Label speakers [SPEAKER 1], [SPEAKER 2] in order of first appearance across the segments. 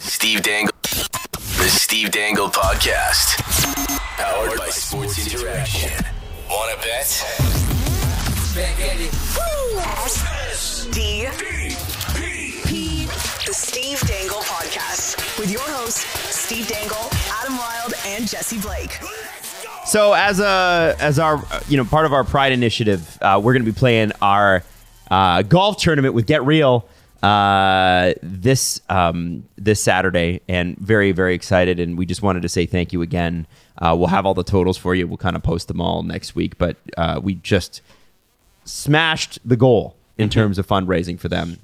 [SPEAKER 1] Steve Dangle. The Steve Dangle Podcast. Powered by Sports Interaction. Want to bet?
[SPEAKER 2] D. P. The Steve Dangle Podcast with your hosts, Steve Dangle, Adam Wilde, and Jesse Blake.
[SPEAKER 3] So as a as our you know part of our Pride initiative, uh, we're going to be playing our uh, golf tournament with Get Real uh, this um, this Saturday, and very very excited. And we just wanted to say thank you again. Uh, we'll have all the totals for you. We'll kind of post them all next week, but uh, we just smashed the goal in
[SPEAKER 4] Mm-hmm.
[SPEAKER 3] terms of fundraising for them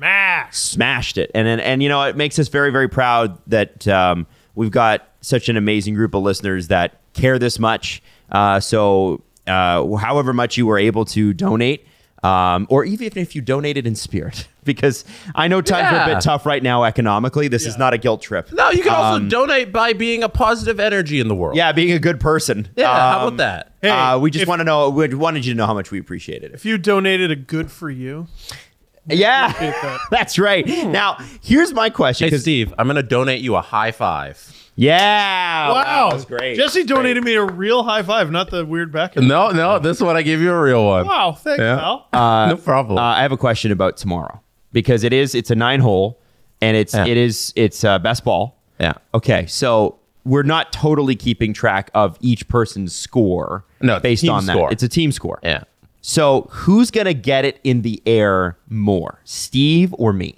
[SPEAKER 3] smashed it. And and, and you know, it makes us very very proud that um, we've got such an amazing group of listeners that care this much. Uh, so uh, however much you were able to donate. Um, or even if you donated in spirit, because I know times are a
[SPEAKER 4] Yeah.
[SPEAKER 3] bit tough right now economically. This is not a guilt trip.
[SPEAKER 4] No, you can also donate by being a positive energy in the world.
[SPEAKER 3] Yeah, being a good person.
[SPEAKER 4] Yeah, how
[SPEAKER 3] Um,
[SPEAKER 4] about that?
[SPEAKER 5] Hey,
[SPEAKER 3] uh, we just
[SPEAKER 5] if-
[SPEAKER 3] want to know. We wanted you to know how much we appreciate it.
[SPEAKER 5] If you donated a good for you,
[SPEAKER 3] Yeah, that's right. Now, here's my question.
[SPEAKER 4] Hmm. Hey,
[SPEAKER 3] 'cause-
[SPEAKER 4] Steve, I'm going to donate you a high five.
[SPEAKER 3] yeah,
[SPEAKER 5] wow,
[SPEAKER 3] that was great.
[SPEAKER 5] Jesse donated me a real high five, not the weird back.
[SPEAKER 4] No, no, this one I gave you a real one.
[SPEAKER 5] Wow, thanks,
[SPEAKER 4] Yeah.
[SPEAKER 5] pal.
[SPEAKER 4] no problem.
[SPEAKER 3] Uh, I have a question about tomorrow because it is it's a nine hole, and it's
[SPEAKER 4] Yeah.
[SPEAKER 3] it is it's uh, best ball.
[SPEAKER 4] yeah.
[SPEAKER 3] Okay, so we're not totally keeping track of each person's score.
[SPEAKER 4] No,
[SPEAKER 3] based
[SPEAKER 4] team
[SPEAKER 3] on that,
[SPEAKER 4] score.
[SPEAKER 3] it's a team score.
[SPEAKER 4] Yeah.
[SPEAKER 3] So who's gonna get it in the air more, Steve or me?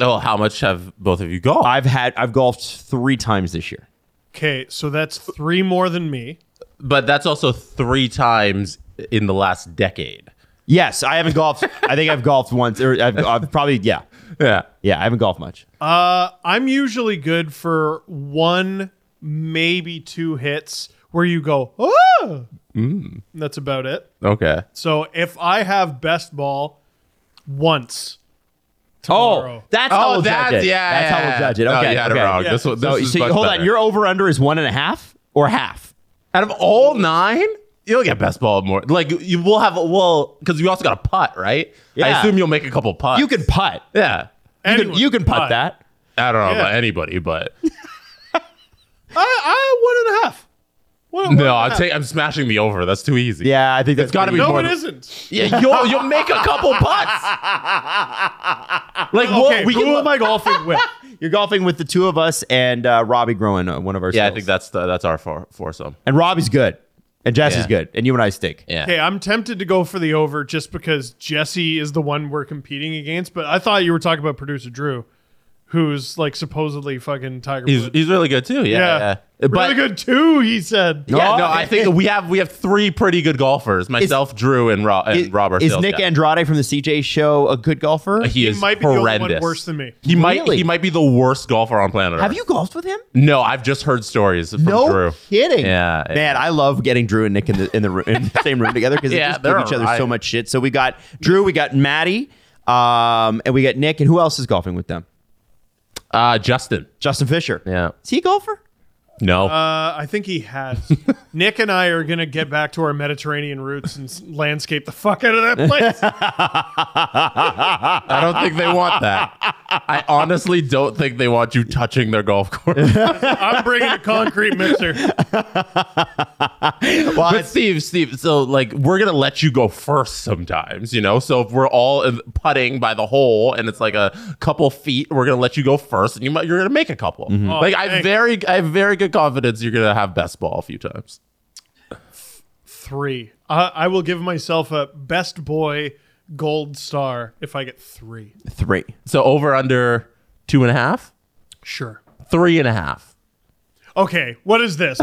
[SPEAKER 4] Oh, how much have both of you got?
[SPEAKER 3] I've had I've golfed three times this year.
[SPEAKER 5] Okay, so that's three more than me.
[SPEAKER 4] but that's also three times in the last decade.
[SPEAKER 3] Yes, I haven't golfed. I think I've golfed once, or I've, I've probably yeah,
[SPEAKER 4] Yeah.
[SPEAKER 3] yeah. I haven't golfed much.
[SPEAKER 5] Uh, I'm usually good for one, maybe two hits where you go, oh,
[SPEAKER 4] Mm.
[SPEAKER 5] that's about it.
[SPEAKER 4] Okay.
[SPEAKER 5] So if I have best ball once,
[SPEAKER 3] Oh,
[SPEAKER 5] tomorrow.
[SPEAKER 3] that's
[SPEAKER 4] Oh,
[SPEAKER 3] how we'll
[SPEAKER 4] that's-
[SPEAKER 3] judge it.
[SPEAKER 4] yeah,
[SPEAKER 3] that's how
[SPEAKER 4] yeah,
[SPEAKER 3] we'll judge it.
[SPEAKER 4] yeah.
[SPEAKER 3] Okay,
[SPEAKER 4] Oh, you had it
[SPEAKER 3] okay.
[SPEAKER 4] wrong. This
[SPEAKER 5] Yeah.
[SPEAKER 4] one- this
[SPEAKER 3] so,
[SPEAKER 4] is
[SPEAKER 3] so
[SPEAKER 4] much
[SPEAKER 3] hold
[SPEAKER 4] better.
[SPEAKER 3] on. Your over under is one and a half or half.
[SPEAKER 4] out of all nine, you'll get best ball more. Like you will have well because you also got a putt, right? I
[SPEAKER 3] Yeah.
[SPEAKER 4] assume you'll make a couple putts.
[SPEAKER 3] You can putt. You
[SPEAKER 4] yeah.
[SPEAKER 3] can,
[SPEAKER 5] Anyone
[SPEAKER 3] you can putt,
[SPEAKER 5] putt.
[SPEAKER 3] that.
[SPEAKER 4] I don't know about
[SPEAKER 5] Yeah.
[SPEAKER 4] anybody, but
[SPEAKER 5] I,
[SPEAKER 4] Uh,
[SPEAKER 5] I one and a half. One- one
[SPEAKER 4] no,
[SPEAKER 5] and a
[SPEAKER 4] I'm
[SPEAKER 5] half.
[SPEAKER 4] take, I'm smashing the over. That's too easy.
[SPEAKER 3] Yeah, I think that's
[SPEAKER 4] gotta
[SPEAKER 3] pretty-
[SPEAKER 4] be
[SPEAKER 5] no,
[SPEAKER 4] more
[SPEAKER 5] it
[SPEAKER 4] than-
[SPEAKER 5] isn't.
[SPEAKER 4] Yeah, you'll you'll make a couple putts. Like
[SPEAKER 5] Okay,
[SPEAKER 4] we'll, we
[SPEAKER 5] who
[SPEAKER 4] can.
[SPEAKER 5] am I golfing with?
[SPEAKER 3] You're golfing with the two of us and uh, Robbie Groen, uh, one of our.
[SPEAKER 4] yeah, I
[SPEAKER 3] sales.
[SPEAKER 4] think that's the, that's our four, foursome.
[SPEAKER 3] And Robbie's good, and Jesse's
[SPEAKER 4] Yeah.
[SPEAKER 3] good, and you and I stink.
[SPEAKER 4] Yeah.
[SPEAKER 5] Okay, I'm tempted to go for the over just because Jesse is the one we're competing against, but I thought you were talking about producer Drew, who's like supposedly fucking Tiger
[SPEAKER 4] He's
[SPEAKER 5] Woods.
[SPEAKER 4] he's really good too. Yeah. yeah. But
[SPEAKER 5] really good too, he said.
[SPEAKER 4] Yeah, no, I think we have we have three pretty good golfers. Myself, Drew, and, Ro- and
[SPEAKER 3] Is,
[SPEAKER 4] Robert.
[SPEAKER 3] is
[SPEAKER 4] Sales
[SPEAKER 3] Nick
[SPEAKER 4] guy.
[SPEAKER 3] Andrade from the CJ Show a good golfer?
[SPEAKER 4] he is
[SPEAKER 5] might be the only
[SPEAKER 4] horrendous.
[SPEAKER 5] one worse than me.
[SPEAKER 4] He might
[SPEAKER 3] Really?
[SPEAKER 4] he might be the worst golfer on planet Earth.
[SPEAKER 3] Have you golfed with him?
[SPEAKER 4] No, I've just heard stories from
[SPEAKER 3] no
[SPEAKER 4] Drew.
[SPEAKER 3] kidding.
[SPEAKER 4] Yeah, yeah.
[SPEAKER 3] man, I love getting Drew and Nick in the in the, ro- in the same room together because
[SPEAKER 4] Yeah,
[SPEAKER 3] they just
[SPEAKER 4] they're
[SPEAKER 3] give each other
[SPEAKER 4] alright.
[SPEAKER 3] so much shit. So we got Drew, we got Maddie, um, and we got Nick, and who else is golfing with them?
[SPEAKER 4] Uh, Justin.
[SPEAKER 3] Justin Fisher.
[SPEAKER 4] Yeah.
[SPEAKER 3] is he a golfer?
[SPEAKER 4] No.
[SPEAKER 5] Uh, I think he has. Nick and I are gonna get back to our Mediterranean roots and s- landscape the fuck out of that place.
[SPEAKER 4] I don't think they want that. I honestly don't think they want you touching their golf course.
[SPEAKER 5] I'm bringing a concrete mixer.
[SPEAKER 3] Well,
[SPEAKER 4] but Steve, Steve, so like we're gonna let you go first sometimes, you know. So if we're all in- putting by the hole and it's like a couple feet, we're gonna let you go first, and you might, you're gonna make a couple.
[SPEAKER 3] Mm-hmm.
[SPEAKER 4] like I have
[SPEAKER 5] thanks.
[SPEAKER 4] very, I have very good confidence you're gonna have best ball a few times.
[SPEAKER 5] Three. Uh, I will give myself a best boy gold star if I get three.
[SPEAKER 3] three.
[SPEAKER 4] So over under two and a half,
[SPEAKER 5] Sure.
[SPEAKER 4] three and a half.
[SPEAKER 5] Okay, what is this?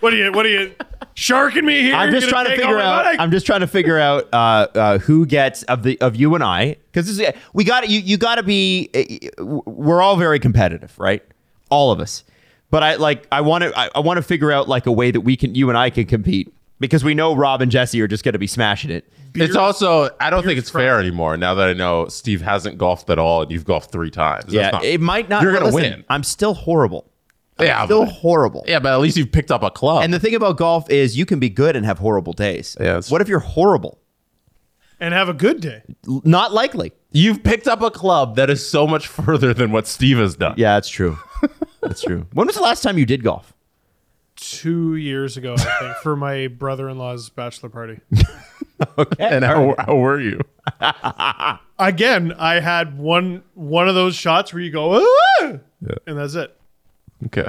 [SPEAKER 5] what are you? What are you? Sharking me here?
[SPEAKER 3] I'm just
[SPEAKER 5] You're
[SPEAKER 3] trying
[SPEAKER 5] gonna
[SPEAKER 3] to
[SPEAKER 5] take
[SPEAKER 3] figure
[SPEAKER 5] all my
[SPEAKER 3] out.
[SPEAKER 5] money?
[SPEAKER 3] I'm just trying to figure out uh, uh, who gets of the of you and I because we got you. You got to be. uh, We're all very competitive, right? All of us. But I like. I want to. I, I want to figure out like a way that we can. You and I can compete because we know Rob and Jesse are just going to be smashing it.
[SPEAKER 4] it's also I don't think it's fair anymore now that I know Steve hasn't golfed at all and you've golfed three times. That's
[SPEAKER 3] yeah,
[SPEAKER 4] not-
[SPEAKER 3] it might not.
[SPEAKER 4] You're gonna
[SPEAKER 3] listen,
[SPEAKER 4] win.
[SPEAKER 3] I'm still horrible.
[SPEAKER 4] yeah,
[SPEAKER 3] Still
[SPEAKER 4] but,
[SPEAKER 3] horrible.
[SPEAKER 4] yeah, but at least you've picked up a club.
[SPEAKER 3] And the thing about golf is you can be good and have horrible days.
[SPEAKER 4] Yeah, that's
[SPEAKER 3] what if you're horrible?
[SPEAKER 5] and have a good day.
[SPEAKER 3] Not likely.
[SPEAKER 6] You've picked up a club that is so much further than what Steve has done.
[SPEAKER 3] Yeah, that's true. that's true. When was the last time you did golf?
[SPEAKER 5] Two years ago, I think, for my brother-in-law's bachelor party.
[SPEAKER 6] And how, how were you?
[SPEAKER 5] Again, I had one one of those shots where you go, "Ah!" and that's it.
[SPEAKER 6] Okay.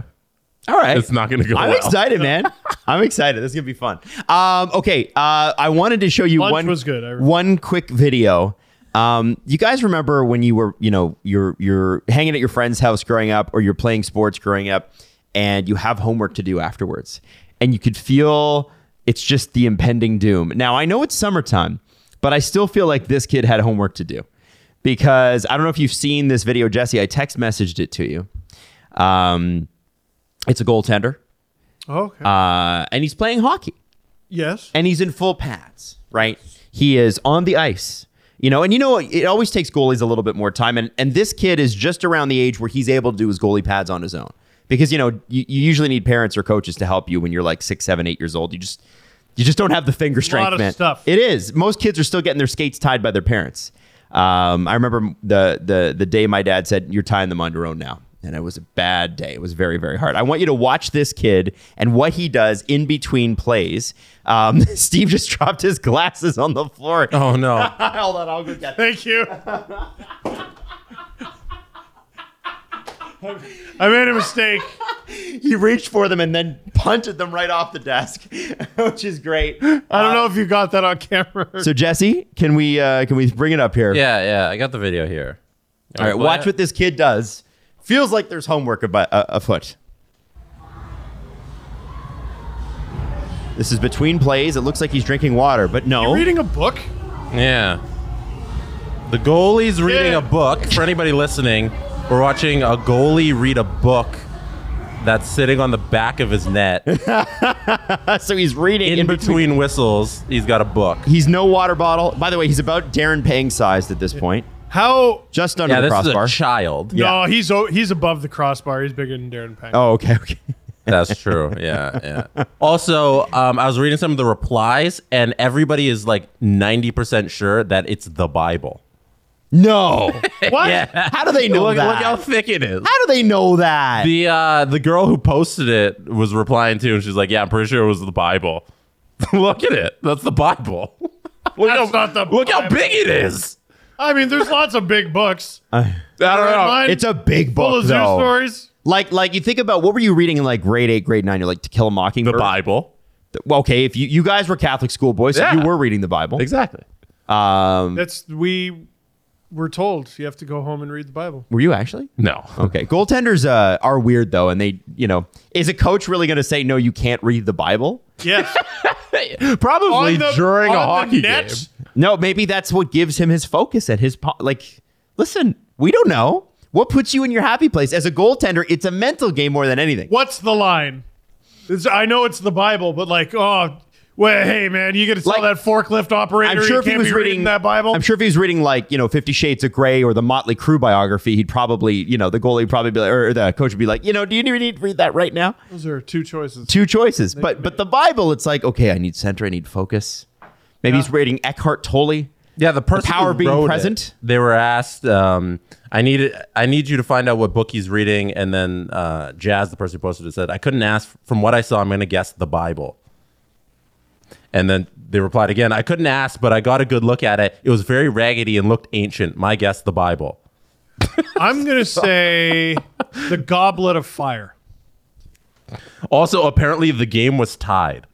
[SPEAKER 3] All right.
[SPEAKER 6] It's not going to go
[SPEAKER 3] I'm
[SPEAKER 6] well.
[SPEAKER 3] excited, man. I'm excited. This is gonna be fun. Um, okay, uh, I wanted to show you
[SPEAKER 5] Lunch
[SPEAKER 3] one
[SPEAKER 5] was good. I remember.
[SPEAKER 3] one quick video. Um, you guys remember when you were, you know, you're you're hanging at your friend's house growing up, or you're playing sports growing up, and you have homework to do afterwards, and you could feel it's just the impending doom. Now I know it's summertime, but I still feel like this kid had homework to do because I don't know if you've seen this video, Jesse. I text messaged it to you. Um, it's a goaltender
[SPEAKER 5] Okay.
[SPEAKER 3] uh, and he's playing hockey
[SPEAKER 5] yes.
[SPEAKER 3] and he's in full pads, right? He is on the ice. You know, and you know what? It always takes goalies a little bit more time. And, and this kid is just around the age where he's able to do his goalie pads on his own. Because, you know, you, you usually need parents or coaches to help you when you're like six, seven, eight years old. You just you just don't have the finger strength,
[SPEAKER 5] of
[SPEAKER 3] man.
[SPEAKER 5] stuff.
[SPEAKER 3] It is. Most kids are still getting their skates tied by their parents. Um, I remember the the the day my dad said, "You're tying them on your own now," and it was a bad day. It was very very hard. I want you to watch this kid and what he does in between plays. Um, Steve just dropped his glasses on the floor.
[SPEAKER 6] Oh, no.
[SPEAKER 3] Hold on, I'll go get them.
[SPEAKER 5] Thank you. I made a mistake.
[SPEAKER 3] He reached for them and then punted them right off the desk, which is great.
[SPEAKER 5] I don't know if you got that on camera.
[SPEAKER 3] So Jesse, can we uh, can we bring it up here?
[SPEAKER 4] Yeah, yeah. I got the video here.
[SPEAKER 3] All right, watch what this kid does. Feels like there's homework abo- uh, afoot. This is between plays. It looks like he's drinking water, but no.
[SPEAKER 5] Reading a book?
[SPEAKER 4] Yeah. The goalie's reading
[SPEAKER 5] Yeah.
[SPEAKER 4] a book. For anybody listening, we're watching a goalie read a book that's sitting on the back of his net.
[SPEAKER 3] so he's reading
[SPEAKER 4] In between whistles, he's got a book.
[SPEAKER 3] He's no water bottle. By the way, he's about Darren Pang sized at this point,
[SPEAKER 5] How?
[SPEAKER 3] just under
[SPEAKER 4] Yeah,
[SPEAKER 3] the
[SPEAKER 4] this
[SPEAKER 3] crossbar.
[SPEAKER 4] is a child.
[SPEAKER 5] No, he's o- he's above the crossbar. He's bigger than Darren Pang.
[SPEAKER 3] oh, okay, okay.
[SPEAKER 4] That's true. Yeah, yeah. Also, um, I was reading some of the replies, and everybody is like 90% sure that it's the Bible.
[SPEAKER 3] No.
[SPEAKER 5] What?
[SPEAKER 3] How do they know
[SPEAKER 6] Look, look
[SPEAKER 3] that?
[SPEAKER 6] how thick it is.
[SPEAKER 3] how do they know that?
[SPEAKER 4] The uh, the girl who posted it was replying to, and she's like,
[SPEAKER 6] Yeah, I'm pretty sure it was the Bible. look at it. That's the Bible. look
[SPEAKER 5] That's not the
[SPEAKER 6] look how
[SPEAKER 5] Bible.
[SPEAKER 6] big it is.
[SPEAKER 5] I mean, there's lots of big books.
[SPEAKER 6] I don't know.
[SPEAKER 5] Mine
[SPEAKER 3] it's a big
[SPEAKER 5] full
[SPEAKER 3] book,
[SPEAKER 5] of zoo
[SPEAKER 3] though.
[SPEAKER 5] stories.
[SPEAKER 3] Like, like you think about what were you reading in like grade eight, grade nine? You're like To Kill a
[SPEAKER 6] the
[SPEAKER 3] Mockingbird.
[SPEAKER 6] Bible.
[SPEAKER 3] Well, okay, if you, you guys were Catholic schoolboys, so
[SPEAKER 6] Yeah.
[SPEAKER 3] you were reading the Bible.
[SPEAKER 6] Exactly.
[SPEAKER 3] Um,
[SPEAKER 5] That's we were told you have to go home and read the Bible.
[SPEAKER 3] Were you actually?
[SPEAKER 6] No.
[SPEAKER 3] Okay. Goaltenders uh, are weird though, and they, you know, is a coach really going to say no? You can't read the Bible?
[SPEAKER 5] Yes.
[SPEAKER 6] Probably
[SPEAKER 5] On the-
[SPEAKER 6] during a
[SPEAKER 5] on the
[SPEAKER 6] hockey
[SPEAKER 5] net?
[SPEAKER 6] game.
[SPEAKER 3] No, maybe that's what gives him his focus and his po- like. Listen, we don't know what puts you in your happy place as a goaltender. It's a mental game more than anything.
[SPEAKER 5] What's the line? It's, I know it's the Bible, but like, oh, well, hey man, you got to
[SPEAKER 3] Like-
[SPEAKER 5] tell that forklift operator.
[SPEAKER 3] I'm sure if he
[SPEAKER 5] can't
[SPEAKER 3] was
[SPEAKER 5] be
[SPEAKER 3] reading,
[SPEAKER 5] that Bible.
[SPEAKER 3] I'm sure if he was reading like you know Fifty Shades of Grey or the Motley Crue biography, he'd probably you know the goalie would probably be like, or the coach would be like, you know, do you need to read that right now?
[SPEAKER 5] Those are two choices.
[SPEAKER 3] two choices. But but the Bible, it's like okay, I need center, I need focus. Maybe he's reading Eckhart Tolle.
[SPEAKER 4] Yeah, the person
[SPEAKER 3] power
[SPEAKER 4] who
[SPEAKER 3] of being
[SPEAKER 4] wrote it,
[SPEAKER 3] present?
[SPEAKER 4] they were asked, um, "I need I need you to find out what book he's reading." And then uh, Jazz, the person who posted it, said, "I couldn't ask from what I saw. I'm going to guess the Bible." And then they replied again, "I couldn't ask, but I got a good look at it. It was very raggedy and looked ancient. My guess, the Bible."
[SPEAKER 5] I'm gonna say the Goblet of Fire,
[SPEAKER 4] Also, apparently, the game was tied.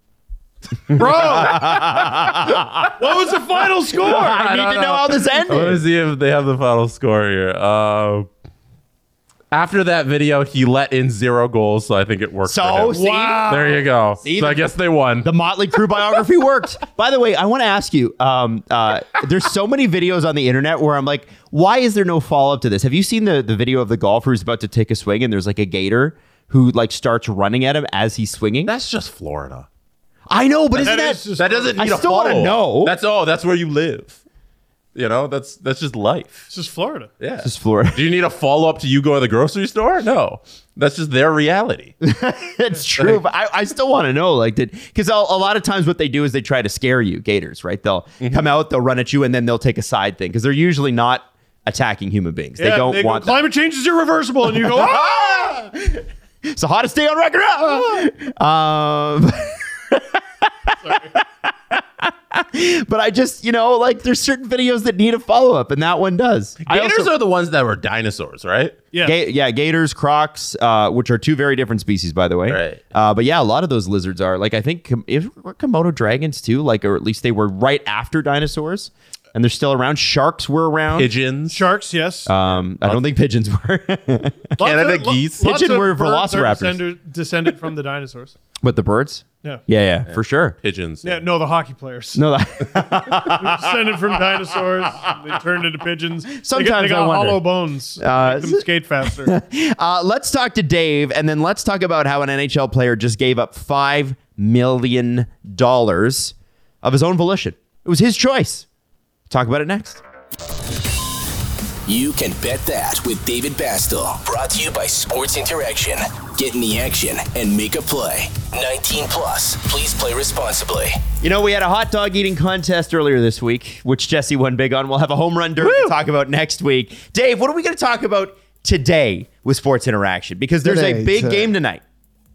[SPEAKER 5] bro. what was the final score?
[SPEAKER 3] I, need to know, how this
[SPEAKER 4] Let me
[SPEAKER 3] ended.
[SPEAKER 4] see if they have the final score here. Uh, after that video, he let in zero goals, so I think it worked.
[SPEAKER 3] So
[SPEAKER 4] for him.
[SPEAKER 3] see,
[SPEAKER 5] Wow.
[SPEAKER 6] There you go. so
[SPEAKER 3] the-
[SPEAKER 6] I guess they won.
[SPEAKER 3] the Motley Crue biography worked. By the way, I want to ask you. Um, uh, there's so many videos on the internet where I'm like, why is there no follow up to this? Have you seen the the video of the golfer who's about to take a swing and there's like a gator who like starts running at him as he's swinging?
[SPEAKER 4] That's just Florida.
[SPEAKER 3] I know, but isn't
[SPEAKER 5] That
[SPEAKER 3] that
[SPEAKER 5] is just-
[SPEAKER 6] that doesn't
[SPEAKER 3] I
[SPEAKER 6] need a
[SPEAKER 3] still wanna
[SPEAKER 6] follow-up.
[SPEAKER 4] oh,
[SPEAKER 3] know.
[SPEAKER 6] That's all. That's where you live.
[SPEAKER 4] You know, that's that's just life.
[SPEAKER 5] This is Florida.
[SPEAKER 4] Yeah.
[SPEAKER 3] This is Florida.
[SPEAKER 4] Do you need a follow up to you going to the grocery store? No, that's just their reality.
[SPEAKER 3] It's true, but I, I still want to know, like, did because a, a lot of times what they do is they try to scare you, Gators, right? They'll come out, they'll run at you, and then they'll take a side thing because they're usually not attacking human beings. they
[SPEAKER 5] Yeah,
[SPEAKER 3] don't
[SPEAKER 5] go,
[SPEAKER 3] want that.
[SPEAKER 5] climate change is irreversible, and you go, ah!
[SPEAKER 3] So how to stay on record? Ah! Um, but I just, you know, like there's certain videos that need a follow up, and that one does. I
[SPEAKER 4] Gators
[SPEAKER 3] also-
[SPEAKER 4] are the ones that were dinosaurs, right?
[SPEAKER 5] Yeah.
[SPEAKER 3] Ga- yeah, gators, crocs, uh, which are two very different species, by the way.
[SPEAKER 4] Right.
[SPEAKER 3] Uh, but yeah, a lot of those lizards are like I think Kom- if, were Komodo dragons too, like or at least they were right after dinosaurs, and they're still around. Sharks were around.
[SPEAKER 4] Pigeons.
[SPEAKER 5] Sharks, yes.
[SPEAKER 3] Um, I don't think pigeons were,
[SPEAKER 5] Lots
[SPEAKER 4] Canada
[SPEAKER 5] lo-
[SPEAKER 4] geese.
[SPEAKER 5] lots
[SPEAKER 3] Pigeon
[SPEAKER 5] of
[SPEAKER 3] were
[SPEAKER 5] birds are
[SPEAKER 3] velociraptors.
[SPEAKER 5] Descended, descended from the dinosaurs.
[SPEAKER 3] but the birds.
[SPEAKER 5] Yeah.
[SPEAKER 3] Yeah, yeah, for sure.
[SPEAKER 4] Pigeons.
[SPEAKER 5] Yeah, no, the hockey players.
[SPEAKER 3] No, that-
[SPEAKER 5] Descended from dinosaurs. They turned into pigeons. They got-
[SPEAKER 3] Sometimes
[SPEAKER 5] they
[SPEAKER 3] I
[SPEAKER 5] got,
[SPEAKER 3] wonder.
[SPEAKER 5] hollow bones.
[SPEAKER 3] Uh,
[SPEAKER 5] Make them skate faster.
[SPEAKER 3] uh, let's talk to Dave, and then let's talk about how an NHL player just gave up five million dollars of his own volition. It was his choice. Talk about it next.
[SPEAKER 1] You can bet that with David Bastel. Brought to you by Sports Interaction. Get in the action and make a play. 19 plus. Please play responsibly.
[SPEAKER 3] You know, we had a hot dog eating contest earlier this week, which Jesse won big on. We'll have a home run derby to talk about next week. Dave, what are we going to talk about today with Sports Interaction? Because there's a
[SPEAKER 7] Today,
[SPEAKER 3] big
[SPEAKER 7] today.
[SPEAKER 3] game tonight.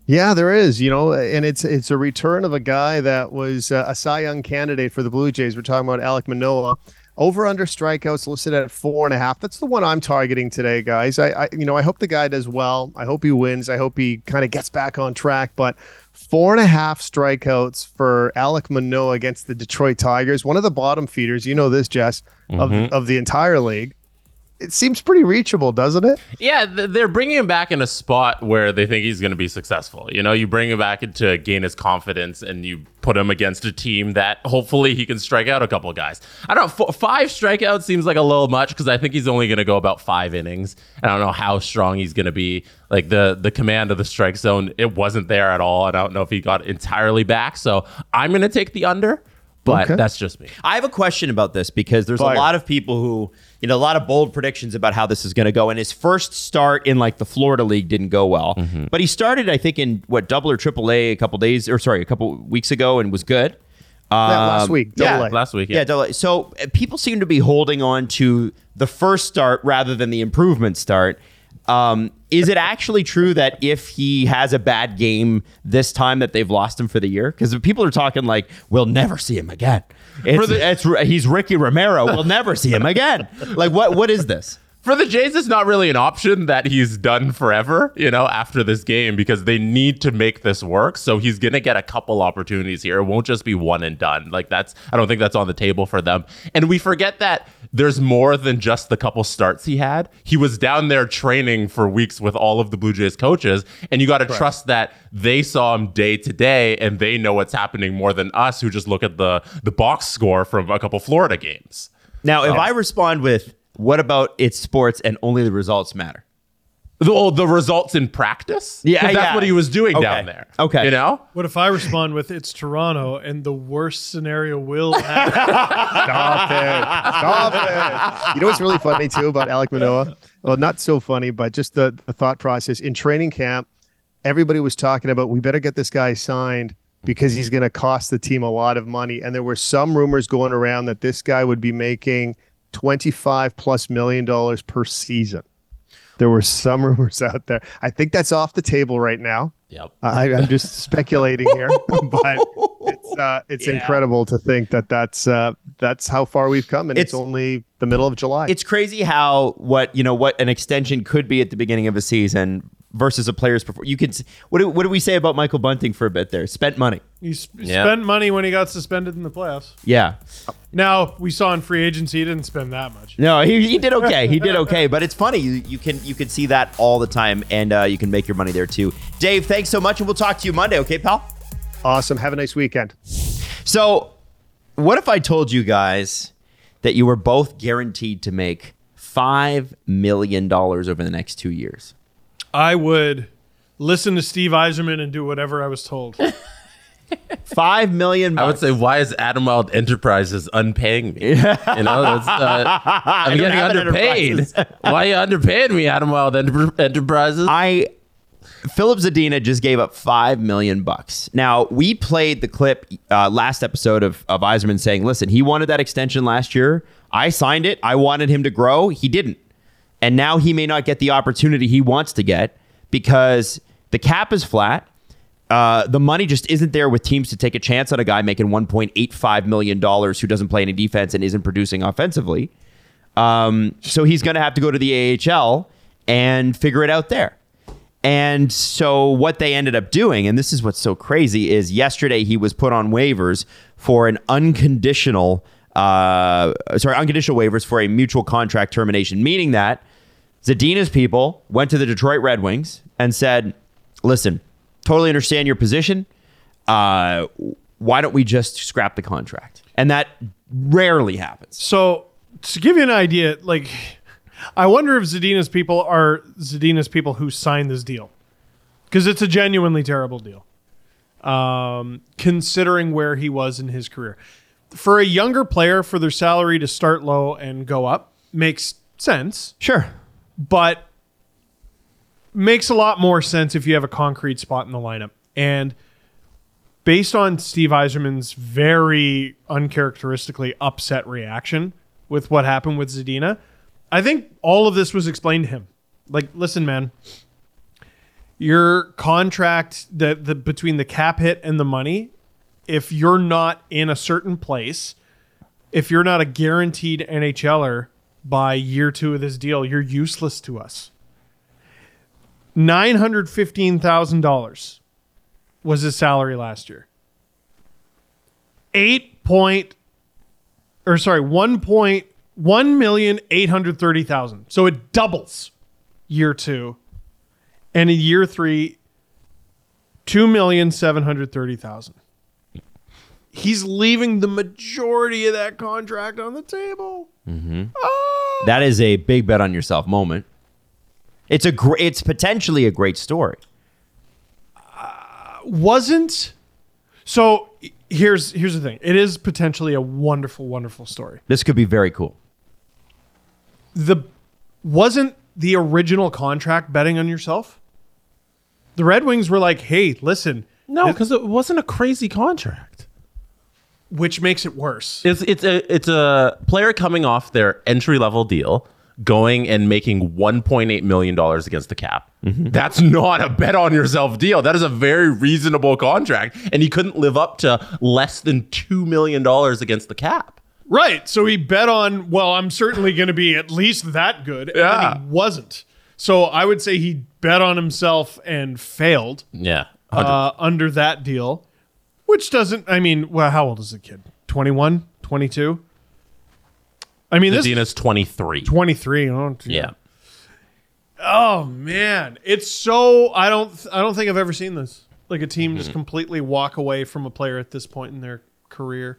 [SPEAKER 7] Yeah, there is, you know, and it's it's a return of a guy that was uh, a Cy Young candidate for the Blue Jays. We're talking about Alec Manoa. Over under strikeouts listed at four and a half. That's the one I'm targeting today, guys. I, I you know I hope the guy does well. I hope he wins. I hope he kind of gets back on track. But four and a half strikeouts for Alec Manoa against the Detroit Tigers, one of the bottom feeders. You know this, Jess,
[SPEAKER 3] Mm-hmm.
[SPEAKER 7] of of the entire league. It seems pretty reachable, doesn't it?
[SPEAKER 4] Yeah, th- they're bringing him back in a spot where they think he's going to be successful. You know, you bring him back in to gain his confidence, and you put him against a team that hopefully he can strike out a couple guys. I don't know. F- five strikeouts seems like a little much because I think he's only going to go about five innings. And I don't know how strong he's going to be. Like the the command of the strike zone, it wasn't there at all. And I don't know if he got entirely back. So I'm going to take the under, but
[SPEAKER 7] Okay.
[SPEAKER 4] that's just me.
[SPEAKER 3] I have a question about this because there's
[SPEAKER 7] Fire.
[SPEAKER 3] a lot of people who, you know, a lot of bold predictions about how this is going to go. And his first start in like the Florida League didn't go well,
[SPEAKER 7] Mm-hmm.
[SPEAKER 3] but he started, I think, in what double or triple A a couple days or sorry, a couple weeks ago and was good.
[SPEAKER 7] That last
[SPEAKER 3] Um,
[SPEAKER 7] week,
[SPEAKER 3] yeah,
[SPEAKER 7] double A.
[SPEAKER 4] Last week,
[SPEAKER 3] Yeah, double A. So uh, people seem to be holding on to the first start rather than the improvement start. Um, is it actually true that if he has a bad game this time that they've lost him for the year? Because people are talking like we'll never see him again. It's, it's he's Ricky Romero. We'll never see him again. Like what? What is this?
[SPEAKER 4] for the Jays, it's not really an option that he's done forever, you know, after this game because they need to make this work. So he's going to get a couple opportunities here. It won't just be one and done. Like that's, I don't think that's on the table for them. And we forget that there's more than just the couple starts he had. He was down there training for weeks with all of the Blue Jays coaches. And you got to trust that they saw him day to day and they know what's happening more than us who just look at the, the box score from a couple Florida games.
[SPEAKER 3] Now, if I respond with "What about it's sports and only the results matter"?
[SPEAKER 4] the, well, the results in practice.
[SPEAKER 3] Yeah,
[SPEAKER 4] 'Cause that's
[SPEAKER 3] yeah.
[SPEAKER 4] what he was doing
[SPEAKER 3] Okay.
[SPEAKER 4] down there.
[SPEAKER 3] Okay.
[SPEAKER 4] you know,
[SPEAKER 5] what if I respond with, it's Toronto, and the worst scenario will happen?
[SPEAKER 7] Stop it. Stop it. You know what's really funny too about Alec Manoa? Well, not so funny, but just the, the thought process in training camp, everybody was talking about we better get this guy signed because he's going to cost the team a lot of money. And there were some rumors going around that this guy would be making 25 plus million dollars per season. There were some rumors out there. I think that's off the table right now. Uh,
[SPEAKER 4] Yep.
[SPEAKER 7] I, I'm just speculating here, but it's uh, it's incredible to think that that's uh, that's how far we've come, and it's,
[SPEAKER 3] It's-
[SPEAKER 7] only the middle of July.
[SPEAKER 3] it's crazy how what you know what an extension could be at the beginning of a season versus a player's performance. You could s- what do, what do we say about Michael Bunting for a bit there? Spent money.
[SPEAKER 5] He sp- spent money when he got suspended in the playoffs.
[SPEAKER 3] Yeah.
[SPEAKER 5] Now, we saw in free agency, he didn't spend that much.
[SPEAKER 3] No, he, he did okay. He did okay, but it's funny. You, you can you can see that all the time, and uh, you can make your money there too. Dave, thanks so much, and we'll talk to you Monday, okay, pal?
[SPEAKER 7] awesome. Have a nice weekend.
[SPEAKER 3] So, what if I told you guys that you were both guaranteed to make five million dollars over the next two years?
[SPEAKER 5] I would listen to Steve Eiserman and do whatever I was told.
[SPEAKER 3] Five million.
[SPEAKER 4] I would say, why is Adam Wild Enterprises unpaying me? You know, that's, uh, I'm
[SPEAKER 3] don't
[SPEAKER 4] getting
[SPEAKER 3] have an
[SPEAKER 4] underpaid. why are you underpaying me, Adam Wild Enter- Enterprises?
[SPEAKER 3] I Philip Zadina just gave up five million bucks. Now we played the clip uh, last episode of of Eiserman saying, "Listen, he wanted that extension last year. I signed it. I wanted him to grow. He didn't, and now he may not get the opportunity he wants to get because the cap is flat. Uh, the money just isn't there with teams to take a chance on a guy making one point eight five million dollars who doesn't play any defense and isn't producing offensively. Um, so he's going to have to go to the AHL and figure it out there. And so what they ended up doing, and this is what's so crazy, is yesterday he was put on waivers for an unconditional, uh, sorry, unconditional waivers for a mutual contract termination, meaning that Zadina's people went to the Detroit Red Wings and said, "Listen, totally understand your position. Uh, why don't we just scrap the contract?" And that rarely happens.
[SPEAKER 5] So to give you an idea, like I wonder if Zadina's people are Zadina's people who signed this deal because it's a genuinely terrible deal, um, considering where he was in his career. For a younger player, for their salary to start low and go up makes sense,
[SPEAKER 3] Sure.
[SPEAKER 5] but makes a lot more sense if you have a concrete spot in the lineup. And based on Steve Eiserman's very uncharacteristically upset reaction with what happened with Zadina, I think all of this was explained to him. Like, listen, man, your contract that the between the cap hit and the money, if you're not in a certain place, if you're not a guaranteed NHLer by year two of this deal, you're useless to us. Nine hundred fifteen thousand dollars was his salary last year. Eight point, or sorry, one point one million eight hundred thirty thousand. So it doubles year two, and in year three, two million seven hundred thirty thousand. He's leaving the majority of that contract on the table.
[SPEAKER 3] That is a big bet on yourself moment. It's a gr- it's potentially a great story.
[SPEAKER 5] Wasn't so. Here's here's the thing. It is potentially a wonderful, wonderful story.
[SPEAKER 3] This could be very cool.
[SPEAKER 5] the wasn't the original contract betting on yourself? The Red Wings were like, "Hey, listen,"
[SPEAKER 4] no, because it wasn't a crazy contract.
[SPEAKER 5] which makes it worse.
[SPEAKER 4] It's it's a it's a player coming off their entry level deal, going and making 1.8 million dollars against the cap. That's not a bet on yourself deal. That is a very reasonable contract, and he couldn't live up to less than two million dollars against the cap.
[SPEAKER 5] Right. So he bet on, well, I'm certainly going to be at least that good.
[SPEAKER 4] Yeah.
[SPEAKER 5] And he wasn't. So I would say he bet on himself and failed
[SPEAKER 4] Yeah,
[SPEAKER 5] uh, under that deal, which doesn't, I mean, well, how old is the kid? 21, 22? I mean, this
[SPEAKER 4] Zadina's 23.
[SPEAKER 5] 23. Oh,
[SPEAKER 4] Yeah.
[SPEAKER 5] Oh man, it's so I don't I don't think I've ever seen this. Like a team just completely walk away from a player at this point in their career.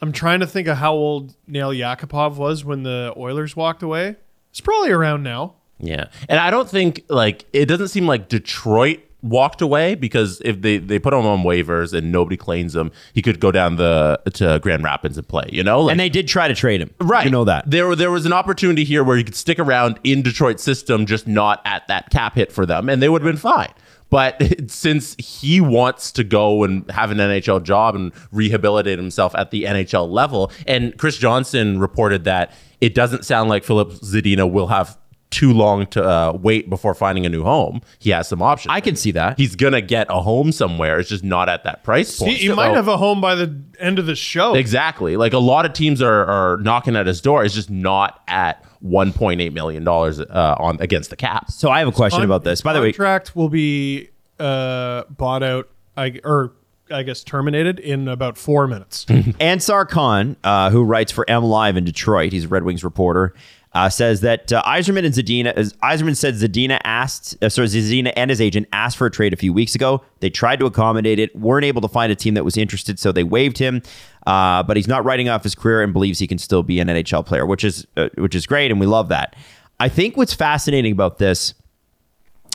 [SPEAKER 5] I'm trying to think of how old Nail Yakupov was when the Oilers walked away. It's probably around now.
[SPEAKER 4] Yeah. And I don't think like it doesn't seem like Detroit walked away because if they, they put him on waivers and nobody claims him, he could go down the to Grand Rapids and play, you know? Like,
[SPEAKER 3] And they did try to trade him.
[SPEAKER 4] right.
[SPEAKER 3] You know that.
[SPEAKER 4] There there was an opportunity here where he could stick around in Detroit's system, just not at that cap hit for them, and they would have been fine. But since he wants to go and have an NHL job and rehabilitate himself at the NHL level, and Chris Johnson reported that it doesn't sound like Philip Zadina will have too long to uh, wait before finding a new home. He has some options.
[SPEAKER 3] I can see that.
[SPEAKER 4] He's gonna get a home somewhere. It's just not at that price point.
[SPEAKER 5] He, he might
[SPEAKER 4] So-
[SPEAKER 5] have a home by the end of the show.
[SPEAKER 4] Exactly. Like a lot of teams are, are knocking at his door. It's just not at 1.8 million dollars uh, on against the cap.
[SPEAKER 3] So I have a question about this. By the way,
[SPEAKER 5] contract will be uh, bought out, I, or I guess terminated in about four minutes.
[SPEAKER 3] Hmm. Ansar Khan, uh, who writes for M Live in Detroit, he's a Red Wings reporter, uh, says that uh, Eiserman and Zadina, as Eiserman said Zadina asked, uh, sorry, Zadina and his agent asked for a trade a few weeks ago. They tried to accommodate it, weren't able to find a team that was interested, so they waived him. Uh, but he's not writing off his career and believes he can still be an NHL player, which is uh, which is great, and we love that. I think what's fascinating about this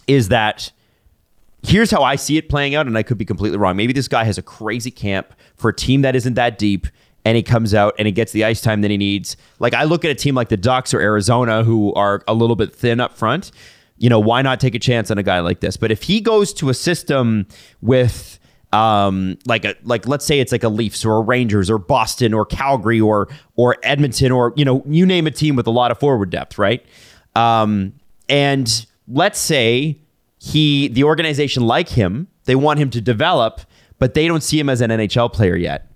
[SPEAKER 3] is that here's how I see it playing out, and I could be completely wrong. Maybe this guy has a crazy camp for a team that isn't that deep, and he comes out and he gets the ice time that he needs. Like I look at a team like the Ducks or Arizona, who are a little bit thin up front. You know, why not take a chance on a guy like this? But if he goes to a system with um, like a like let's say it's like a Leafs or a Rangers or Boston or Calgary or or Edmonton or you know you name a team with a lot of forward depth, right? Um, and let's say he the organization like him they want him to develop but they don't see him as an nhl player yet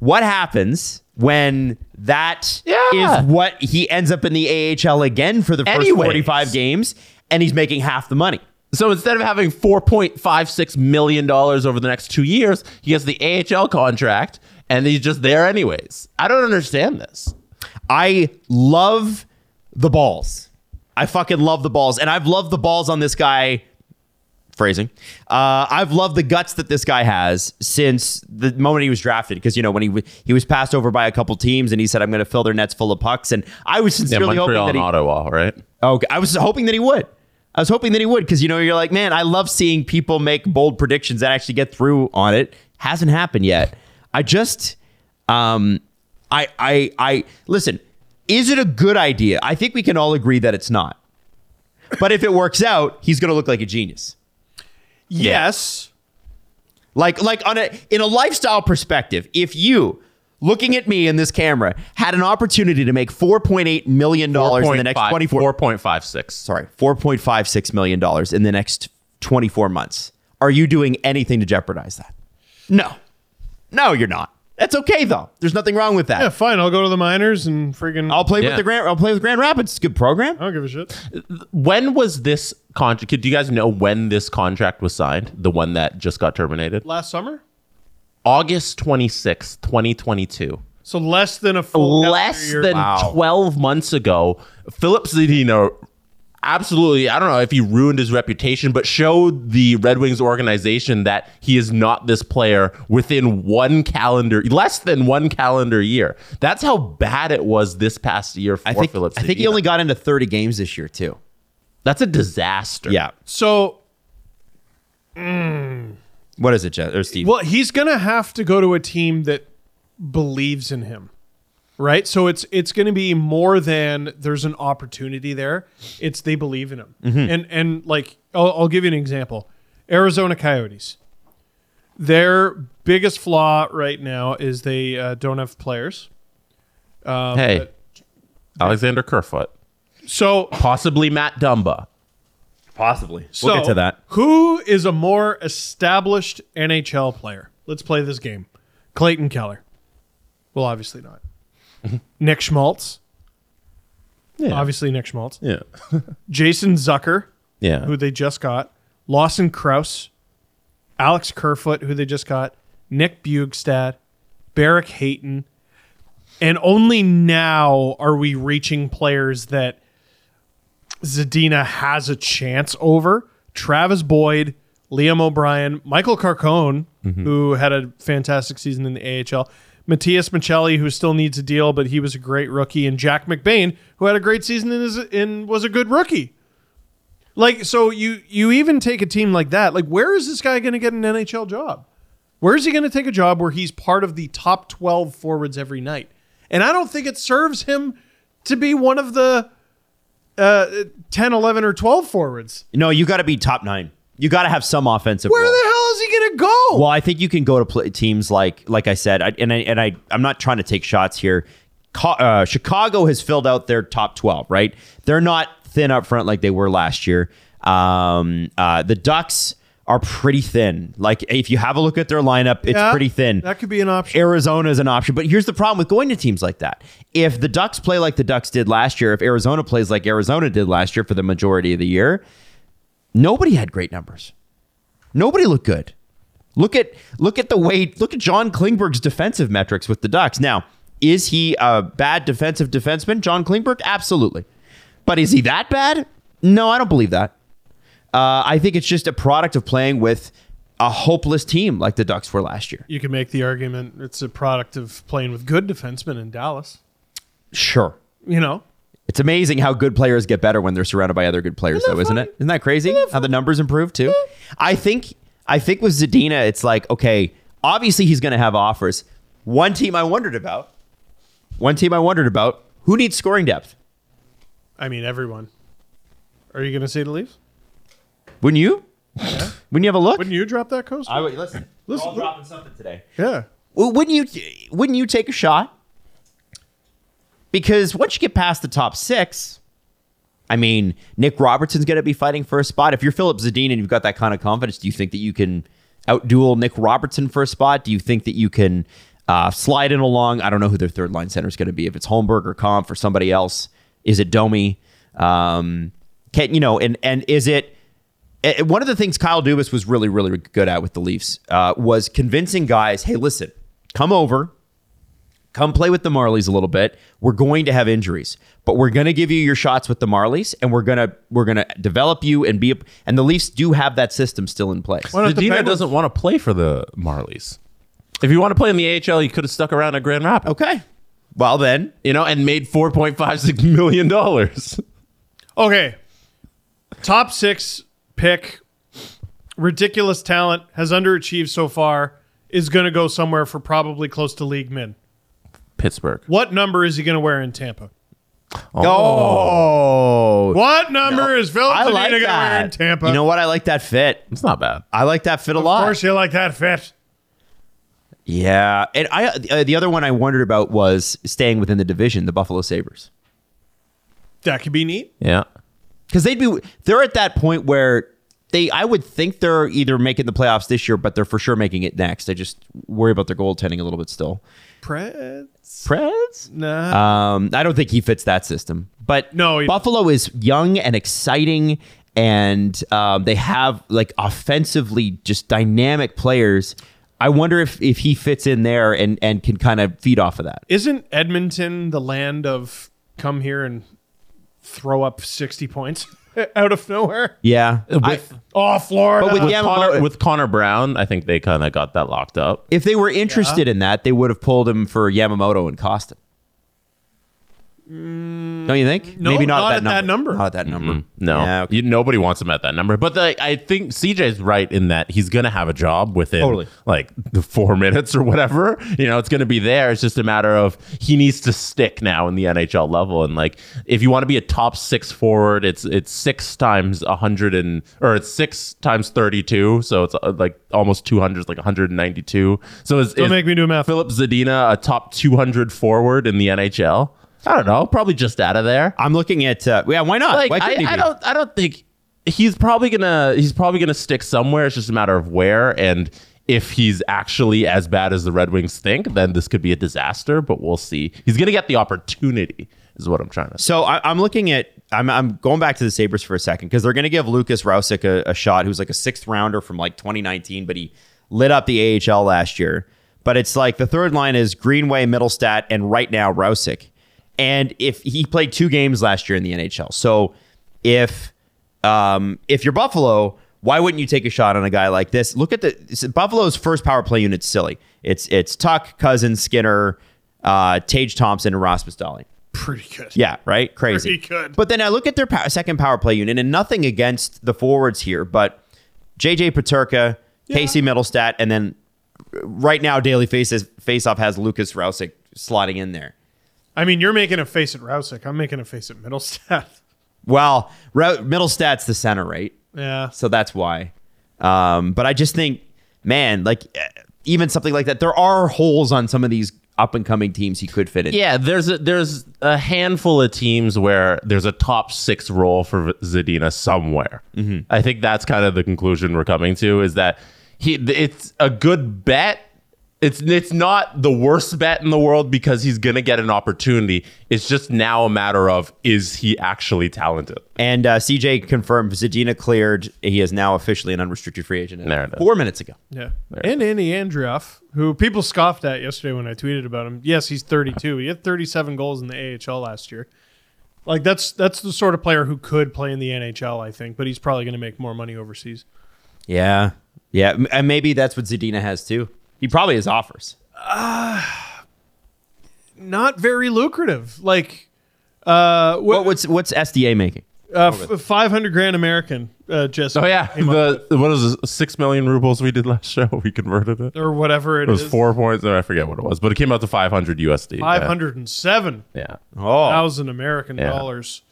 [SPEAKER 3] what happens when that is
[SPEAKER 6] Yeah.
[SPEAKER 3] what he ends up in the ahl again for the first
[SPEAKER 6] Anyways.
[SPEAKER 3] 45 games and he's making half the money
[SPEAKER 6] So instead of having four point five six million dollars over the next two years, he has the AHL contract, and he's just there anyways. I don't understand this.
[SPEAKER 3] I love the balls. I fucking love the balls. And I've loved the balls on this guy. Phrasing. Uh, I've loved the guts that this guy has since the moment he was drafted. Because, you know, when he w- he was passed over by a couple teams and he said, I'm going to fill their nets full of pucks. And I was
[SPEAKER 6] Yeah,
[SPEAKER 3] sincerely hoping
[SPEAKER 6] Montreal
[SPEAKER 3] that
[SPEAKER 6] and
[SPEAKER 3] he,
[SPEAKER 6] Ottawa, right?
[SPEAKER 3] Okay, I was hoping that he would. I was hoping that he would because you know you're like, man, I love seeing people make bold predictions that actually get through on it. Hasn't happened yet. I just, um, I, I, I listen. Is it a good idea? I think we can all agree that it's not. But if it works out, he's going to look like a genius.
[SPEAKER 5] Yes.
[SPEAKER 3] Like like on a in a lifestyle perspective, if you looking at me in this camera had an opportunity to make 4.8 million dollars in the next 24
[SPEAKER 6] four point five six.
[SPEAKER 3] sorry, four point five six million dollars in the next twenty four months. Are you doing anything to jeopardize that? No, no, you're not. That's okay though. There's nothing wrong with that.
[SPEAKER 5] Yeah, fine. I'll go to the minors and friggin'
[SPEAKER 3] I'll play
[SPEAKER 6] Yeah.
[SPEAKER 3] with the Grand. I'll play with Grand Rapids. It's a good program.
[SPEAKER 5] I don't give a shit.
[SPEAKER 6] When was this contract? Do you guys know when this contract was signed? The one that just got terminated,
[SPEAKER 5] Last summer?
[SPEAKER 6] August twenty sixth, twenty twenty two.
[SPEAKER 5] So less than a full calendar
[SPEAKER 6] less
[SPEAKER 5] year.
[SPEAKER 6] than 12 months ago, Philip Zadino absolutely, I don't know if he ruined his reputation, but showed the Red Wings organization that he is not this player within one calendar, less than one calendar year. That's how bad it was this past year for
[SPEAKER 3] I think.
[SPEAKER 6] Philip
[SPEAKER 3] I think he
[SPEAKER 6] Zadina.
[SPEAKER 3] only got into thirty games this year too.
[SPEAKER 6] That's a disaster.
[SPEAKER 3] Yeah.
[SPEAKER 5] So
[SPEAKER 3] What is it, Jeff or Steve?
[SPEAKER 5] Well, he's gonna have to go to a team that believes in him, right? So it's it's gonna be more than there's an opportunity there. It's they believe in him, and and like I'll, I'll give you an example: Arizona Coyotes. Their biggest flaw right now is they uh, don't have players.
[SPEAKER 6] hey, Alexander Kerfoot,
[SPEAKER 5] So
[SPEAKER 6] possibly Matt Dumba.
[SPEAKER 3] possibly.
[SPEAKER 5] so Who is a more established NHL player? Let's play this game. Clayton Keller. Well, obviously not. Nick Schmaltz. Obviously Nick Schmaltz.
[SPEAKER 4] Yeah.
[SPEAKER 5] Jason Zucker,
[SPEAKER 4] Yeah.
[SPEAKER 5] who they just got. Lawson Krause. Alex Kerfoot, who they just got. Nick Bugstad. Barrick Hayton. And only now are we reaching players that Zadina has a chance over. Travis Boyd, Liam O'Brien, Michael Carcone, who had a fantastic season in the AHL, Matthias Michelli, who still needs a deal, but he was a great rookie, and Jack McBain, who had a great season and, is, and was a good rookie. Like, so you you even take a team like that, like, where is this guy going to get an NHL job? Where is he going to take a job where he's part of the top 12 forwards every night? And I don't think it serves him to be one of the uh, 10, 11, or 12 forwards.
[SPEAKER 3] No, you got to be top nine. You got to have some offensive.
[SPEAKER 5] Where
[SPEAKER 3] role.
[SPEAKER 5] the hell is he going to go?
[SPEAKER 3] Well, I think you can go to pl- teams like, like I said, I, and I, and I, I'm not trying to take shots here. Co- uh, Chicago has filled out their top 12, right? They're not thin up front like they were last year. Um, uh, the Ducks are pretty thin. Like if you have a look at their lineup, it's
[SPEAKER 5] Yeah,
[SPEAKER 3] pretty thin.
[SPEAKER 5] That could be an option.
[SPEAKER 3] Arizona is an option. But here's the problem with going to teams like that. If the Ducks play like the Ducks did last year, if Arizona plays like Arizona did last year for the majority of the year, nobody had great numbers. Nobody looked good. Look at look at the way look at John Klingberg's defensive metrics with the Ducks. Now, is he a bad defensive defenseman, John Klingberg? Absolutely. But is he that bad? No, I don't believe that. Uh, I think it's just a product of playing with a hopeless team like the Ducks were last year.
[SPEAKER 5] You can make the argument it's a product of playing with good defensemen in Dallas.
[SPEAKER 3] Sure.
[SPEAKER 5] You know,
[SPEAKER 3] It's amazing how good players get better when they're surrounded by other good players, though, isn't it? Isn't that crazy? how the numbers improve too. I think I think with Zadina, it's like okay, obviously he's going to have offers. One team I wondered about. One team I wondered about. Who needs scoring depth?
[SPEAKER 5] I mean, everyone. Are you going to say to leave?
[SPEAKER 3] Wouldn't you? Wouldn't you have a look?
[SPEAKER 5] Wouldn't you drop that coaster?
[SPEAKER 3] would listen.
[SPEAKER 5] Listen, look-
[SPEAKER 3] dropping something today.
[SPEAKER 5] yeah.
[SPEAKER 3] Well, wouldn't you? Wouldn't you take a shot? Because once you get past the top six, I mean, Nick Robertson's going to be fighting for a spot. If you're Philip Zadine and you've got that kind of confidence, do you think that you can outduel Nick Robertson for a spot? Do you think that you can uh, slide in along? I don't know who their third line center is going to be. If it's Holmberg or Comp or somebody else, is it Domi? Um, can you know? And and is it? and one of the things Kyle Dubas was really, really good at with the Leafs uh, was convincing guys, hey, listen, come over, come play with the Marlies a little bit. We're going to have injuries, but we're going to give you your shots with the Marlies, and we're gonna we're gonna develop you and be. A, and the Leafs do have that system still in place.
[SPEAKER 5] Why don't the
[SPEAKER 4] Zadina
[SPEAKER 5] Penguins-
[SPEAKER 4] doesn't want to play for the Marlies. If you want to play in the AHL, you could have stuck around at Grand Rapids,
[SPEAKER 3] Okay, well then,
[SPEAKER 4] you know, and made four point five six million dollars.
[SPEAKER 5] Okay. Top six pick. Ridiculous talent has underachieved so far. Is going to go somewhere for probably close to league mid.
[SPEAKER 4] Pittsburgh.
[SPEAKER 5] What number is he going to wear in Tampa?
[SPEAKER 3] oh,
[SPEAKER 5] What number is Philip
[SPEAKER 3] I
[SPEAKER 5] Zadina
[SPEAKER 3] like
[SPEAKER 5] going to wear in
[SPEAKER 3] that.
[SPEAKER 5] Tampa?
[SPEAKER 3] You know what? I like that fit.
[SPEAKER 4] It's not bad.
[SPEAKER 3] I like that fit a lot.
[SPEAKER 5] Of course, you like that fit.
[SPEAKER 3] Yeah, and I uh, the other one I wondered about was staying within the division, the Buffalo Sabers.
[SPEAKER 5] That could be neat.
[SPEAKER 4] Yeah.
[SPEAKER 3] because they'd be they're at that point where they I would think they're either making the playoffs this year, but they're for sure making it next. I just worry about their goaltending a little bit still.
[SPEAKER 5] Preds?
[SPEAKER 3] Preds?
[SPEAKER 5] Nah.
[SPEAKER 3] Um, I don't think he fits that system. But
[SPEAKER 5] No, he-
[SPEAKER 3] Buffalo is young and exciting, and um, they have like offensively just dynamic players. I wonder if if he fits in there and and can kind of feed off of that.
[SPEAKER 5] Isn't Edmonton the land of come here and throw up 60 points out of nowhere?
[SPEAKER 3] Yeah,
[SPEAKER 4] Uh, With,
[SPEAKER 5] Oh, Florida.
[SPEAKER 3] But with Yamamoto-
[SPEAKER 4] Connor, with Connor Brown, I think they kind of got that locked up.
[SPEAKER 3] if they were interested in that, they would have pulled him for Yamamoto and Costa. Don't you think?
[SPEAKER 5] no,
[SPEAKER 3] Maybe not,
[SPEAKER 5] not
[SPEAKER 3] at
[SPEAKER 5] at that number.
[SPEAKER 3] Not at that number.
[SPEAKER 4] Mm-hmm. No,
[SPEAKER 3] Yeah, okay.
[SPEAKER 4] you, nobody wants him at that number. But like, I think CJ's right in that he's going to have a job within
[SPEAKER 3] Totally.
[SPEAKER 4] like the four minutes or whatever. You know, it's going to be there. It's just a matter of he needs to stick now in the NHL level. And like, if you want to be a top six forward, it's it's six times a hundred and or it's six times thirty-two, so it's uh, like almost two hundred, like one hundred and ninety-two. So it's,
[SPEAKER 5] Don't make me do math.
[SPEAKER 4] Philip Zadina, a top two hundred forward in the NHL. I don't know, probably just out of there
[SPEAKER 3] I'm looking at. Uh, yeah, why not?
[SPEAKER 4] like
[SPEAKER 3] why couldn't
[SPEAKER 4] I,
[SPEAKER 3] he
[SPEAKER 4] I
[SPEAKER 3] be?
[SPEAKER 4] don't I don't think he's probably gonna he's probably gonna stick somewhere. It's just a matter of where and if he's actually as bad as the Red Wings think, then this could be a disaster. But we'll see. He's gonna get the opportunity, is what I'm trying to say.
[SPEAKER 3] So I, I'm looking at. I'm, I'm going back to the Sabres for a second because they're going to give Lucas Rausik a, a shot, who's like a sixth rounder from like 2019, but he lit up the AHL last year. But it's like the third line is Greenway, Middlestat, and right now Rausik. And if he played two games last year in the NHL, so if um, if you're Buffalo, why wouldn't you take a shot on a guy like this? Look at the Buffalo's first power play unit's silly. It's it's Tuck, Cousins, Skinner, uh, Tage Thompson, and Rasmus Dahlin.
[SPEAKER 5] Pretty good.
[SPEAKER 3] Yeah, right? Crazy.
[SPEAKER 5] Pretty good.
[SPEAKER 3] But then I look at their pow- second power play unit, and nothing against the forwards here, but JJ Paterka, Casey Middlestat, and then right now Daily Faces Faceoff has Lucas Rausik slotting in there.
[SPEAKER 5] I mean, you're making a face at Rousek. I'm making a face at Middlestat.
[SPEAKER 3] Well, Ra- Middlestat's the center, right?
[SPEAKER 5] yeah.
[SPEAKER 3] So that's why. Um, but I just think, man, like eh, even something like that, there are holes on some of these up and coming teams he could fit in.
[SPEAKER 4] Yeah, there's a, there's a handful of teams where there's a top six role for Zadina somewhere.
[SPEAKER 6] Mm-hmm.
[SPEAKER 4] I think that's kind of the conclusion we're coming to is that he it's a good bet. It's it's not the worst bet in the world because he's gonna get an opportunity. It's just now a matter of is he actually talented?
[SPEAKER 3] And uh, CJ confirmed Zadina cleared. He is now officially an unrestricted free agent.
[SPEAKER 4] There it is.
[SPEAKER 3] Four minutes ago.
[SPEAKER 5] Yeah. And Andy Andrioff, who people scoffed at yesterday when I tweeted about him. Yes, he's 32. He had 37 goals in the AHL last year. Like that's that's the sort of player who could play in the NHL, I think, but he's probably going to make more money overseas.
[SPEAKER 3] Yeah. Yeah. M- And maybe that's what Zadina has too. He probably has offers.
[SPEAKER 5] Not very lucrative. Like Uh,
[SPEAKER 3] What, what's what's SDA making?
[SPEAKER 5] uh, f- 500 grand American, uh, just
[SPEAKER 6] Oh yeah, the what is this, six million rubles we did last show? We converted it. It
[SPEAKER 5] or whatever
[SPEAKER 6] was four points.
[SPEAKER 4] Oh,
[SPEAKER 6] No, I forget what it was, but it came out to five hundred USD. Yeah.
[SPEAKER 5] 507.
[SPEAKER 6] Yeah.
[SPEAKER 5] thousand American
[SPEAKER 6] Oh. Yeah.
[SPEAKER 5] dollars.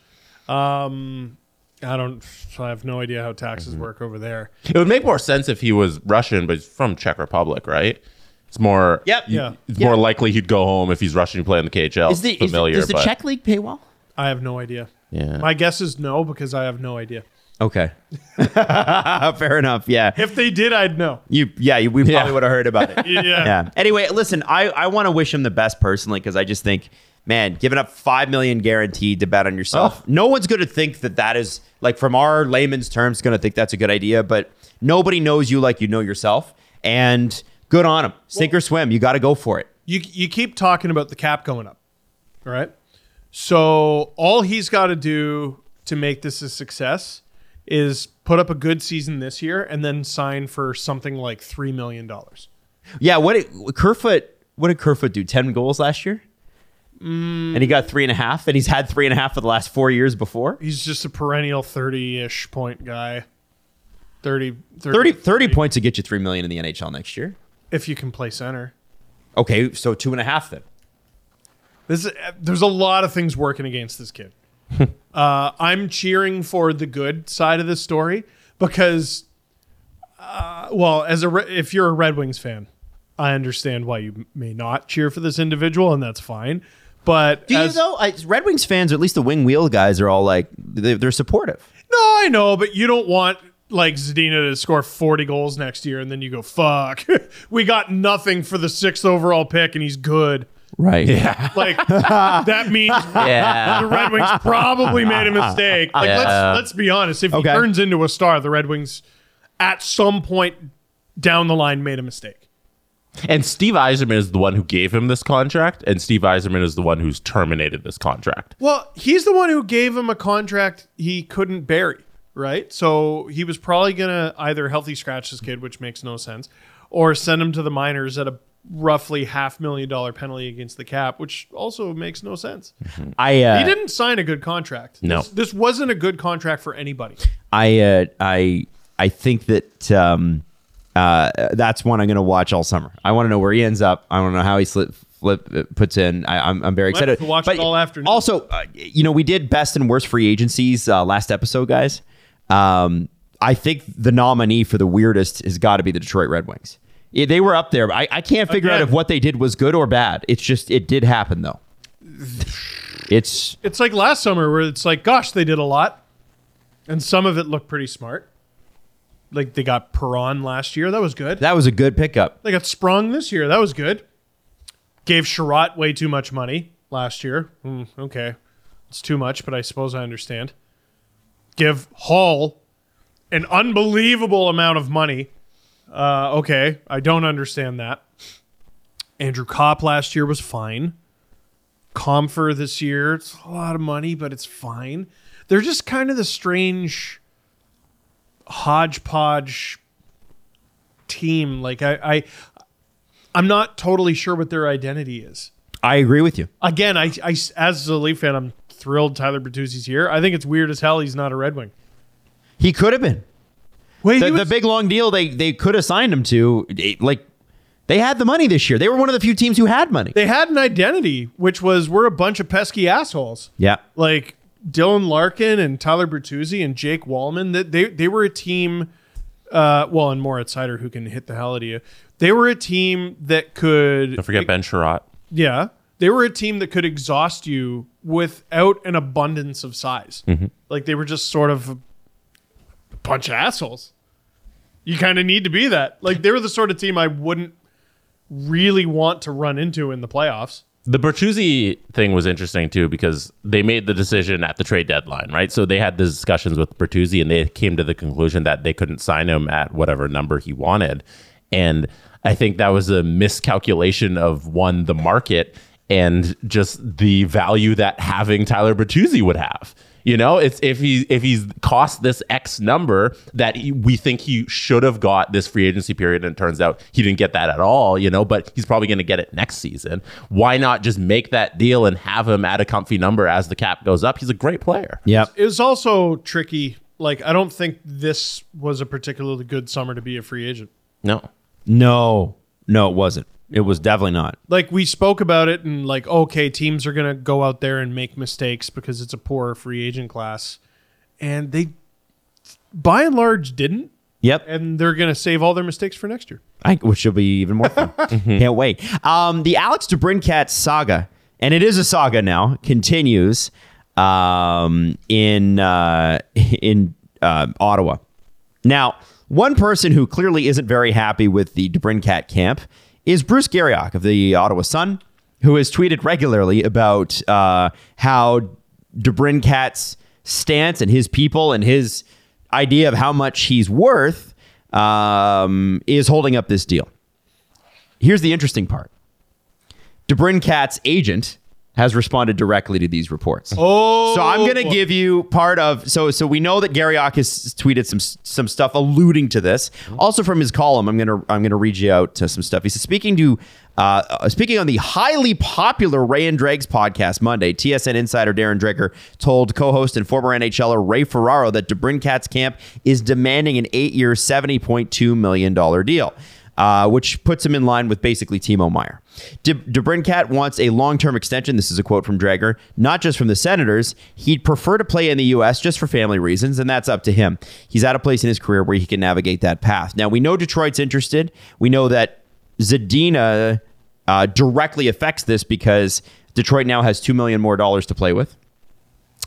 [SPEAKER 5] Um, I don't. I have no idea how taxes
[SPEAKER 6] Mm-hmm.
[SPEAKER 5] work over there.
[SPEAKER 6] It would make more sense if he was Russian, but he's from Czech Republic, right? It's more.
[SPEAKER 3] Yep.
[SPEAKER 6] you-
[SPEAKER 5] Yeah.
[SPEAKER 6] It's more likely he'd go home if he's Russian. Play in the KHL.
[SPEAKER 3] Is the,
[SPEAKER 6] It's familiar?
[SPEAKER 3] is, does the
[SPEAKER 6] but-
[SPEAKER 3] Czech league pay well?
[SPEAKER 5] I have no idea.
[SPEAKER 6] Yeah.
[SPEAKER 5] My guess is no because I have no idea.
[SPEAKER 3] Okay. Fair enough. Yeah.
[SPEAKER 5] If they did, I'd know.
[SPEAKER 3] You yeah, you- we probably would have heard about it.
[SPEAKER 5] Yeah.
[SPEAKER 3] yeah. Anyway, listen, I, I want to wish him the best personally because I just think, man, giving up five million guaranteed to bet on yourself, no one's going to think that that is like from our layman's terms going to think that's a good idea. But nobody knows you like you know yourself, and good on him. Sink or swim, you got to go for it.
[SPEAKER 5] You you keep talking about the cap going up, all right? So all he's got to do to make this a success is put up a good season this year and then sign for something like three million dollars.
[SPEAKER 3] Yeah. What did Kerfoot? What did Kerfoot do? Ten goals last year.
[SPEAKER 5] Mm.
[SPEAKER 3] And he got three and a half, and he's had three and a half for the last four years before.
[SPEAKER 5] He's just a perennial thirty-ish point guy. 30, 30,
[SPEAKER 3] 30, 30 points to get you three million in the NHL next year.
[SPEAKER 5] if you can play center.
[SPEAKER 3] Okay, so two and a half then.
[SPEAKER 5] This is, there's a lot of things working against this kid. uh, I'm cheering for the good side of this story because, uh, well, as a Re- if you're a Red Wings fan, I understand why you may not cheer for this individual, and that's fine. But
[SPEAKER 3] Do
[SPEAKER 5] as-
[SPEAKER 3] you though? I, Red Wings fans, or at least the wing wheel guys, are all like they, they're supportive.
[SPEAKER 5] No, I know, but you don't want like Zadina to score 40 goals next year, and then you go, "Fuck, we got nothing for the sixth overall pick, and he's good."
[SPEAKER 3] Right. Yeah.
[SPEAKER 5] Like that means
[SPEAKER 4] Yeah.
[SPEAKER 5] the Red Wings probably made a mistake. Like
[SPEAKER 4] Yeah.
[SPEAKER 5] let's let's be honest. If
[SPEAKER 3] Okay.
[SPEAKER 5] he turns into a star, the Red Wings at some point down the line made a mistake.
[SPEAKER 6] And Steve Eiserman is the one who gave him this contract, and Steve Eiserman is the one who's terminated this contract.
[SPEAKER 5] Well, he's the one who gave him a contract he couldn't bury, right? So he was probably gonna either healthy scratch this kid, which makes no sense, or send him to the minors at a roughly half million dollar penalty against the cap, which also makes no sense.
[SPEAKER 3] I
[SPEAKER 5] He
[SPEAKER 3] uh,
[SPEAKER 5] didn't sign a good contract.
[SPEAKER 6] No.
[SPEAKER 5] This, this wasn't a good contract for anybody.
[SPEAKER 3] I uh, I I think that um, uh, that's one I'm going to watch all summer. I want to know where he ends up. I want to know how he slip, flip uh, puts in. I, I'm I'm very
[SPEAKER 5] We'll have
[SPEAKER 3] excited.
[SPEAKER 5] to watch it all afternoon.
[SPEAKER 3] Also, uh, you know, we did best and worst free agencies uh, last episode, guys. Um, I think the nominee for the weirdest has got to be the Detroit Red Wings. Yeah, they were up there. but I, I can't figure out
[SPEAKER 5] Again.
[SPEAKER 3] if what they did was good or bad. It's just it did happen though. It's
[SPEAKER 5] It's like last summer where it's like, gosh, they did a lot, and some of it looked pretty smart. Like they got Perron last year, that was good.
[SPEAKER 3] that was a good pickup.
[SPEAKER 5] They got Sprung this year, that was good. Gave Sherratt way too much money last year. Hmm, okay, it's too much, but I suppose I understand. Give Hall an unbelievable amount of money. Uh, okay, I don't understand that. Andrew Kopp last year was fine. Comfer this year. It's a lot of money, but it's fine. They're just kind of the strange hodgepodge team. Like I, I I'm not totally sure what their identity is.
[SPEAKER 3] I agree with you.
[SPEAKER 5] Again, I, I as a Leaf fan, I'm thrilled Tyler Bertuzzi's here. I think it's weird as hell he's not a Red Wing.
[SPEAKER 3] He could have been.
[SPEAKER 5] Wait,
[SPEAKER 3] the,
[SPEAKER 5] he
[SPEAKER 3] the
[SPEAKER 5] was-
[SPEAKER 3] big long deal they they could have signed him to it- like they had the money this year they were one of the few teams who had money
[SPEAKER 5] they had an identity, which was we're a bunch of pesky assholes.
[SPEAKER 3] yeah
[SPEAKER 5] like Dylan Larkin and Tyler Bertuzzi and Jake Wallman. That they they were a team. Uh, well, and Moritz Sider, who can hit the hell out of you. They were a team that could
[SPEAKER 6] Don't forget Ben Sherratt.
[SPEAKER 5] yeah. They were a team that could exhaust you without an abundance of size. Like they were just sort of a bunch of assholes. You kind of need to be that. Like they were the sort of team I wouldn't really want to run into in the playoffs.
[SPEAKER 6] The Bertuzzi thing was interesting too because they made the decision at the trade deadline, right? So they had the discussions with Bertuzzi and they came to the conclusion that they couldn't sign him at whatever number he wanted. And I think that was a miscalculation of one, the market, and just the value that having Tyler Bertuzzi would have. You know, it's if he if he's cost this X number that he, we think he should have got this free agency period, and it turns out he didn't get that at all. You know, but he's probably going to get it next season. Why not just make that deal and have him at a comfy number as the cap goes up? He's a great player.
[SPEAKER 3] Yep.
[SPEAKER 5] It was also tricky. Like I don't think this was a particularly good summer to be a free agent.
[SPEAKER 6] No,
[SPEAKER 3] No, no, it wasn't. It was definitely not.
[SPEAKER 5] Like we spoke about it and like okay, teams are going to go out there and make mistakes because it's a poor free agent class and they by and large didn't
[SPEAKER 3] Yep.
[SPEAKER 5] and they're going to save all their mistakes for next year.
[SPEAKER 3] I, which will be even more fun. Mm-hmm. Can't wait. Um, the Alex DeBrincat saga, and it is a saga now, continues um, in uh, in uh, Ottawa. Now, one person who clearly isn't very happy with the DeBrincat camp is Bruce Garriock of the Ottawa Sun, who has tweeted regularly about uh, how DeBrincat's stance and his people and his idea of how much he's worth um, is holding up this deal. Here's the interesting part. DeBrincat's agent has responded directly to these reports. Oh, so I'm going to give you part of so so we know that Garriock has tweeted some some stuff alluding to this. Also from his column, I'm going to I'm going to read you out to some stuff. He says speaking to uh, uh, speaking on the highly popular Ray and Dregs podcast Monday, TSN insider Darren Dreger told co-host and former NHLer Ray Ferraro that DeBrincat's camp is demanding an eight-year, seventy point two million dollar deal uh, which puts him in line with basically Timo Meyer. De- DeBrincat wants a long-term extension. This is a quote from Drager, not just from the Senators. He'd prefer to play in the U.S. just for family reasons, and that's up to him. He's at a place in his career where he can navigate that path. Now we know Detroit's interested. We know that Zadina uh, directly affects this because Detroit now has two million more dollars to play with.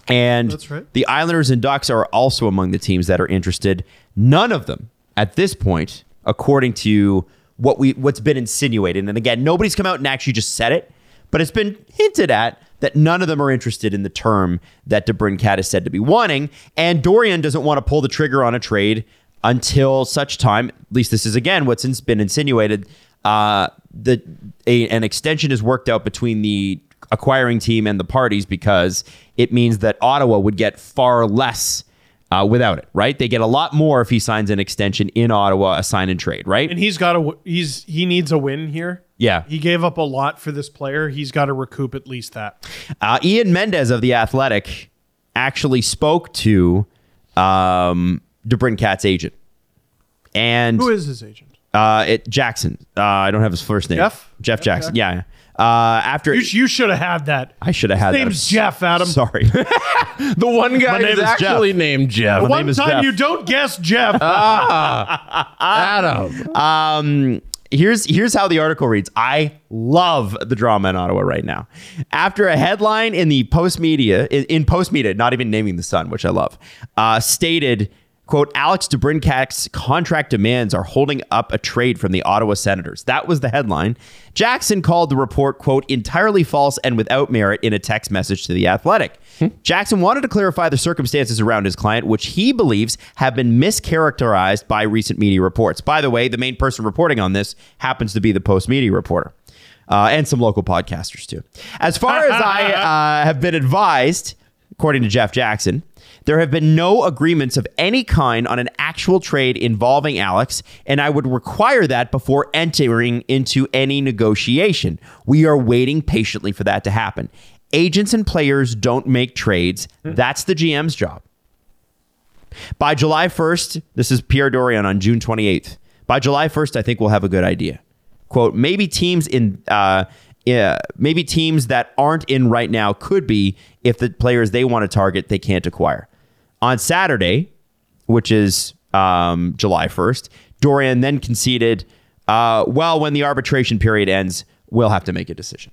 [SPEAKER 3] And
[SPEAKER 5] That's right.
[SPEAKER 3] the Islanders and Ducks are also among the teams that are interested. None of them at this point, according to what we what's been insinuated. And again, nobody's come out and actually just said it, but it's been hinted at that none of them are interested in the term that DeBrincat is said to be wanting. And Dorian doesn't want to pull the trigger on a trade until such time. At least this is again what's ins- been insinuated. Uh, the a, an extension is worked out between the acquiring team and the parties because it means that Ottawa would get far less uh, without it, right? They get a lot more if he signs an extension in Ottawa, a sign and trade, right?
[SPEAKER 5] And he's got to he's he needs a win here.
[SPEAKER 3] Yeah.
[SPEAKER 5] He gave up a lot for this player. He's got to recoup at least that.
[SPEAKER 3] Uh, Ian Mendez of The Athletic actually spoke to um, DeBrincat's agent. And
[SPEAKER 5] Who is his agent?
[SPEAKER 3] uh, it, Jackson. Uh, I I don't have his first name.
[SPEAKER 5] Jeff?
[SPEAKER 3] Jeff Jackson. Yeah. yeah. Uh, after
[SPEAKER 5] You, sh- you should have had that.
[SPEAKER 3] I should have had that.
[SPEAKER 5] name's Jeff, Adam.
[SPEAKER 3] Sorry.
[SPEAKER 6] the one guy
[SPEAKER 3] name
[SPEAKER 6] is
[SPEAKER 3] is Jeff.
[SPEAKER 6] actually named Jeff.
[SPEAKER 5] One
[SPEAKER 3] is
[SPEAKER 5] time
[SPEAKER 3] Jeff. Uh.
[SPEAKER 5] you don't guess Jeff.
[SPEAKER 6] Adam.
[SPEAKER 3] Um, here's here's how the article reads. I love the drama in Ottawa right now. After a headline in the post media in, in post media, not even naming the sun, which I love, uh, stated. Quote, Alex DeBrincat's contract demands are holding up a trade from the Ottawa Senators. That was the headline. Jackson called the report, quote, entirely false and without merit in a text message to The Athletic. Jackson wanted to clarify the circumstances around his client, which he believes have been mischaracterized by recent media reports. By the way, the main person reporting on this happens to be the Post Media reporter. Uh, and some local podcasters too. As far as I uh, have been advised, according to Jeff Jackson, there have been no agreements of any kind on an actual trade involving Alex, and I would require that before entering into any negotiation. We are waiting patiently for that to happen. Agents and players don't make trades. That's the GM's job. By July 1st, this is Pierre Dorian on June 28th. By July 1st, I think we'll have a good idea. Quote, maybe teams in uh, yeah, maybe teams that aren't in right now could be if the players they want to target they can't acquire. On Saturday, which is um, July 1st, Dorian then conceded, uh, well, when the arbitration period ends, we'll have to make a decision.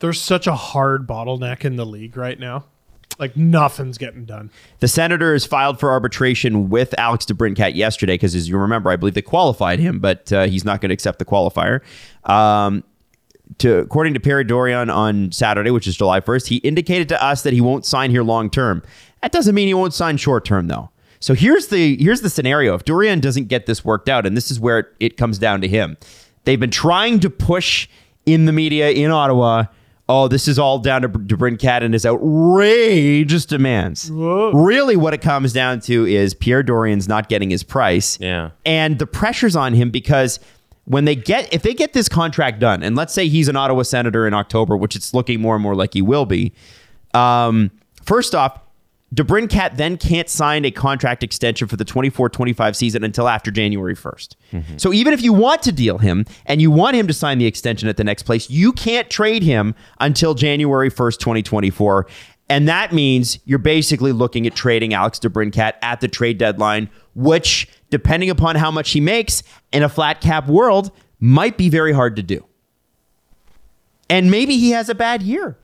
[SPEAKER 5] There's such a hard bottleneck in the league right now. Like nothing's getting done.
[SPEAKER 3] The Senators filed for arbitration with Alex DeBrincat yesterday because, as you remember, I believe they qualified him, but uh, he's not going to accept the qualifier. Um, to according to Perry Dorian on Saturday, which is July 1st, he indicated to us that he won't sign here long term. That doesn't mean he won't sign short term though. So here's the here's the scenario. If Dorian doesn't get this worked out, and this is where it, it comes down to him. They've been trying to push in the media in Ottawa, oh, this is all down to DeBrincat and his outrageous demands. Really, what it comes down to is Pierre Dorian's not getting his price.
[SPEAKER 4] Yeah.
[SPEAKER 3] And the pressure's on him because when they get, if they get this contract done, and let's say he's an Ottawa Senator in October, which it's looking more and more like he will be, um, first off, DeBrincat then can't sign a contract extension for the 24-25 season until after January 1st. So even if you want to deal him and you want him to sign the extension at the next place, you can't trade him until January 1st, 2024. And that means you're basically looking at trading Alex DeBrincat at the trade deadline, which depending upon how much he makes in a flat cap world might be very hard to do. And maybe he has a bad year.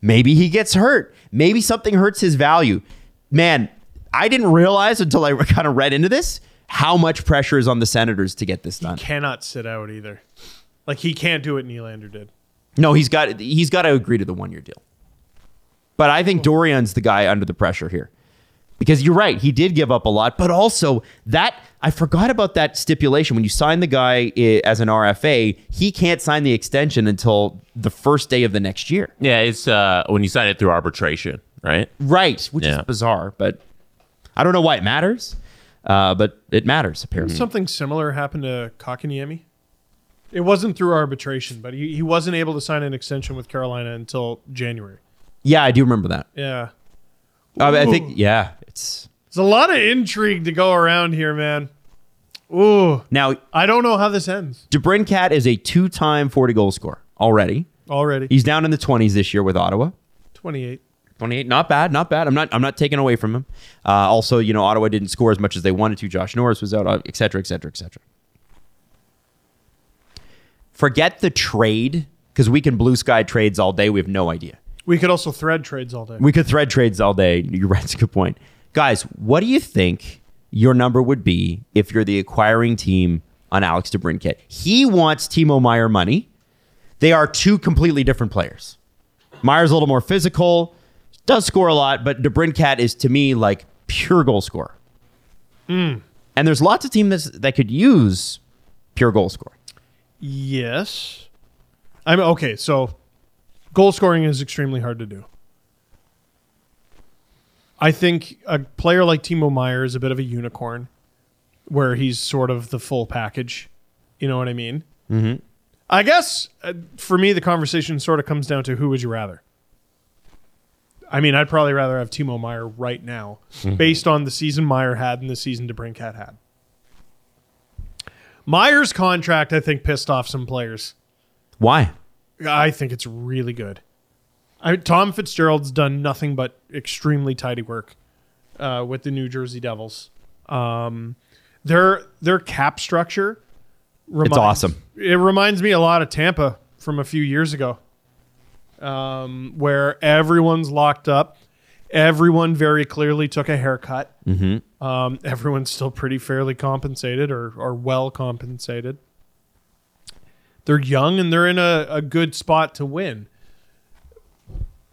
[SPEAKER 3] Maybe he gets hurt. Maybe something hurts his value. Man, I didn't realize until I kind of read into this how much pressure is on the Senators to get this done.
[SPEAKER 5] Cannot sit out either. Like he can't do what Nylander did.
[SPEAKER 3] No, he's got he's got to agree to the one year deal. But I think Dorian's the guy under the pressure here. Because you're right, he did give up a lot, but also that I forgot about that stipulation. When you sign the guy eh, as an RFA, he can't sign the extension until the first day of the next year.
[SPEAKER 6] Yeah, it's uh, when you sign it through arbitration, right?
[SPEAKER 3] Right, which
[SPEAKER 6] Yeah.
[SPEAKER 3] is bizarre, but I don't know why it matters, uh, but it matters apparently.
[SPEAKER 5] Something similar happened to Kakaniemi. It wasn't through arbitration, but he, he wasn't able to sign an extension with Carolina until January.
[SPEAKER 3] yeah, I do remember that.
[SPEAKER 5] Yeah.
[SPEAKER 3] Uh, I think yeah, it's
[SPEAKER 5] There's a lot of intrigue to go around here, man. Ooh.
[SPEAKER 3] now
[SPEAKER 5] I don't know how this ends
[SPEAKER 3] DeBrincat is a two-time 40 goal scorer already.
[SPEAKER 5] already.
[SPEAKER 3] He's down in the 20s this year with Ottawa.
[SPEAKER 5] 28.
[SPEAKER 3] 28, not bad, not bad. I'm not I'm not taking away from him. Uh, also, you know, Ottawa didn't score as much as they wanted to. Josh Norris was out, uh, et cetera, et cetera, et cetera. Forget the trade because we can blue sky trades all day. We have no idea.
[SPEAKER 5] We could also thread trades all day.
[SPEAKER 3] We could thread trades all day. You're right. It's a good point. Guys, what do you think your number would be if you're the acquiring team on Alex DeBrincat? He wants Timo Meyer money. They are two completely different players. Meyer's a little more physical, does score a lot, but DeBrincat is to me like pure goal scorer. And there's lots of teams that could use pure goal scorer.
[SPEAKER 5] Yes. I'm okay. So, goal scoring is extremely hard to do. I think a player like Timo Meyer is a bit of a unicorn where he's sort of the full package. You know what I mean? Mm-hmm. I guess uh, for me, the conversation sort of comes down to who would you rather? I mean, I'd probably rather have Timo Meyer right now based on the season Meyer had and the season DeBrincat had. Meyer's contract, I think, pissed off some players.
[SPEAKER 3] Why?
[SPEAKER 5] I think it's really good. I, Tom Fitzgerald's done nothing but extremely tidy work uh, with the New Jersey Devils. Um, their their cap structure, reminds,
[SPEAKER 3] awesome.
[SPEAKER 5] It reminds me a lot of Tampa from a few years ago, um, where everyone's locked up. Everyone very clearly took a haircut. Um, everyone's still pretty fairly compensated or, or well compensated they're young and they're in a, a good spot to win.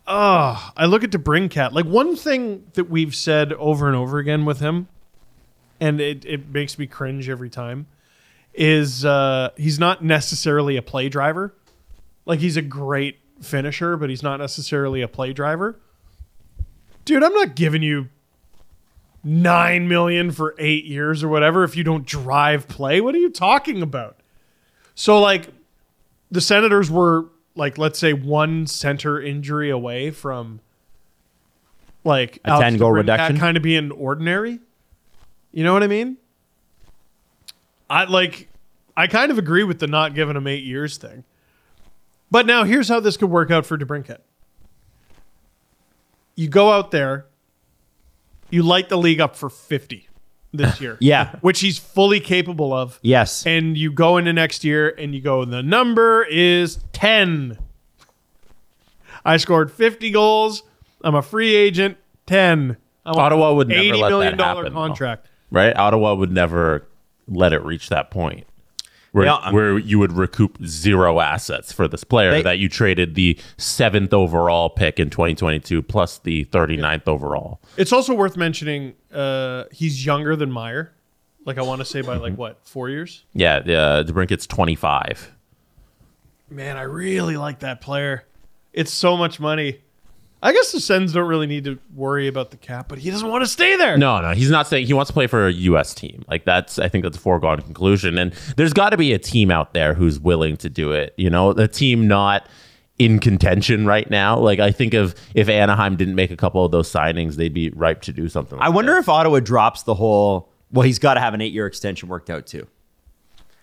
[SPEAKER 5] Ah, I look at DeBrincat. Like one thing that we've said over and over again with him, and it, it makes me cringe every time, is uh, he's not necessarily a play driver. Like he's a great finisher, but he's not necessarily a play driver. Dude, I'm not giving you nine million for eight years or whatever if you don't drive play. What are you talking about? So like the Senators were like let's say one center injury away from like
[SPEAKER 3] A 10 goal reduction?
[SPEAKER 5] kind of being ordinary. You know what I mean? I like I kind of agree with the not giving him 8 years thing. But now here's how this could work out for DeBrincat. You go out there, you light the league up for 50 this year.
[SPEAKER 3] Yeah.
[SPEAKER 5] Which he's fully capable of
[SPEAKER 3] Yes.
[SPEAKER 5] and you go into next year and you go the number is 10 i scored 50 goals i'm a free agent 10 i'm on
[SPEAKER 6] Ottawa would never
[SPEAKER 5] 80
[SPEAKER 6] let
[SPEAKER 5] million
[SPEAKER 6] that
[SPEAKER 5] dollar
[SPEAKER 6] happen, though,
[SPEAKER 5] contract
[SPEAKER 6] right? Ottawa would never let it reach that point where
[SPEAKER 3] Yeah, I'm-
[SPEAKER 6] where you would recoup zero assets for this player
[SPEAKER 3] um, They-
[SPEAKER 6] that you traded the seventh overall pick in 2022 plus the 39th overall.
[SPEAKER 5] it's also worth mentioning uh, he's younger than meyer like i want to say by like what four years
[SPEAKER 6] Yeah, uh, DeBrinket's 25.
[SPEAKER 5] man i really like that player It's so much money. I guess the Sens don't really need to worry about the cap, but he doesn't want to stay there.
[SPEAKER 4] No, no, he's not saying he wants to play for a U.S. team. Like that's, I think that's a foregone conclusion. And there's got to be a team out there who's willing to do it. You know, a team not in contention right now. Like I think of if Anaheim didn't make a couple of those signings, they'd be ripe to do something. Like
[SPEAKER 3] I wonder if Ottawa drops the whole. Well, he's got to have an eight-year extension worked out too.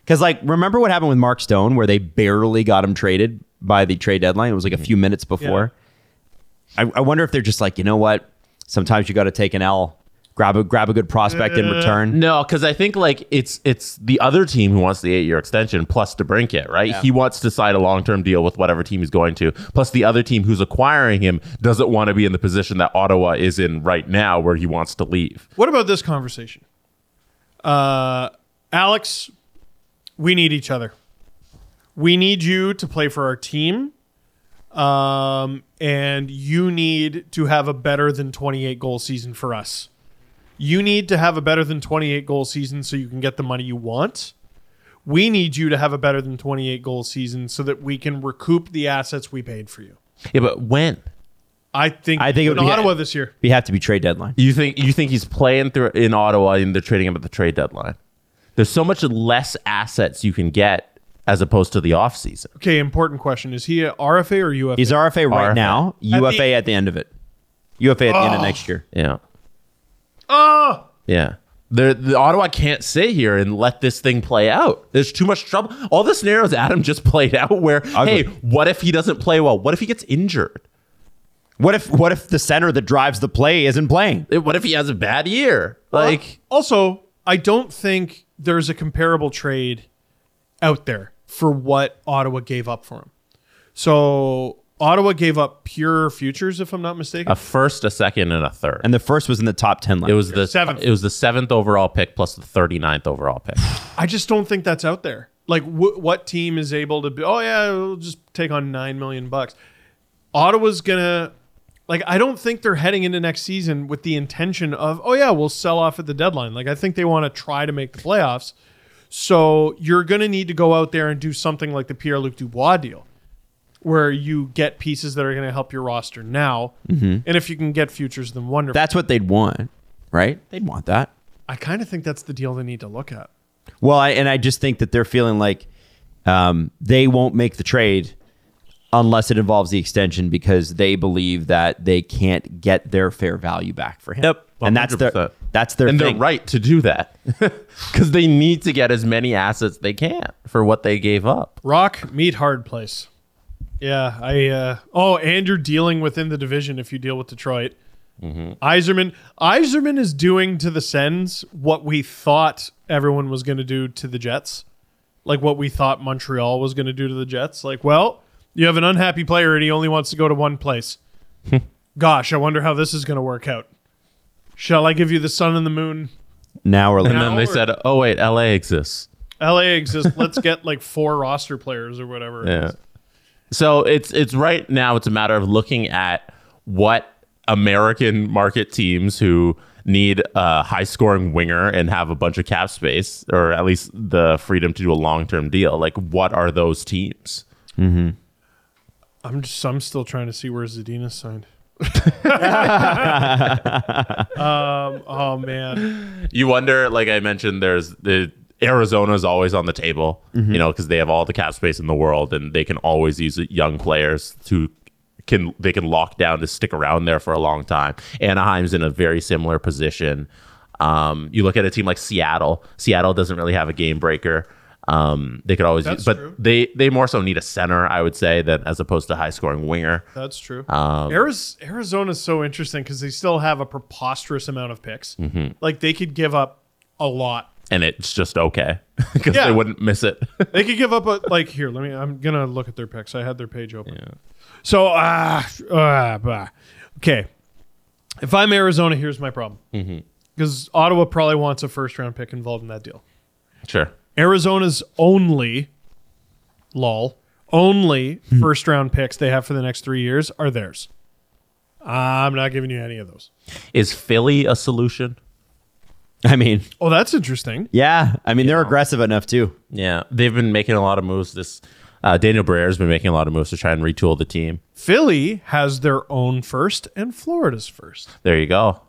[SPEAKER 3] Because like, remember what happened with Mark Stone, where they barely got him traded by the trade deadline. It was like
[SPEAKER 4] Mm-hmm.
[SPEAKER 3] a few minutes before. I, I wonder if they're just like, you know what? Sometimes you got to take an L, grab a grab a good prospect in return.
[SPEAKER 4] Uh, No, because I think like it's it's the other team who wants the eight year extension plus DeBrinket, right? He wants to sign a long term deal with whatever team he's going to. Plus the other team who's acquiring him doesn't want to be in the position that Ottawa is in right now, where he wants to leave.
[SPEAKER 5] What about this conversation? Uh, Alex, we need each other. We need you to play for our team. Um, and you need to have a better than 28 goal season for us. You need to have a better than 28 goal season so you can get the money you want. We need you to have a better than 28 goal season so that we can recoup the assets we paid for you.
[SPEAKER 4] Yeah, but when
[SPEAKER 5] I think
[SPEAKER 3] I think it would
[SPEAKER 5] in
[SPEAKER 3] be-
[SPEAKER 5] Ottawa this year.
[SPEAKER 3] We have to be trade deadline.
[SPEAKER 4] you think you think he's playing through in Ottawa and they're trading him at the trade deadline? There's so much less assets you can get as opposed to the offseason.
[SPEAKER 5] Okay, important question. Is he a RFA or UFA?
[SPEAKER 3] He's RFA right
[SPEAKER 4] RFA.
[SPEAKER 3] now. UFA
[SPEAKER 5] the-
[SPEAKER 3] at the end of it. UFA at the end of next year.
[SPEAKER 4] Yeah. Oh. Yeah. Ah! The, the Ottawa can't sit here and let this thing play out. There's too much trouble. All the scenarios Adam just played out where,
[SPEAKER 3] Ugly.
[SPEAKER 4] hey, what if he doesn't play well? What if he gets injured?
[SPEAKER 3] What if what if the center that drives the play isn't playing?
[SPEAKER 4] Eh, What if he has a bad year? Like,
[SPEAKER 5] Also, I don't think there's a comparable trade out there for what Ottawa gave up for him. So Ottawa gave up pure futures, if I'm not mistaken.
[SPEAKER 4] a first, a second, and a third.
[SPEAKER 3] And the first was in the top ten last
[SPEAKER 4] it was the
[SPEAKER 5] Seventh.
[SPEAKER 4] seventh. It was the seventh overall pick plus the 39th overall pick.
[SPEAKER 5] I just don't think that's out there. Like, wh- what team is able to be? Oh yeah, we'll just take on nine million bucks. Ottawa's gonna. Like, I don't think they're heading into next season with the intention of, oh yeah, we'll sell off at the deadline. Like, I think they want to try to make the playoffs. So you're gonna need to go out there and do something like the Pierre Luc Dubois deal, where you get pieces that are gonna help your roster now, and if you can get futures, then wonderful.
[SPEAKER 3] That's what they'd want, right? They'd want that.
[SPEAKER 5] I kind of think that's the deal they need to look at.
[SPEAKER 3] Well, I, and I just think that they're feeling like um, they won't make the trade unless it involves the extension because they believe that they can't get their fair value back for him.
[SPEAKER 4] Yep,
[SPEAKER 3] and that's their
[SPEAKER 4] 100%.
[SPEAKER 3] that's their
[SPEAKER 4] and
[SPEAKER 3] thing.
[SPEAKER 4] they're right to do that because they need to get as many assets they can for what they gave up.
[SPEAKER 5] Rock meet hard place. Yeah, I. Uh, oh, and you're dealing within the division if you deal with Detroit. Iserman, Iserman is doing to the Sens what we thought everyone was going to do to the Jets, like what we thought Montreal was going to do to the Jets. Like, well, you have an unhappy player and he only wants to go to one place. Gosh, I wonder how this is going to work out. Shall I give you the sun and the moon?
[SPEAKER 3] now we're
[SPEAKER 4] And then they
[SPEAKER 5] Howard.
[SPEAKER 4] said, oh, wait, LA exists.
[SPEAKER 5] LA exists. Let's get like four roster players or whatever. it
[SPEAKER 4] Yeah.
[SPEAKER 5] is.
[SPEAKER 4] So it's it's right now it's a matter of looking at what American market teams who need a high scoring winger and have a bunch of cap space or at least the freedom to do a long term deal. Like what are those teams?
[SPEAKER 5] I'm just I'm still trying to see where Zadina signed. um, oh man,
[SPEAKER 4] You wonder, like I mentioned, there's the Arizona's always on the table, you know, because they have all the cap space in the world and they can always use young players to can they can lock down to stick around there for a long time. Anaheim's in a very similar position. Um, you look at a team like Seattle. Seattle doesn't really have a game breaker. Um, they could always,
[SPEAKER 5] That's
[SPEAKER 4] use, but
[SPEAKER 5] true.
[SPEAKER 4] they they more so need a center, I would say, than as opposed to high scoring winger.
[SPEAKER 5] that's true. Ariz- Arizona's so interesting because they still have a preposterous amount of picks. Like they could give up a lot.
[SPEAKER 4] And it's just okay because
[SPEAKER 5] Yeah.
[SPEAKER 4] they wouldn't miss it.
[SPEAKER 5] They could give up a like here. Let me. I'm gonna look at their picks. I had their page open. So ah ah, bah. okay. If I'm Arizona, here's my problem. Because Ottawa probably wants a first round pick involved in that deal.
[SPEAKER 4] sure.
[SPEAKER 5] Arizona's only, lol, only first round picks they have for the next three years are theirs. I'm not giving you any of those.
[SPEAKER 4] Is Philly a solution?
[SPEAKER 3] I mean,
[SPEAKER 5] Oh, that's interesting.
[SPEAKER 3] yeah, I mean they're aggressive enough too.
[SPEAKER 4] Yeah, they've been making a lot of moves this Uh, Daniel Breyer has been making a lot of moves to try and retool the team.
[SPEAKER 5] Philly has their own first and Florida's first.
[SPEAKER 4] There you go.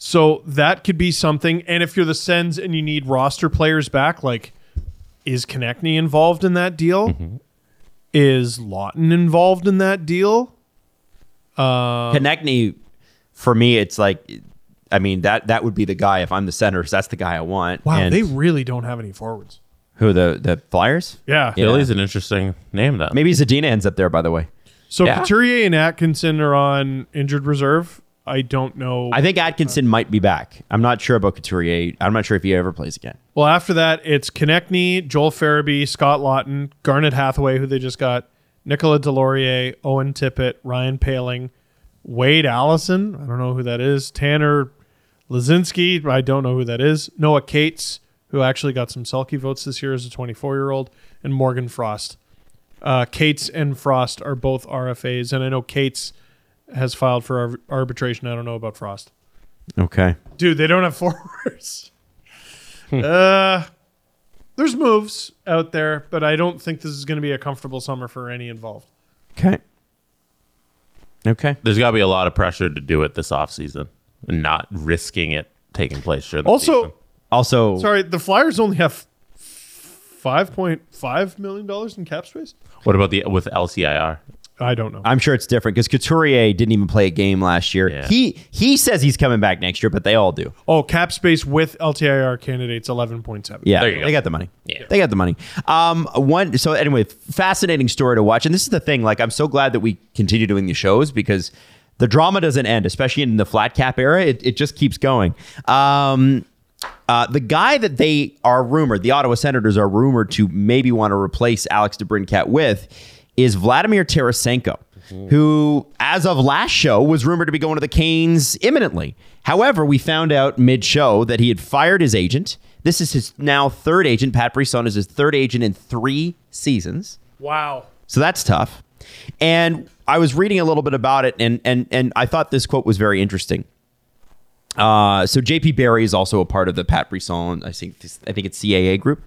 [SPEAKER 5] So that could be something. And if you're the Sens and you need roster players back, like is Konechny involved in that deal? Is Lawton involved in that deal?
[SPEAKER 3] Konechny, for me, it's like, I mean that that would be the guy if I'm the center. 'cause that's the guy I want.
[SPEAKER 5] Wow,
[SPEAKER 3] And
[SPEAKER 5] they really don't have any forwards.
[SPEAKER 3] who the the Flyers?
[SPEAKER 5] Yeah.
[SPEAKER 4] Philly's an interesting name, though.
[SPEAKER 3] Maybe Zadina ends up there. By the way,
[SPEAKER 5] So
[SPEAKER 4] Yeah.
[SPEAKER 5] Couturier and Atkinson are on injured reserve. I don't know.
[SPEAKER 3] I think Atkinson might be back. I'm not sure about Couturier. I'm not sure if he ever plays again.
[SPEAKER 5] well, after that, it's Konechny, Joel Farabee, Scott Lawton, Garnet Hathaway, who they just got, Nicola Delorier, Owen Tippett, Ryan Paling, Wade Allison. I don't know who that is. Tanner Lazinski. I don't know who that is. Noah Cates, who actually got some Selkie votes this year as a 24 year old, and Morgan Frost. Uh, Cates and Frost are both RFAs, and I know Cates has filed for ar- arbitration. I don't know about Frost.
[SPEAKER 3] Okay.
[SPEAKER 5] Dude, they don't have forwards. uh, there's moves out there, but I don't think this is going to be a comfortable summer for any involved.
[SPEAKER 3] Okay. Okay.
[SPEAKER 4] There's got to be a lot of pressure to do it this offseason and not risking it taking place during the season.
[SPEAKER 5] Also,
[SPEAKER 3] Also,
[SPEAKER 5] sorry, the Flyers only have five point five million dollars in cap space.
[SPEAKER 4] What about the with LCIR?
[SPEAKER 5] I don't know.
[SPEAKER 3] I'm sure it's different because Couturier didn't even play a game last year.
[SPEAKER 4] Yeah.
[SPEAKER 3] He he says he's coming back next year, but they all do.
[SPEAKER 5] Oh, cap space with LTIR candidates eleven point seven.
[SPEAKER 3] Yeah,
[SPEAKER 4] There you go.
[SPEAKER 3] they got the money. Yeah, they got the money. Um, one. So anyway, fascinating story to watch, and this is the thing. Like, I'm so glad that we continue doing the shows because the drama doesn't end, especially in the flat cap era. It, it just keeps going. Um, uh, the guy that they are rumored, the Ottawa Senators are rumored to maybe want to replace Alex DeBrincat with, is Vladimir Tarasenko, who, as of last show, was rumored to be going to the Canes imminently. However, we found out mid-show that he had fired his agent. This is his now third agent. Pat Brisson is his third agent in three seasons.
[SPEAKER 5] Wow.
[SPEAKER 3] So that's tough. And I was reading a little bit about it, and and and I thought this quote was very interesting. Uh, so JP Barry is also a part of the Pat Brisson, I think this, I think it's CAA group.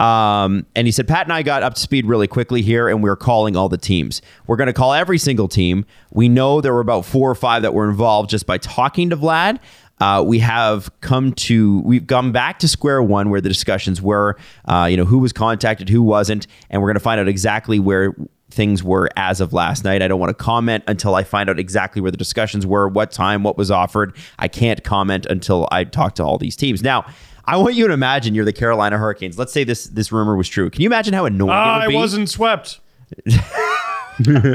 [SPEAKER 3] Um, and he said, Pat and I got up to speed really quickly here, and we are calling all the teams. We're going to call every single team. We know there were about four or five that were involved just by talking to Vlad. Uh, we have come to we've gone back to square one where the discussions were, uh, you know, who was contacted, who wasn't, and we're going to find out exactly where things were as of last night. I don't want to comment until I find out exactly where the discussions were, what time, what was offered. I can't comment until I talk to all these teams. Now, I want you to imagine you're the Carolina Hurricanes. Let's say this this rumor was true. Can you imagine how annoying it
[SPEAKER 5] Ah, I
[SPEAKER 3] would be?
[SPEAKER 5] Uh, wasn't swept.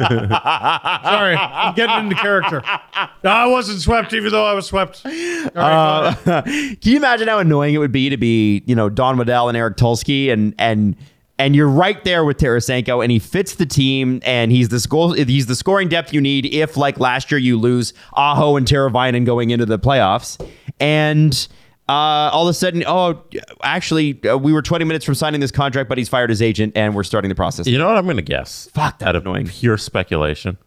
[SPEAKER 5] Sorry, I'm getting into character. I wasn't swept, even though I was swept. All right, go ahead.
[SPEAKER 3] Can you imagine how annoying it would be to be, you know, Don Waddell and Eric Tulski and and and you're right there with Tarasenko and he fits the team and he's the goal he's the scoring depth you need if like last year you lose Aho and Teravainen going into the playoffs and uh, all of a sudden, oh, actually, uh, we were 20 minutes from signing this contract, but he's fired his agent, and we're starting the process.
[SPEAKER 4] You know what I'm going to guess?
[SPEAKER 3] Fuck, that's
[SPEAKER 4] Out of
[SPEAKER 3] annoying. Mm-hmm.
[SPEAKER 4] pure speculation,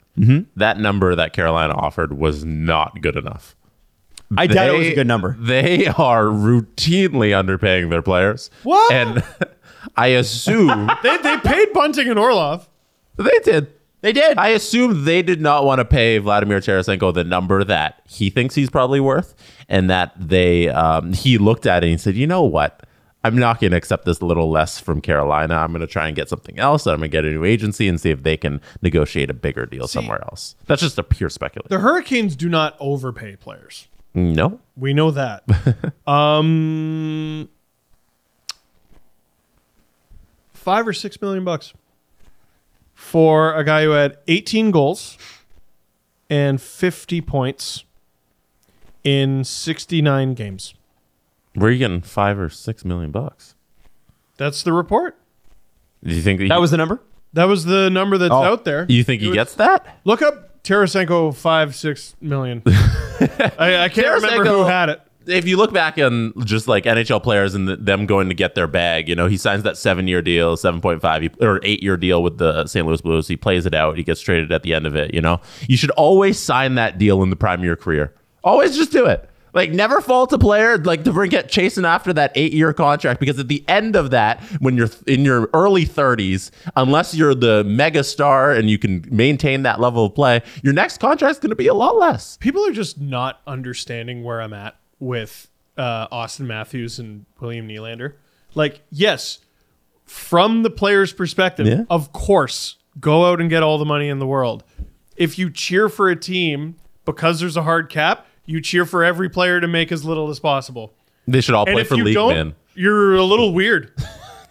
[SPEAKER 4] that number that Carolina offered was not good enough.
[SPEAKER 3] I doubt it was
[SPEAKER 4] They-
[SPEAKER 3] a good number.
[SPEAKER 4] They are routinely underpaying their players.
[SPEAKER 5] What?
[SPEAKER 4] And I assume
[SPEAKER 5] they, they paid Bunting and Orlov.
[SPEAKER 4] they did.
[SPEAKER 3] They did.
[SPEAKER 4] I assume they did not want to pay Vladimir Tarasenko the number that he thinks he's probably worth, and that they um, he looked at it and he said, "You know what? I'm not going to accept this little less from Carolina. I'm going to try and get something else. I'm going to get a new agency and see if they can negotiate a bigger deal somewhere else." That's just a pure speculation.
[SPEAKER 5] The Hurricanes do not overpay players.
[SPEAKER 4] No,
[SPEAKER 5] We know that. um, five or six million bucks for a guy who had 18 goals and 50 points in 69 games.
[SPEAKER 4] where are you getting five or six million bucks?
[SPEAKER 5] That's the report.
[SPEAKER 4] Do you think
[SPEAKER 3] That was the number.
[SPEAKER 5] That was the number that's out there.
[SPEAKER 4] You think he gets that?
[SPEAKER 5] Look up Tarasenko five six million. I, I can't remember who
[SPEAKER 4] Tarasenko-
[SPEAKER 5] had it.
[SPEAKER 4] if you look back on just like NHL players and th them going to get their bag, you know, he signs that seven year deal, 7.5 he- or eight year deal with the St. Louis Blues. He plays it out. He gets traded at the end of it. You know, you should always sign that deal in the prime of your career. Always just do it.
[SPEAKER 6] Like, never fault a player like DeBrinket chasing after that eight-year contract because at the end of that, when you're in your early 30s, unless you're the mega star and you can maintain that level of play, your next contract's going to be a lot less.
[SPEAKER 5] People are just not understanding where I'm at with uh, Austin Matthews and William Nylander. Like, yes, from the player's perspective,
[SPEAKER 6] Yeah.
[SPEAKER 5] of course, go out and get all the money in the world. If you cheer for a team because there's a hard cap, you cheer for every player to make as little as possible.
[SPEAKER 6] They should all
[SPEAKER 5] And
[SPEAKER 6] play
[SPEAKER 5] if
[SPEAKER 6] for
[SPEAKER 5] you
[SPEAKER 6] league,
[SPEAKER 5] don't,
[SPEAKER 6] man.
[SPEAKER 5] you're a little weird.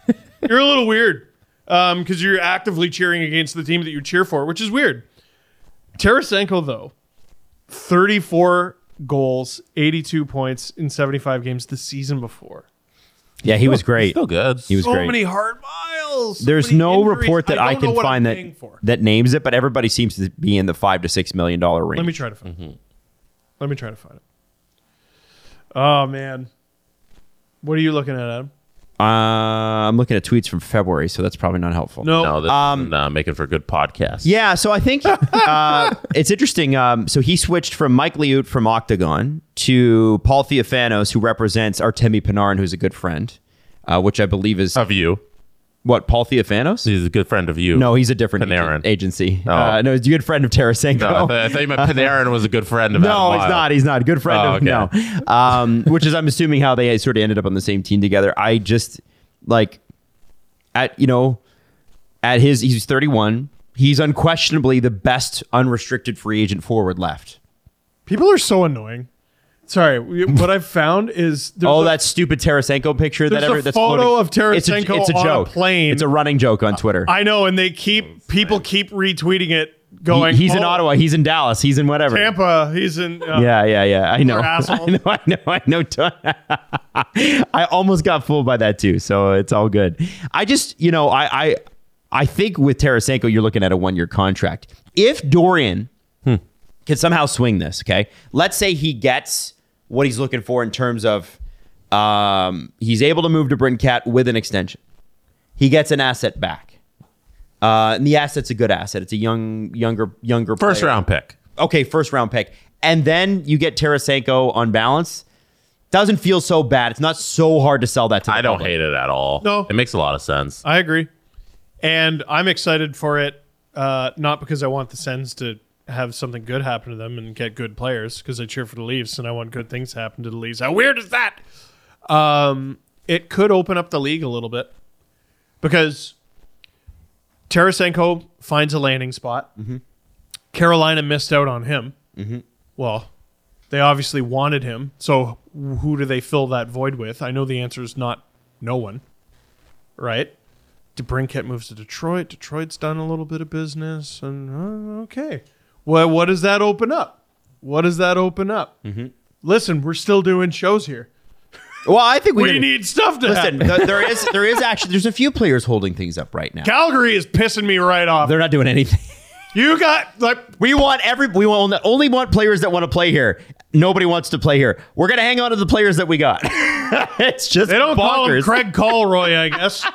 [SPEAKER 5] you're a little weird because you're actively cheering against the team that you cheer for, which is weird. Tarasenko, though, 34 goals, 82 points in 75 games the season before.
[SPEAKER 3] Yeah, he was great.
[SPEAKER 6] Still good.
[SPEAKER 3] He was
[SPEAKER 5] So
[SPEAKER 3] great.
[SPEAKER 5] many hard miles. so
[SPEAKER 3] There's
[SPEAKER 5] many
[SPEAKER 3] no
[SPEAKER 5] injuries.
[SPEAKER 3] report that I,
[SPEAKER 5] don't know
[SPEAKER 3] can
[SPEAKER 5] what I'm
[SPEAKER 3] find
[SPEAKER 5] paying
[SPEAKER 3] that
[SPEAKER 5] for.
[SPEAKER 3] that names it, but everybody seems to be in the five to six million dollar range.
[SPEAKER 5] Let me try to find
[SPEAKER 3] Mm-hmm.
[SPEAKER 5] it. Let me try to find it. Oh, man. What are you looking at, Adam?
[SPEAKER 3] Uh, I'm looking at tweets from February, so that's probably not helpful.
[SPEAKER 5] No.
[SPEAKER 6] No, this
[SPEAKER 3] Um,
[SPEAKER 6] is uh, making for good podcast.
[SPEAKER 3] Yeah, so I think uh, it's interesting. Um, so he switched from Mike Liut from Octagon to Paul Theophanos, who represents Artemi Panarin, who's a good friend, uh, which I believe is
[SPEAKER 6] Of you.
[SPEAKER 3] what Paul Theophanos.
[SPEAKER 6] He's a good friend of you.
[SPEAKER 3] No, he's a different
[SPEAKER 6] Panarin. Oh.
[SPEAKER 3] agent- agency. Uh, no, he's a good friend of Tarasenko.
[SPEAKER 6] No, I, th- I thought you meant Panarin was a good friend of
[SPEAKER 3] No,
[SPEAKER 6] Adam
[SPEAKER 3] he's
[SPEAKER 6] Lyle.
[SPEAKER 3] not. He's not. Good friend
[SPEAKER 6] Oh,
[SPEAKER 3] of no. Um, which is I'm assuming how they sort of ended up on the same team together. I just like at you know at his he's 31. He's unquestionably the best unrestricted free agent forward left.
[SPEAKER 5] People are so annoying. Sorry, we- what I've found is there's
[SPEAKER 3] oh,
[SPEAKER 5] a-
[SPEAKER 3] that stupid Tarasenko picture that
[SPEAKER 5] There's
[SPEAKER 3] ever
[SPEAKER 5] a
[SPEAKER 3] that's
[SPEAKER 5] photo
[SPEAKER 3] floating.
[SPEAKER 5] of Tarasenko
[SPEAKER 3] it's a, it's a
[SPEAKER 5] on a
[SPEAKER 3] joke.
[SPEAKER 5] plane. Uh,
[SPEAKER 3] It's a running joke on Twitter.
[SPEAKER 5] I know, and they keep people keep retweeting it,
[SPEAKER 3] He-
[SPEAKER 5] going.
[SPEAKER 3] he's in
[SPEAKER 5] "Oh,
[SPEAKER 3] Ottawa. He's in Dallas. He's in whatever.
[SPEAKER 5] Tampa. He's in. Uh,
[SPEAKER 3] Yeah, yeah, yeah. I know.
[SPEAKER 5] asshole.
[SPEAKER 3] I know. I know. I know. I almost got fooled by that too. So it's all good. I just, you know, I, I, I think with Tarasenko, you're looking at a one-year contract. If Dorian can somehow swing this, okay, let's say he gets what he's looking for in terms of, um, he's able to move to Brincat with an extension. He gets an asset back. Uh, and the asset's a good asset. It's a young, younger, younger
[SPEAKER 6] First
[SPEAKER 3] player
[SPEAKER 6] round pick.
[SPEAKER 3] okay, first round pick. And then you get Tarasenko on balance. Doesn't feel so bad. It's not so hard to sell that to the
[SPEAKER 6] I don't
[SPEAKER 3] public.
[SPEAKER 6] hate it at all.
[SPEAKER 5] No.
[SPEAKER 6] It makes a lot of sense.
[SPEAKER 5] I agree, and I'm excited for it. Uh, not because I want the Sens to have something good happen to them and get good players, because I cheer for the Leafs and I want good things to happen to the Leafs. How weird is that? Um, it could open up the league a little bit because Tarasenko finds a landing spot. Carolina missed out on him. Well, they obviously wanted him. So who do they fill that void with? I know the answer is not no one, right? DeBrincat moves to Detroit. Detroit's done a little bit of business, and uh, okay. Well, what does that open up? What does that open up?
[SPEAKER 3] Mm-hmm.
[SPEAKER 5] Listen, we're still doing shows here.
[SPEAKER 3] Well, I think we,
[SPEAKER 5] We
[SPEAKER 3] did-
[SPEAKER 5] need stuff to
[SPEAKER 3] Listen,
[SPEAKER 5] happen.
[SPEAKER 3] th- there is there is actually there's a few players holding things up right now.
[SPEAKER 5] Calgary is pissing me right off.
[SPEAKER 3] They're not doing anything.
[SPEAKER 5] You got like
[SPEAKER 3] We want every we want only want players that want to play here. Nobody wants to play here. We're gonna hang on to the players that we got. it's Um, just
[SPEAKER 5] they don't call him
[SPEAKER 3] bonkers.
[SPEAKER 5] Craig Colroy, I guess.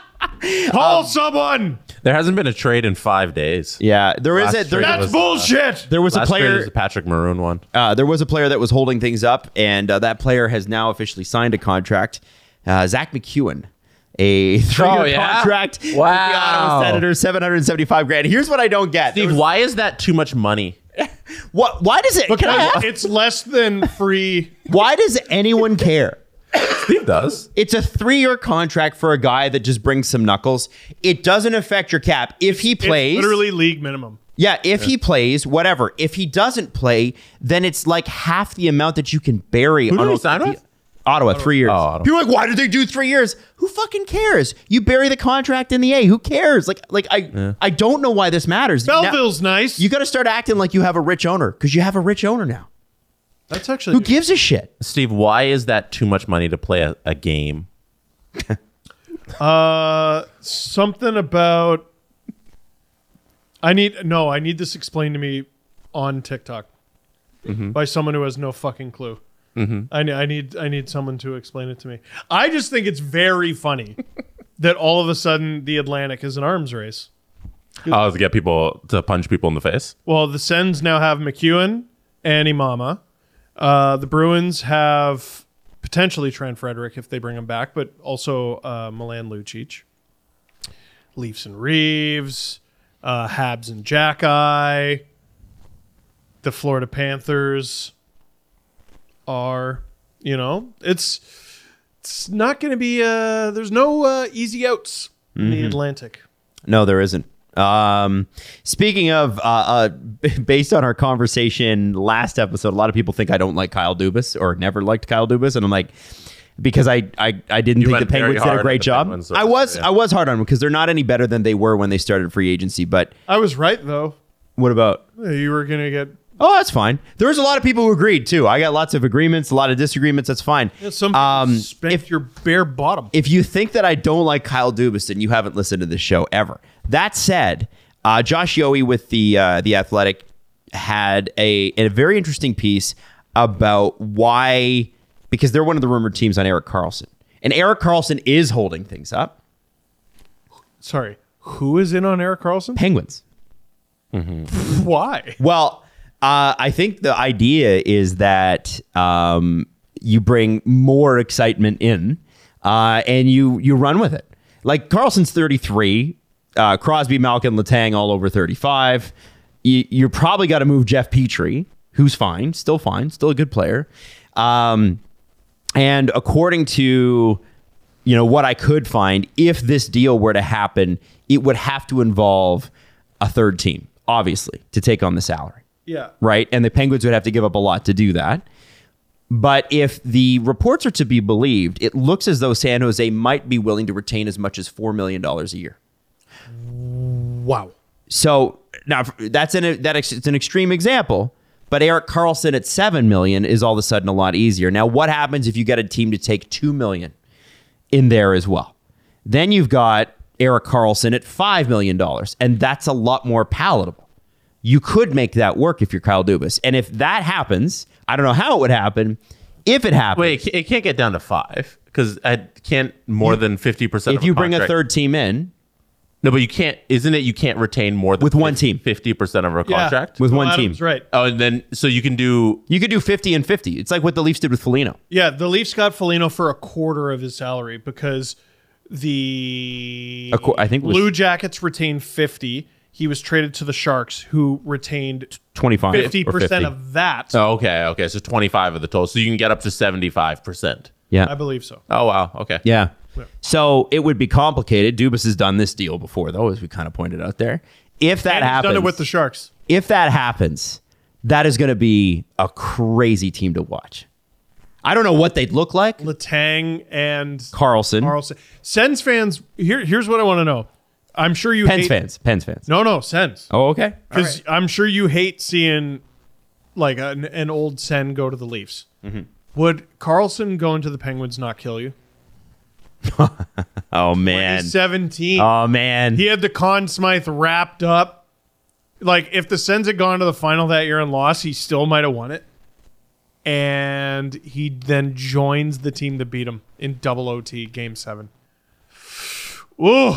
[SPEAKER 5] Call someone.
[SPEAKER 6] There hasn't been a trade in five days.
[SPEAKER 3] Yeah, there is a
[SPEAKER 6] Last
[SPEAKER 3] there,
[SPEAKER 6] year
[SPEAKER 5] That's
[SPEAKER 6] was, uh,
[SPEAKER 5] bullshit.
[SPEAKER 3] there was a
[SPEAKER 6] Last trade
[SPEAKER 3] player
[SPEAKER 6] was the Patrick Maroon one.
[SPEAKER 3] Uh, there was a player that was holding things up, and uh, that player has now officially signed a contract. Uh, Zach McEwen, a three-year
[SPEAKER 6] yeah?
[SPEAKER 3] contract. with the
[SPEAKER 6] Wow.
[SPEAKER 3] Ottawa Senators, seven hundred seventy-five grand. Here's what I don't get. There
[SPEAKER 6] Steve,
[SPEAKER 3] was-
[SPEAKER 6] why is that too much money?
[SPEAKER 3] what? Why does it? Can I
[SPEAKER 5] because
[SPEAKER 3] ask-
[SPEAKER 5] it's less than free.
[SPEAKER 3] why does anyone care?
[SPEAKER 6] Steve does.
[SPEAKER 3] It's a three-year contract for a guy that just brings some knuckles. It doesn't affect your cap if he
[SPEAKER 5] It's
[SPEAKER 3] plays.
[SPEAKER 5] literally league minimum.
[SPEAKER 3] Yeah, if he plays, whatever. If he doesn't play, then it's like half the amount that you can bury.
[SPEAKER 6] Who
[SPEAKER 3] on
[SPEAKER 6] did he
[SPEAKER 3] a-
[SPEAKER 6] sign with?
[SPEAKER 3] Ottawa, three years.
[SPEAKER 6] Oh, Ottawa.
[SPEAKER 3] People are like, why did they do three years? Who fucking cares? You bury the contract in the A. Who cares? Like, like I, I don't know why this matters. Now-
[SPEAKER 5] Belleville's nice.
[SPEAKER 3] you got to start acting like you have a rich owner because you have a rich owner now.
[SPEAKER 5] That's actually
[SPEAKER 3] Who gives a shit?
[SPEAKER 6] Steve, why is that too much money to play a, a game?
[SPEAKER 5] Uh, something about. I need no. I need this explained to me on TikTok by someone who has no fucking clue. I, ne- I need I need someone to explain it to me. I just think it's very funny that all of a sudden the Atlantic is an arms race.
[SPEAKER 6] Oh, to get people to punch people in the face.
[SPEAKER 5] Well, the Sens now have McEwen and Imama. Uh, the Bruins have potentially Trent Frederick if they bring him back, but also uh, Milan Lucic. Leafs and Reeves, uh, Habs and Jack Eye. The Florida Panthers are, you know, it's it's not going to be. Uh, there's no uh, easy outs in the Atlantic.
[SPEAKER 3] No, there isn't. Um, speaking of, uh, uh, b- based on our conversation last episode, a lot of people think I don't like Kyle Dubas or never liked Kyle Dubas, and I'm like, because I I, I didn't think the
[SPEAKER 6] went very
[SPEAKER 3] Penguins did
[SPEAKER 6] hard
[SPEAKER 3] a
[SPEAKER 6] on
[SPEAKER 3] great
[SPEAKER 6] the
[SPEAKER 3] job.
[SPEAKER 6] Penguins, so-
[SPEAKER 3] I was
[SPEAKER 6] yeah.
[SPEAKER 3] I was hard on them because they're not any better than they were when they started free agency. But
[SPEAKER 5] I was right though.
[SPEAKER 3] what about?
[SPEAKER 5] You were going to get
[SPEAKER 3] Oh, that's fine. There was a lot of people who agreed too. I got lots of agreements, a lot of disagreements. That's fine.
[SPEAKER 5] some
[SPEAKER 3] Um,
[SPEAKER 5] spank
[SPEAKER 3] if-
[SPEAKER 5] your bare bottom.
[SPEAKER 3] if you think that I don't like Kyle Dubas, then you haven't listened to this show ever. That said, uh, Josh Yowie with the uh, the Athletic had a a very interesting piece about why because they're one of the rumored teams on Eric Carlson, and Eric Carlson is holding things up.
[SPEAKER 5] Sorry, who is in on Eric Carlson?
[SPEAKER 3] Penguins.
[SPEAKER 5] Why?
[SPEAKER 3] Well, uh, I think the idea is that um, you bring more excitement in, uh, and you you run with it. Like Carlson's thirty three, uh, Crosby, Malkin, Latang, all over thirty five. You, you're probably got to move Jeff Petrie, who's fine, still fine, still a good player. Um, and according to you know what I could find, if this deal were to happen, it would have to involve a third team, obviously, to take on the salary,
[SPEAKER 5] Yeah.
[SPEAKER 3] right? And the Penguins would have to give up a lot to do that. But if the reports are to be believed, it looks as though San Jose might be willing to retain as much as $4 million a year.
[SPEAKER 5] Wow.
[SPEAKER 3] So now that's an that ex, it's an extreme example, but Eric Carlson at seven million is all of a sudden a lot easier. Now, what happens if you get a team to take two million in there as well? Then you've got Eric Carlson at five million dollars, and that's a lot more palatable. You could make that work if you're Kyle Dubas, and if that happens, I don't know how it would happen. If it happens,
[SPEAKER 6] Wait, it can't get down to five because I can't more than fifty percent.
[SPEAKER 3] if you bring a third team in
[SPEAKER 6] no, but you can't. Isn't it? You can't retain more than
[SPEAKER 3] With one team.
[SPEAKER 6] fifty percent of a
[SPEAKER 5] Yeah.
[SPEAKER 6] contract.
[SPEAKER 3] with one
[SPEAKER 5] Adam's
[SPEAKER 3] team,
[SPEAKER 5] right.
[SPEAKER 6] oh, and then so you can do.
[SPEAKER 3] you could do fifty and fifty. It's like what the Leafs did with Foligno.
[SPEAKER 5] Yeah, the Leafs got Felino for a quarter of his salary because the
[SPEAKER 3] A qu- I think it was-
[SPEAKER 5] Blue Jackets retained 50. He was traded to the Sharks who retained
[SPEAKER 3] Twenty five
[SPEAKER 5] 50% of that.
[SPEAKER 6] Oh, okay, okay. So twenty five of the total. So you can get up to seventy five percent.
[SPEAKER 3] yeah.
[SPEAKER 5] I believe so.
[SPEAKER 6] Oh wow. Okay.
[SPEAKER 3] Yeah. So it would be complicated. Dubas has done this deal before, though, as we kind of pointed out there. If that
[SPEAKER 5] And he's
[SPEAKER 3] happens,
[SPEAKER 5] done it with the Sharks.
[SPEAKER 3] if that happens, that is going to be a crazy team to watch. I don't know what they'd look like.
[SPEAKER 5] Latang and
[SPEAKER 3] Carlson,
[SPEAKER 5] Carlson. Sens fans, here, here's what I want to know. I'm sure you
[SPEAKER 3] Pens
[SPEAKER 5] hate,
[SPEAKER 3] fans, Pens fans.
[SPEAKER 5] No, no, Sens.
[SPEAKER 3] Oh, okay.
[SPEAKER 5] Because I'm sure you hate seeing like an, an old Sen go to the Leafs.
[SPEAKER 3] Mm-hmm.
[SPEAKER 5] Would Carlson going to the Penguins not kill you?
[SPEAKER 3] Oh man.
[SPEAKER 5] He's 17.
[SPEAKER 3] Oh man.
[SPEAKER 5] he had the Conn Smythe wrapped up. Like if the Sens had gone to the final that year and lost, he still might have won it. And he then joins the team that beat him in double OT game seven. Ooh,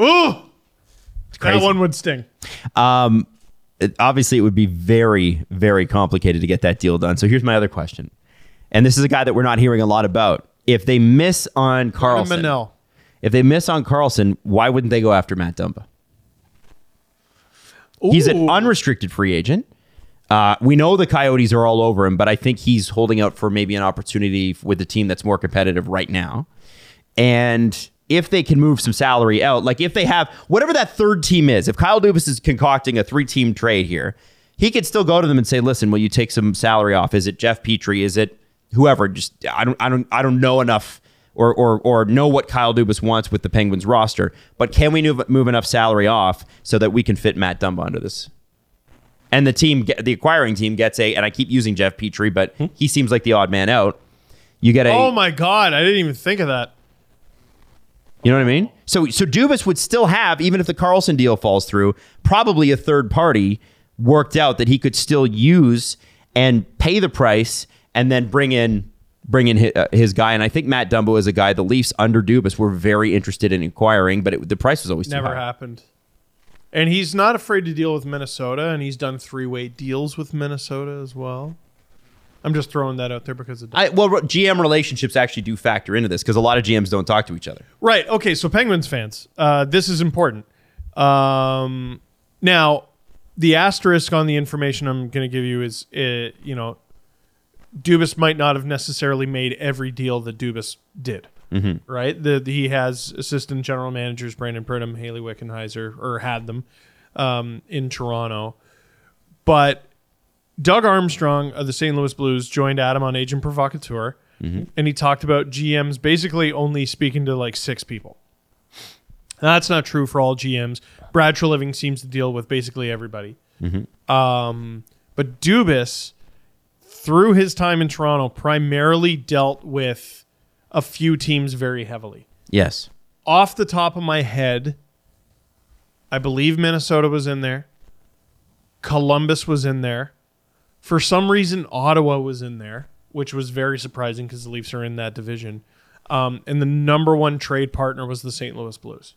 [SPEAKER 5] ooh, that
[SPEAKER 3] crazy.
[SPEAKER 5] one would sting.
[SPEAKER 3] it- obviously it would be very very complicated to get that deal done so here's my other question and this is a guy that we're not hearing a lot about if they miss on carlson
[SPEAKER 5] Manel.
[SPEAKER 3] if they miss on carlson why wouldn't they go after matt dumba he's an
[SPEAKER 5] Ooh.
[SPEAKER 3] unrestricted free agent uh, we know the coyotes are all over him but i think he's holding out for maybe an opportunity with a team that's more competitive right now and if they can move some salary out, like if they have whatever that third team is, if Kyle Dubas is concocting a three team trade here, he could still go to them and say, "Listen, will you take some salary off? Is it Jeff Petrie? Is it whoever? Just I don't I don't I don't know enough or or or know what Kyle Dubas wants with the Penguins roster, but can we move, move enough salary off so that we can fit Matt Dumba under this?" And the team, get- the acquiring team, gets a, and I keep using Jeff Petrie, but he seems like the odd man out. You get a
[SPEAKER 5] Oh my god, I didn't even think of that.
[SPEAKER 3] You know what I mean? So so Dubas would still have, even if the Carlson deal falls through, probably a third party worked out that he could still use and pay the price and then bring in bring in his, his guy. And I think Matt Dumbo is a guy the Leafs under Dubas were very interested in acquiring, but it, the price was always too
[SPEAKER 5] Never
[SPEAKER 3] high.
[SPEAKER 5] happened. And he's not afraid to deal with Minnesota, and he's done three way deals with Minnesota as well. I'm just throwing that out there because of
[SPEAKER 3] I, well, re- GM relationships actually do factor into this because a lot of GMs don't talk to each other.
[SPEAKER 5] Right. Okay. So Penguins fans, uh, this is important. Um, now, the asterisk on the information I'm going to give you is, uh, you know, Dubas might not have necessarily made every deal that Dubas did. Right. The, the- he has assistant general managers Brandon Pridham, Haley Wickenheiser, or had them um, in Toronto, but Doug Armstrong of the St. Louis Blues joined Adam on Agent Provocateur, and he talked about GMs basically only speaking to like six people. That's not true for all GMs. Brad Living seems to deal with basically everybody. Um, but Dubis, through his time in Toronto, primarily dealt with a few teams very heavily
[SPEAKER 3] Yes.
[SPEAKER 5] off the top of my head, I believe Minnesota was in there. Columbus was in there. For some reason, Ottawa was in there, which was very surprising because the Leafs are in that division. Um, and the number one trade partner was the St. Louis Blues.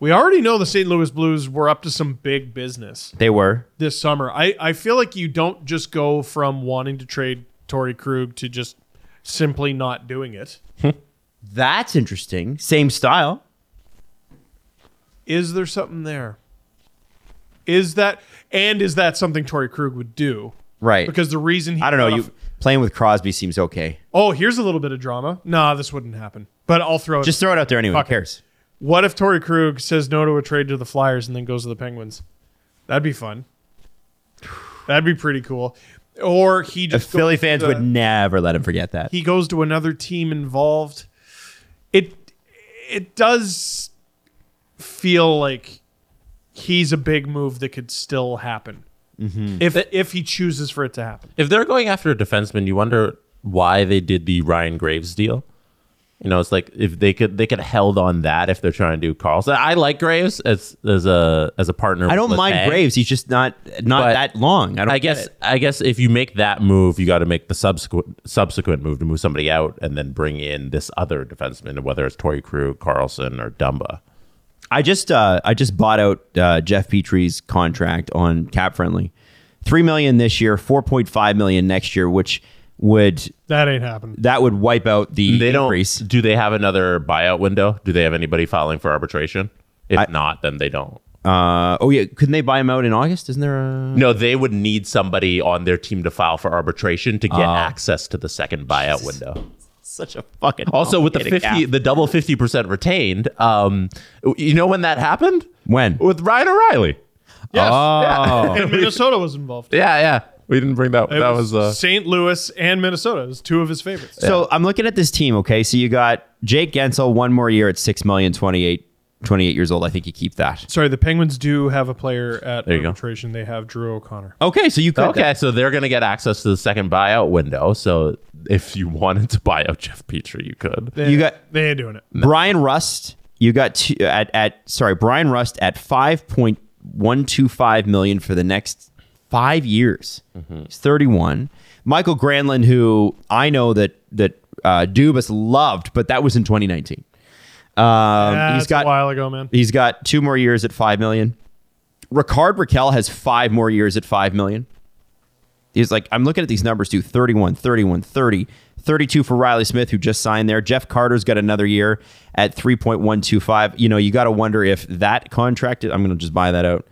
[SPEAKER 5] We already know the St. Louis Blues were up to some big business
[SPEAKER 3] They were.
[SPEAKER 5] this summer. I, I feel like you don't just go from wanting to trade Torrey Krug to just simply not doing it.
[SPEAKER 3] That's interesting. Same style.
[SPEAKER 5] is there something there? Is that and is that something Tory Krug would do?
[SPEAKER 3] Right.
[SPEAKER 5] Because the reason he
[SPEAKER 3] I don't know.
[SPEAKER 5] got
[SPEAKER 3] You
[SPEAKER 5] off-
[SPEAKER 3] playing with Crosby seems okay.
[SPEAKER 5] oh here's a little bit of drama. Nah, this wouldn't happen. But I'll throw it.
[SPEAKER 3] Just throw it out there anyway.
[SPEAKER 5] Fuck
[SPEAKER 3] Who
[SPEAKER 5] it.
[SPEAKER 3] cares?
[SPEAKER 5] what if Tory Krug says no to a trade to the Flyers and then goes to the Penguins? That'd be fun. That'd be pretty cool. Or he
[SPEAKER 3] The
[SPEAKER 5] just
[SPEAKER 3] Philly
[SPEAKER 5] goes to
[SPEAKER 3] fans
[SPEAKER 5] the-
[SPEAKER 3] would never let him forget that.
[SPEAKER 5] he goes to another team involved. It it does feel like he's a big move that could still happen
[SPEAKER 3] Mm-hmm.
[SPEAKER 5] if if he chooses for it to happen.
[SPEAKER 4] If they're going after a defenseman, you wonder why they did the Ryan Graves deal. You know, it's like if they could they could held on that if they're trying to do Carlson. I like Graves as as a as a partner.
[SPEAKER 3] I don't
[SPEAKER 4] with
[SPEAKER 3] mind
[SPEAKER 4] Hag.
[SPEAKER 3] Graves. He's just not not
[SPEAKER 4] But
[SPEAKER 3] that long. I don't.
[SPEAKER 4] I
[SPEAKER 3] get
[SPEAKER 4] guess
[SPEAKER 3] it.
[SPEAKER 4] I guess if you make that move, you got to make the subsequent subsequent move to move somebody out and then bring in this other defenseman, whether it's Tory Crew, Carlson, or Dumba.
[SPEAKER 3] I just uh, I just bought out uh, Jeff Petrie's contract on Cap Friendly, three million this year, four point five million next year, which would
[SPEAKER 5] That ain't happened.
[SPEAKER 3] that would wipe out the
[SPEAKER 4] They don't.
[SPEAKER 3] increase.
[SPEAKER 4] Do they have another buyout window? Do they have anybody filing for arbitration? If not, then they don't.
[SPEAKER 3] Uh, oh yeah, couldn't they buy him out in August? Isn't there a
[SPEAKER 4] No, they would need somebody on their team to file for arbitration to get access to the second buyout window.
[SPEAKER 3] Oh. such a fucking
[SPEAKER 4] Also, with the
[SPEAKER 3] complicated
[SPEAKER 4] fifty,
[SPEAKER 3] cap.
[SPEAKER 4] the double fifty percent retained. Um, you know when that happened
[SPEAKER 3] When?
[SPEAKER 4] with Ryan O'Reilly.
[SPEAKER 5] Yes.
[SPEAKER 3] Oh.
[SPEAKER 5] And Minnesota was involved.
[SPEAKER 4] Yeah, yeah. We didn't bring that.
[SPEAKER 5] It
[SPEAKER 4] that was, uh,
[SPEAKER 5] St. Louis and Minnesota. It was two of his favorites.
[SPEAKER 3] So I'm looking at this team. Okay, so you got Jake Gensel one more year at six million, 28, 28 years old. I think you keep that.
[SPEAKER 5] Sorry, the Penguins do have a player at
[SPEAKER 4] you go.
[SPEAKER 5] arbitration. They have Drew O'Connor.
[SPEAKER 3] Okay, so you could
[SPEAKER 4] uh, Okay, so they're going to get access to the second buyout window. So if you wanted to buy out Jeff Petrie, you could.
[SPEAKER 5] They,
[SPEAKER 3] You got-
[SPEAKER 5] they ain't doing it.
[SPEAKER 3] Brian Rust. You got two, uh, at at sorry Brian Rust at five point one two five million for the next five years. He's thirty one. Michael Granlund, who I know that that uh, Dubas loved, but that was in twenty nineteen. Um,
[SPEAKER 5] That's
[SPEAKER 3] he's got
[SPEAKER 5] a while ago, man.
[SPEAKER 3] He's got two more years at five million. Ricard Raquel has five more years at five million. He's like, I'm looking at these numbers too 31, 31, 30, 32 for Riley Smith, who just signed there. Jeff Carter's got another year at 3.125. You know, you got to wonder if that contract, I'm going to just buy that out.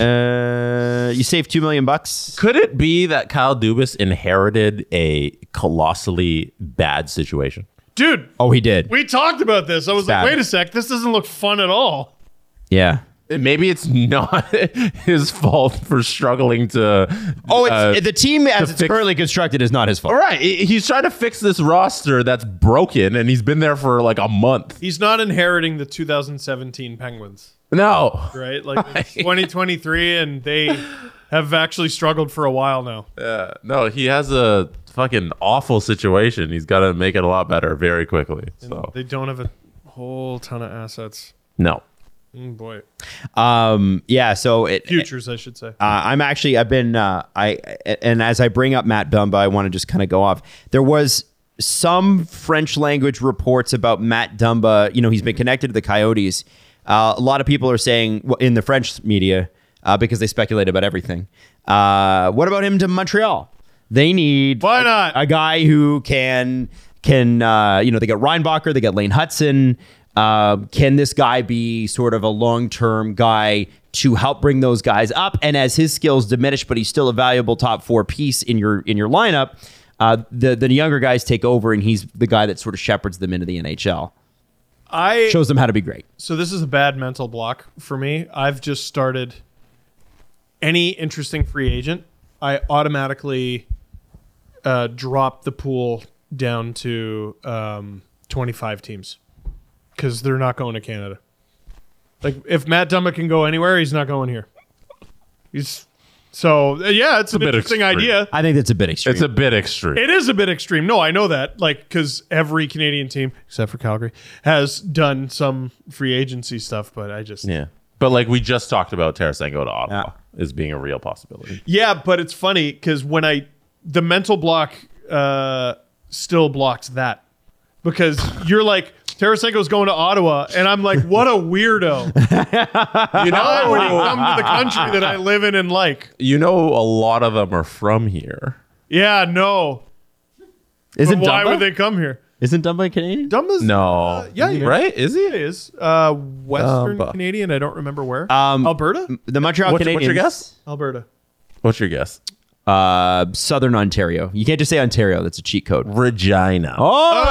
[SPEAKER 3] Uh, you save two million bucks.
[SPEAKER 4] Could it be that Kyle Dubas inherited a colossally bad situation?
[SPEAKER 5] Dude,
[SPEAKER 3] Oh, he did.
[SPEAKER 5] we talked about this. I was
[SPEAKER 3] Stop
[SPEAKER 5] like,
[SPEAKER 3] it.
[SPEAKER 5] wait a sec. This doesn't look fun at all.
[SPEAKER 3] Yeah.
[SPEAKER 4] Maybe it's not his fault for struggling to.
[SPEAKER 3] Oh, it's,
[SPEAKER 4] uh,
[SPEAKER 3] the team as it's
[SPEAKER 4] fix-
[SPEAKER 3] currently constructed is not his fault.
[SPEAKER 4] all right. he- He's trying to fix this roster that's broken, and he's been there for like a month.
[SPEAKER 5] He's not inheriting the 2017 Penguins.
[SPEAKER 4] No.
[SPEAKER 5] right? Like it's 2023, and they have actually struggled for a while now.
[SPEAKER 4] No, he has a fucking awful situation. He's got to make it a lot better very quickly. So,
[SPEAKER 5] They don't have a whole ton of assets.
[SPEAKER 4] no.
[SPEAKER 5] Mm, boy,
[SPEAKER 3] Um, yeah. So it,
[SPEAKER 5] futures, I should say.
[SPEAKER 3] Uh, I'm actually I've been uh, I and as I bring up Matt Dumba, I want to just kind of go off. There was some French language reports about Matt Dumba. You know, he's been connected to the Coyotes. Uh, a lot of people are saying well, in the French media uh, because they speculate about everything. Uh, what about him to Montreal? They need
[SPEAKER 5] Why
[SPEAKER 3] a-
[SPEAKER 5] not?
[SPEAKER 3] a, guy who can can uh, you know they got Reinbacher, they got Lane Hudson. Uh, can this guy be sort of a long term guy to help bring those guys up? And as his skills diminish, but he's still a valuable top four piece in your in your lineup. Uh, the the younger guys take over, and he's the guy that sort of shepherds them into the NHL,
[SPEAKER 5] I
[SPEAKER 3] shows them how to be great.
[SPEAKER 5] so this is a bad mental block for me. I've just started any interesting free agent. I automatically uh, drop the pool down to um, 25 teams because they're not going to Canada. Like if Matt Dumba can go anywhere, he's not going here. He's so uh, yeah, it's, an
[SPEAKER 6] bit
[SPEAKER 5] interesting
[SPEAKER 6] extreme.
[SPEAKER 5] idea.
[SPEAKER 3] I think that's a bit extreme.
[SPEAKER 6] It's a bit extreme.
[SPEAKER 5] It is a bit extreme. No, I know that. Like, because every Canadian team, except for Calgary, has done some free agency stuff. But I just,
[SPEAKER 6] yeah. But like we just talked about Tarasenko to Ottawa
[SPEAKER 3] Yeah.
[SPEAKER 6] as being a real possibility.
[SPEAKER 5] Yeah, but it's funny because when I, the mental block uh, still blocks that because you're like, Tarasenko's going to Ottawa, and I'm like, what a weirdo.
[SPEAKER 6] You
[SPEAKER 5] I
[SPEAKER 6] know,
[SPEAKER 5] already come to the country that I live in and like.
[SPEAKER 6] you know a lot of them are from here.
[SPEAKER 5] Yeah, no. But
[SPEAKER 3] isn't
[SPEAKER 5] why
[SPEAKER 3] Dumba?
[SPEAKER 5] would they come here?
[SPEAKER 3] isn't Dumba a Canadian?
[SPEAKER 5] Dumba's
[SPEAKER 6] No.
[SPEAKER 5] Uh, yeah, he-
[SPEAKER 6] right? Is he?
[SPEAKER 5] it is uh, Western
[SPEAKER 6] Dumba.
[SPEAKER 5] Canadian. I don't remember where.
[SPEAKER 3] Um,
[SPEAKER 5] Alberta.
[SPEAKER 3] The Montreal
[SPEAKER 6] What's,
[SPEAKER 3] Canadiens.
[SPEAKER 6] what's your guess?
[SPEAKER 5] Alberta.
[SPEAKER 6] What's your guess?
[SPEAKER 3] uh, Southern Ontario. You can't just say Ontario. That's a cheat code.
[SPEAKER 6] Regina.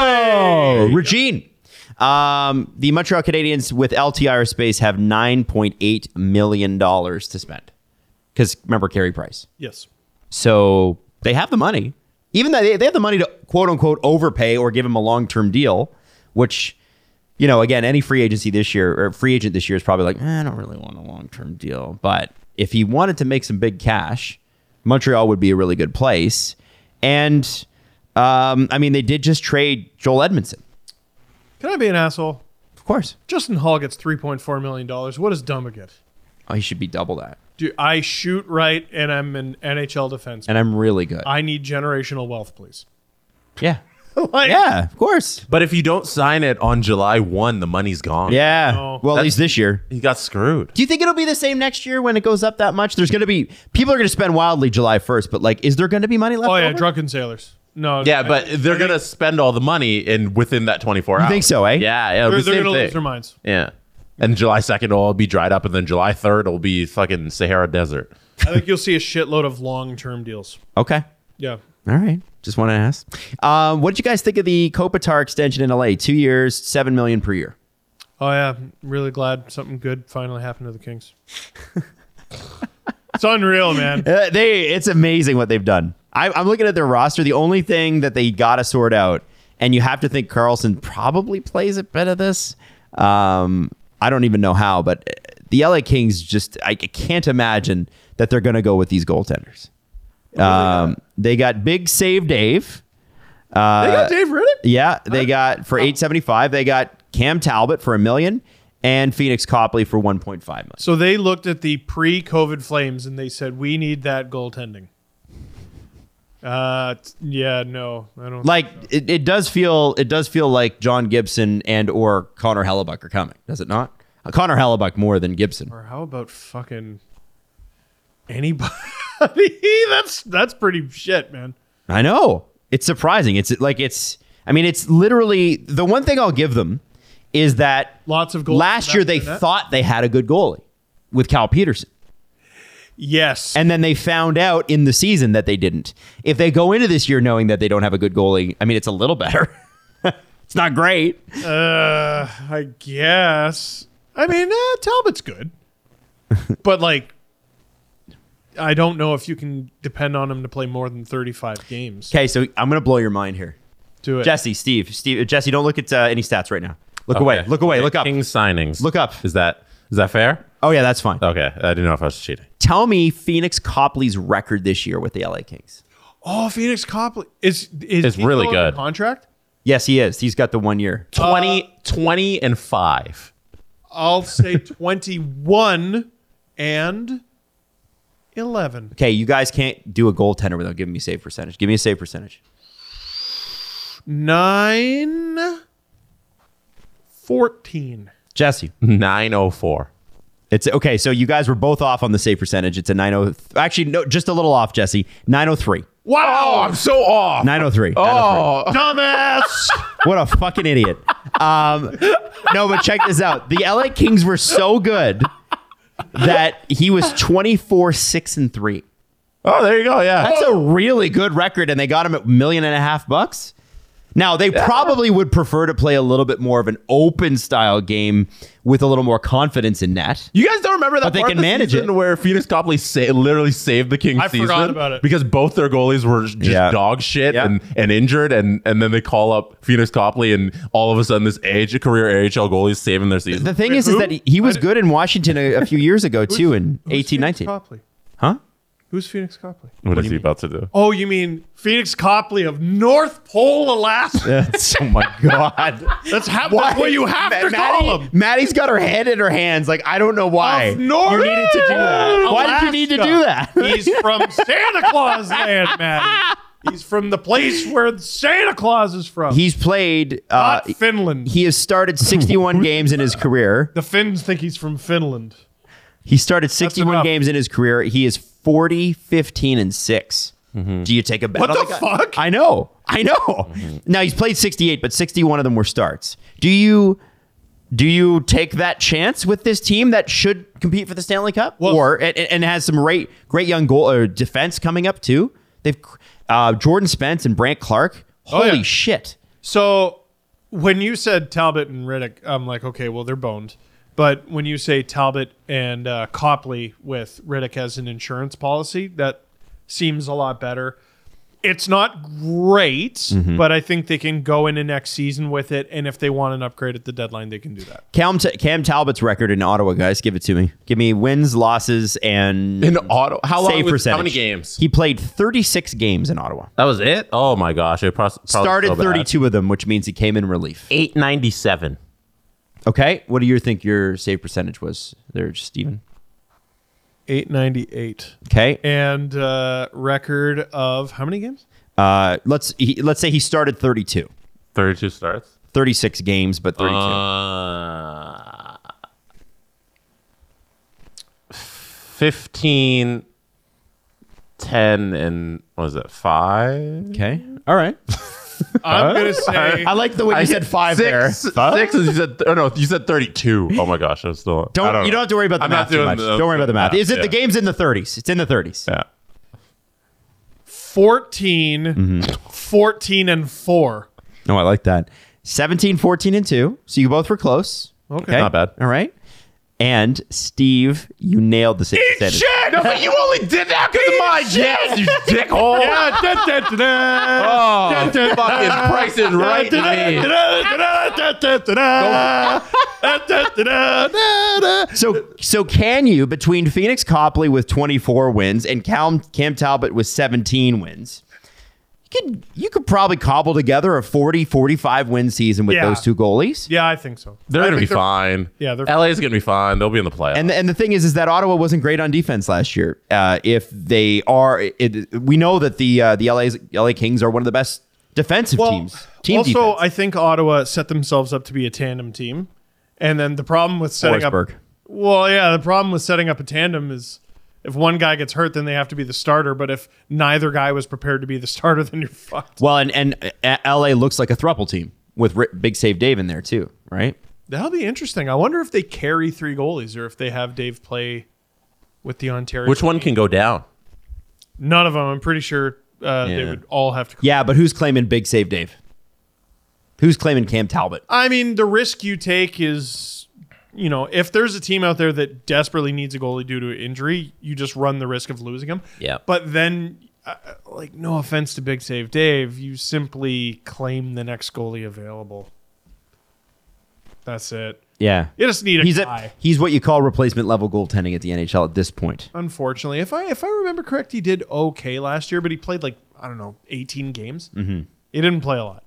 [SPEAKER 3] Oh, Regine. Um, the Montreal Canadiens with LTIR space have $9.8 million to spend. Because remember, Carey Price.
[SPEAKER 5] Yes.
[SPEAKER 3] So they have the money. Even though they, they have the money to quote unquote overpay or give him a long term deal, which, you know, again, any free agency this year or free agent this year is probably like, eh, I don't really want a long term deal. But if he wanted to make some big cash, Montreal would be a really good place. And um, I mean, they did just trade Joel Edmondson,
[SPEAKER 5] Can I be an asshole?
[SPEAKER 3] of course.
[SPEAKER 5] Justin Hall gets three point four million dollars. What does Dumba get?
[SPEAKER 3] Oh, he should be double that.
[SPEAKER 5] Do I shoot right and I'm an NHL defenseman?
[SPEAKER 3] And I'm really good.
[SPEAKER 5] I need generational wealth, please.
[SPEAKER 3] yeah.
[SPEAKER 5] Like,
[SPEAKER 3] Yeah, of course.
[SPEAKER 6] But if you don't sign it on July 1, the money's gone.
[SPEAKER 3] Yeah.
[SPEAKER 5] No.
[SPEAKER 3] well, at least this year.
[SPEAKER 6] He got screwed.
[SPEAKER 3] Do you think it'll be the same next year when it goes up that much? There's going to be people are going to spend wildly July 1st, but like, is there going to be money left?
[SPEAKER 5] Oh yeah,
[SPEAKER 3] over?
[SPEAKER 5] drunken sailors. No.
[SPEAKER 6] Yeah,
[SPEAKER 5] I-
[SPEAKER 6] but they're going to spend all the money in within that 24 hours.
[SPEAKER 3] think so, eh?
[SPEAKER 6] Yeah, yeah. it'll
[SPEAKER 5] They're,
[SPEAKER 6] be the
[SPEAKER 5] they're
[SPEAKER 6] same
[SPEAKER 5] gonna
[SPEAKER 6] thing.
[SPEAKER 5] lose their minds.
[SPEAKER 6] Yeah. And July 2nd it'll all be dried up, and then July 3rd will be fucking Sahara Desert.
[SPEAKER 5] I think you'll see a shitload of long-term deals.
[SPEAKER 3] Okay.
[SPEAKER 5] Yeah.
[SPEAKER 3] All right. Just want to ask. Um, what did you guys think of the Kopitar extension in LA? Two years, seven million per year.
[SPEAKER 5] Oh yeah, I'm really glad something good finally happened to the Kings. it's unreal, man.
[SPEAKER 3] Uh, they, it's amazing what they've done. I, I'm looking at their roster. The only thing that they got to sort out, and you have to think Carlson probably plays a bit of this. Um, I don't even know how, but uh, the LA Kings just, I can't imagine that they're going to go with these goaltenders. Um, they got Big Save Dave. Uh,
[SPEAKER 5] They got Dave Riddick.
[SPEAKER 3] yeah, they got for 875. They got Cam Talbot for a million and Phoenix Copley for 1.5 million.
[SPEAKER 5] So they looked at the pre-COVID Flames and they said, "We need that goaltending." Uh, t- yeah, no, I don't.
[SPEAKER 3] like it, it does feel it does feel like John Gibson and or Connor Hellebuck are coming, does it not? Uh, Connor Hellebuck more than Gibson.
[SPEAKER 5] or how about fucking anybody? that's that's pretty shit, man.
[SPEAKER 3] I know. It's surprising. It's like it's I mean it's literally the one thing I'll give them is that
[SPEAKER 5] Lots of goals.
[SPEAKER 3] last year they thought they had a good goalie with Cal Peterson.
[SPEAKER 5] yes, and
[SPEAKER 3] And then they found out in the season that they didn't. If they go into this year knowing that they don't have a good goalie, I mean it's a little better. it's not great.
[SPEAKER 5] I guess I mean uh, Talbot's good, but like. I don't know if you can depend on him to play more than 35 games.
[SPEAKER 3] Okay, so I'm gonna blow your mind here.
[SPEAKER 5] Do it.
[SPEAKER 3] Jesse, Steve, Steve, Jesse, don't look at uh, any stats right now. Look away. Look away. Look up.
[SPEAKER 6] King signings.
[SPEAKER 3] Look up.
[SPEAKER 6] Is that is that fair?
[SPEAKER 3] Oh yeah, that's fine.
[SPEAKER 6] Okay. I didn't know if I was cheating.
[SPEAKER 3] Tell me Phoenix Copley's record this year with the LA Kings.
[SPEAKER 5] Oh, Phoenix Copley is is
[SPEAKER 6] It's
[SPEAKER 5] he
[SPEAKER 6] really
[SPEAKER 5] still under
[SPEAKER 6] good.
[SPEAKER 5] contract.
[SPEAKER 3] Yes, he is. He's got the one year.
[SPEAKER 6] 20, 20 and 5.
[SPEAKER 5] I'll say 21 and 11.
[SPEAKER 3] Okay, you guys can't do a goaltender without giving me save percentage. Give me a save percentage.
[SPEAKER 5] 9 14.
[SPEAKER 3] Jesse,
[SPEAKER 6] Mhm. 904.
[SPEAKER 3] it's oh, okay. So you guys were both off on the save percentage. It's a 90. Actually, no, just a little off, Jesse. 903.
[SPEAKER 6] Wow, Oh, I'm so off.
[SPEAKER 3] 903.
[SPEAKER 6] Oh,
[SPEAKER 5] Dumbass.
[SPEAKER 3] What a fucking idiot. Um, no, but check this out. The LA Kings were so good that he was 24, 6, and 3.
[SPEAKER 6] oh, there you go. Yeah,
[SPEAKER 3] That's a really good record, and they got him at million and a half bucks. Now they probably would prefer to play a little bit more of an open style game with a little more confidence in net.
[SPEAKER 6] You guys don't remember that
[SPEAKER 3] But they
[SPEAKER 6] part
[SPEAKER 3] can
[SPEAKER 6] of the
[SPEAKER 3] manage
[SPEAKER 6] season
[SPEAKER 3] it.
[SPEAKER 6] where Phoenix Copley sa- literally saved the Kings
[SPEAKER 5] I
[SPEAKER 6] season
[SPEAKER 5] forgot about it.
[SPEAKER 6] because both their goalies were just
[SPEAKER 3] Yeah.
[SPEAKER 6] dog shit
[SPEAKER 3] Yeah.
[SPEAKER 6] and, and injured, and and then they call up Phoenix Copley, and all of a sudden this AH, career AHL goalie is saving their season.
[SPEAKER 3] The thing is, is that he, he was good in Washington a, a few years ago too, in eighteen nineteen.
[SPEAKER 5] Copley.
[SPEAKER 3] Huh?
[SPEAKER 5] Who's Phoenix Copley?
[SPEAKER 6] what is he about to do?
[SPEAKER 5] Oh, you mean Phoenix Copley of North Pole, Alaska?
[SPEAKER 3] oh my god!
[SPEAKER 5] That's, ha- that's what you have to call him.
[SPEAKER 3] Maddie's got her head in her hands. Like I don't know why
[SPEAKER 5] Of North
[SPEAKER 3] you needed to do that. Why did you need to do that?
[SPEAKER 5] Alaska. He's from Santa Claus land, man. He's from the place where Santa Claus is from.
[SPEAKER 3] He's played. Uh,
[SPEAKER 5] not Finland.
[SPEAKER 3] he has started sixty-one games in his career.
[SPEAKER 5] the Finns think he's from Finland.
[SPEAKER 3] He started 61
[SPEAKER 5] enough.
[SPEAKER 3] games in his career. He is 40, 15, and 6. Do you take a bet?
[SPEAKER 5] Mm-hmm. What
[SPEAKER 3] on
[SPEAKER 5] the
[SPEAKER 3] guy?
[SPEAKER 5] fuck? Mm-hmm.
[SPEAKER 3] I know. I know. Now he's played 68, but 61 of them were starts. Do you do you take that chance with this team that should compete for the Stanley Cup
[SPEAKER 5] Well-
[SPEAKER 3] or and, and has some great great young goal or defense coming up too? They've uh, Jordan Spence and Brant Clark.
[SPEAKER 5] Oh,
[SPEAKER 3] Holy
[SPEAKER 5] yeah.
[SPEAKER 3] shit.
[SPEAKER 5] So when you said Talbot and Riddick, I'm like, okay, well they're boned. But when you say Talbot and uh, Copley with Riddick as an insurance policy, that seems a lot better. It's not great, but I think they can go into next season with it. And if they want an upgrade at the deadline, they can do that.
[SPEAKER 3] Cam, Cam Talbot's record in Ottawa, guys, give it to me. Give me wins, losses, and
[SPEAKER 6] In auto, how long?
[SPEAKER 3] save
[SPEAKER 6] was-
[SPEAKER 3] percentage.
[SPEAKER 6] How many games?
[SPEAKER 3] He played 36 games in Ottawa.
[SPEAKER 4] That was it. Oh my gosh! It pros- probably
[SPEAKER 3] Started
[SPEAKER 4] so bad.
[SPEAKER 3] 32 of them, which means he came in relief.
[SPEAKER 4] 897.
[SPEAKER 3] Okay. What do you think your save percentage was there, Steven?
[SPEAKER 5] 898.
[SPEAKER 3] Okay.
[SPEAKER 5] And uh, record of how many games?
[SPEAKER 3] Uh, let's he, let's say he started 32,
[SPEAKER 6] 32 starts.
[SPEAKER 3] 36 games, but 32.
[SPEAKER 6] Uh, 15, 10, and what was it, 5?
[SPEAKER 3] okay. All right.
[SPEAKER 5] I'm going to say
[SPEAKER 3] I like the way you said five there.
[SPEAKER 6] six, Six is you said. Oh no, you said thirty-two. Oh my gosh, I was still.
[SPEAKER 3] Don't,
[SPEAKER 6] I
[SPEAKER 3] you don't have to worry about the
[SPEAKER 6] I'm
[SPEAKER 3] math
[SPEAKER 6] not
[SPEAKER 3] too
[SPEAKER 6] doing
[SPEAKER 3] much.
[SPEAKER 6] the-
[SPEAKER 3] don't worry about the math.
[SPEAKER 6] yeah,
[SPEAKER 3] Is it the
[SPEAKER 6] yeah.
[SPEAKER 3] game's in the 30s? It's in the 30s.
[SPEAKER 6] Yeah.
[SPEAKER 5] 14, 14 and 4.
[SPEAKER 3] No, I like that. 17, 14, and 2. So you both were close.
[SPEAKER 5] Okay.
[SPEAKER 6] Not bad.
[SPEAKER 3] All right. And Steve, you nailed the save percentage.
[SPEAKER 6] No, but you only did that because of my jazz, you dickhole.
[SPEAKER 5] Yeah, da, da, da, da.
[SPEAKER 6] Oh, fucking price is right to me.
[SPEAKER 3] So so can you between Phoenix Copley with 24 wins and Cam, Cam Talbot with 17 wins? You could you could probably cobble together a 40 45 win season with
[SPEAKER 5] Yeah.
[SPEAKER 3] those two goalies.
[SPEAKER 5] Yeah, I think so.
[SPEAKER 6] They're
[SPEAKER 5] I
[SPEAKER 6] gonna be
[SPEAKER 5] think
[SPEAKER 6] fine.
[SPEAKER 5] Yeah, they're-
[SPEAKER 6] LA's gonna be fine. They'll be in the playoffs.
[SPEAKER 3] And, and the thing is, is that Ottawa wasn't great on defense last year. Uh, if they are, it, we know that the uh, the LA's, LA Kings are one of the best defensive
[SPEAKER 5] Well,
[SPEAKER 3] teams. Team
[SPEAKER 5] also,
[SPEAKER 3] defense.
[SPEAKER 5] I think Ottawa set themselves up to be a tandem team, and then the problem with setting
[SPEAKER 3] Forsberg.
[SPEAKER 5] up. Well, yeah, the problem with setting up a tandem is if one guy gets hurt, then they have to be the starter. But if neither guy was prepared to be the starter, then you're fucked.
[SPEAKER 3] well, and and uh, LA looks like a thruple team with Ri- Big Save Dave in there too, right?
[SPEAKER 5] That'll be interesting. I wonder if they carry three goalies or if they have Dave play with the Ontario.
[SPEAKER 4] Which one can go down?
[SPEAKER 5] None of them. I'm pretty sure uh, they
[SPEAKER 4] Yeah.
[SPEAKER 5] would all have to.
[SPEAKER 3] Yeah, but who's claiming Big Save Dave? Who's claiming Cam Talbot?
[SPEAKER 5] I mean, the risk you take is, you know, if there's a team out there that desperately needs a goalie due to injury, you just run the risk of losing him.
[SPEAKER 4] Yeah.
[SPEAKER 5] But then, uh, like, no offense to Big Save Dave, you simply claim the next goalie available. That's it.
[SPEAKER 3] Yeah.
[SPEAKER 5] You just need a
[SPEAKER 3] He's
[SPEAKER 5] guy.
[SPEAKER 3] at, he's what you call replacement level goaltending at the NHL at this point.
[SPEAKER 5] Unfortunately, if I if I remember correct, he did okay last year, but he played like I don't know, 18 games. Mm-hmm. He didn't play a lot.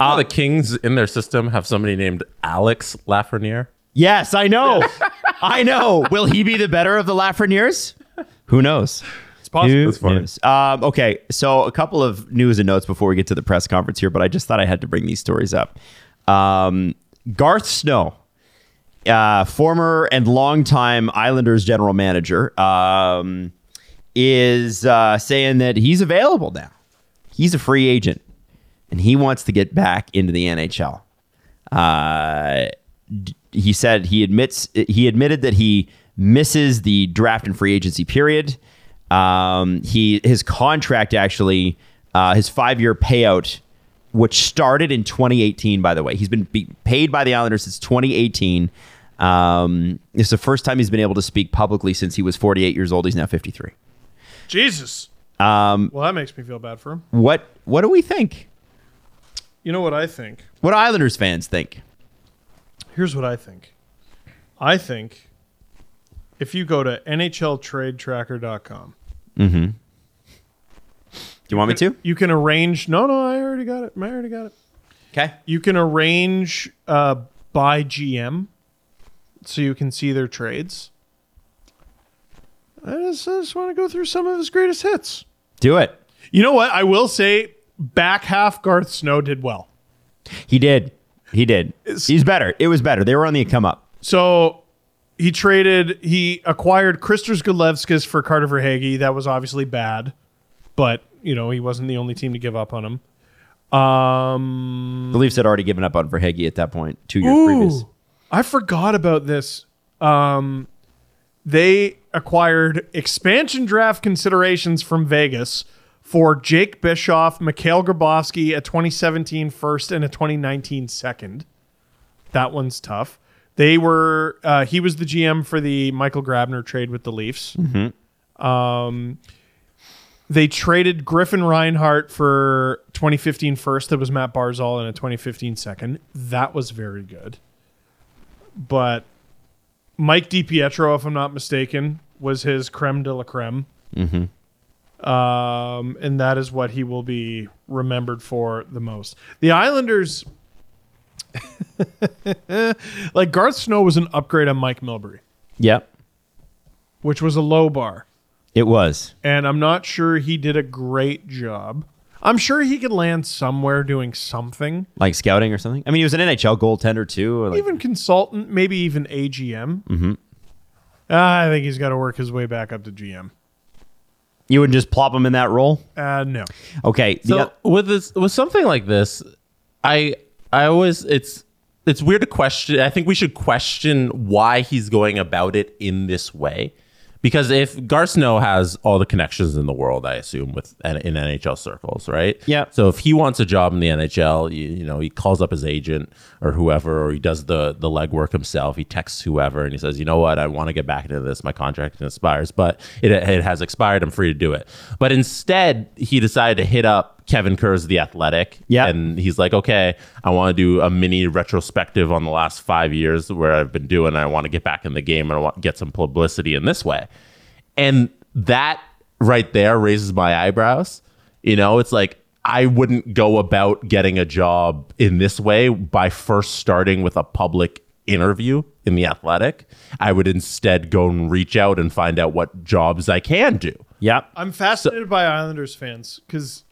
[SPEAKER 4] All the Kings in their system have somebody named Alex Lafreniere.
[SPEAKER 3] Yes, I know. I know. Will he be the better of the Lafreniers? Who knows?
[SPEAKER 5] It's possible.
[SPEAKER 3] Who knows? Um, okay, so a couple of news and notes before we get to the press conference here, but I just thought I had to bring these stories up. Um, Garth Snow, uh, former and longtime Islanders general manager, um, is uh, saying that he's available now. He's a free agent, and he wants to get back into the NHL. Uh, d- he said he admits he admitted that he misses the draft and free agency period. Um, he his contract actually uh, his five year payout, which started in 2018. By the way, he's been be- paid by the Islanders since 2018. Um, it's the first time he's been able to speak publicly since he was 48 years old. He's now 53.
[SPEAKER 5] Jesus. Um, well, that makes me feel bad for him.
[SPEAKER 3] What what do we think?
[SPEAKER 5] You know what I think?
[SPEAKER 3] What do Islanders fans think?
[SPEAKER 5] Here's what I think. I think if you go to NHLTradeTracker.com,
[SPEAKER 3] Do you want me to?
[SPEAKER 5] you can arrange. No, no, I already got it. I already got it.
[SPEAKER 3] Okay.
[SPEAKER 5] You can arrange uh, by GM, so you can see their trades. I just, I just want to go through some of his greatest hits.
[SPEAKER 3] Do it.
[SPEAKER 5] You know what? I will say, back half Garth Snow did well.
[SPEAKER 3] He did. He did. He's better. It was better. They were on the come up.
[SPEAKER 5] So he traded, he acquired Christers Gudlevskis for Carter Verhage. That was obviously bad, but you know he wasn't the only team to give up on him.
[SPEAKER 3] The Leafs had already given up on Verhege at that point, two years previous.
[SPEAKER 5] Ooh, I forgot about this. Um, they acquired expansion draft considerations from Vegas for Jake Bischoff, Mikhail Grabowski, a 2017 first and a 2019 second. That one's tough. They were uh, he was the GM for the Michael Grabner trade with the Leafs. Um, they traded Griffin Reinhardt for 2015 first. That was Matt Barzal and a 2015 second. That was very good. But Mike DiPietro, if I'm not mistaken, was his creme de la creme. Um, and that is what he will be remembered for the most. The Islanders, like Garth Snow, was an upgrade on Mike Milbury,
[SPEAKER 3] Yep.
[SPEAKER 5] which was a low bar.
[SPEAKER 3] It was.
[SPEAKER 5] And I'm not sure he did a great job. I'm sure he could land somewhere doing something,
[SPEAKER 3] Like scouting or something. I mean, he was an NHL goaltender too. Or like,
[SPEAKER 5] even consultant, maybe even AGM. Mm-hmm. Ah, I think he's got to work his way back up to GM.
[SPEAKER 3] you wouldn't just plop him in that role.
[SPEAKER 5] Uh, no.
[SPEAKER 3] Okay.
[SPEAKER 4] So
[SPEAKER 3] the-
[SPEAKER 4] with this, with something like this, I I always it's it's weird to question. I think we should question why he's going about it in this way, because if Garcino has all the connections in the world, I assume with in NHL circles, right?
[SPEAKER 3] Yeah.
[SPEAKER 4] So if he wants a job in the NHL, you, you know, he calls up his agent or whoever, or he does the the legwork himself. He texts whoever and he says, you know what, I want to get back into this. My contract expires, but it it has expired. I'm free to do it. But instead, he decided to hit up Kevin Kerr's The Athletic.
[SPEAKER 3] Yeah.
[SPEAKER 4] And he's like, okay, I want to do a mini retrospective on the last five years where I've been doing. I want to get back in the game and I want get some publicity in this way. And that right there raises my eyebrows. You know, it's like I wouldn't go about getting a job in this way by first starting with a public interview in the athletic. I would instead go and reach out and find out what jobs I can do.
[SPEAKER 3] yep.
[SPEAKER 5] I'm fascinated by Islanders fans because,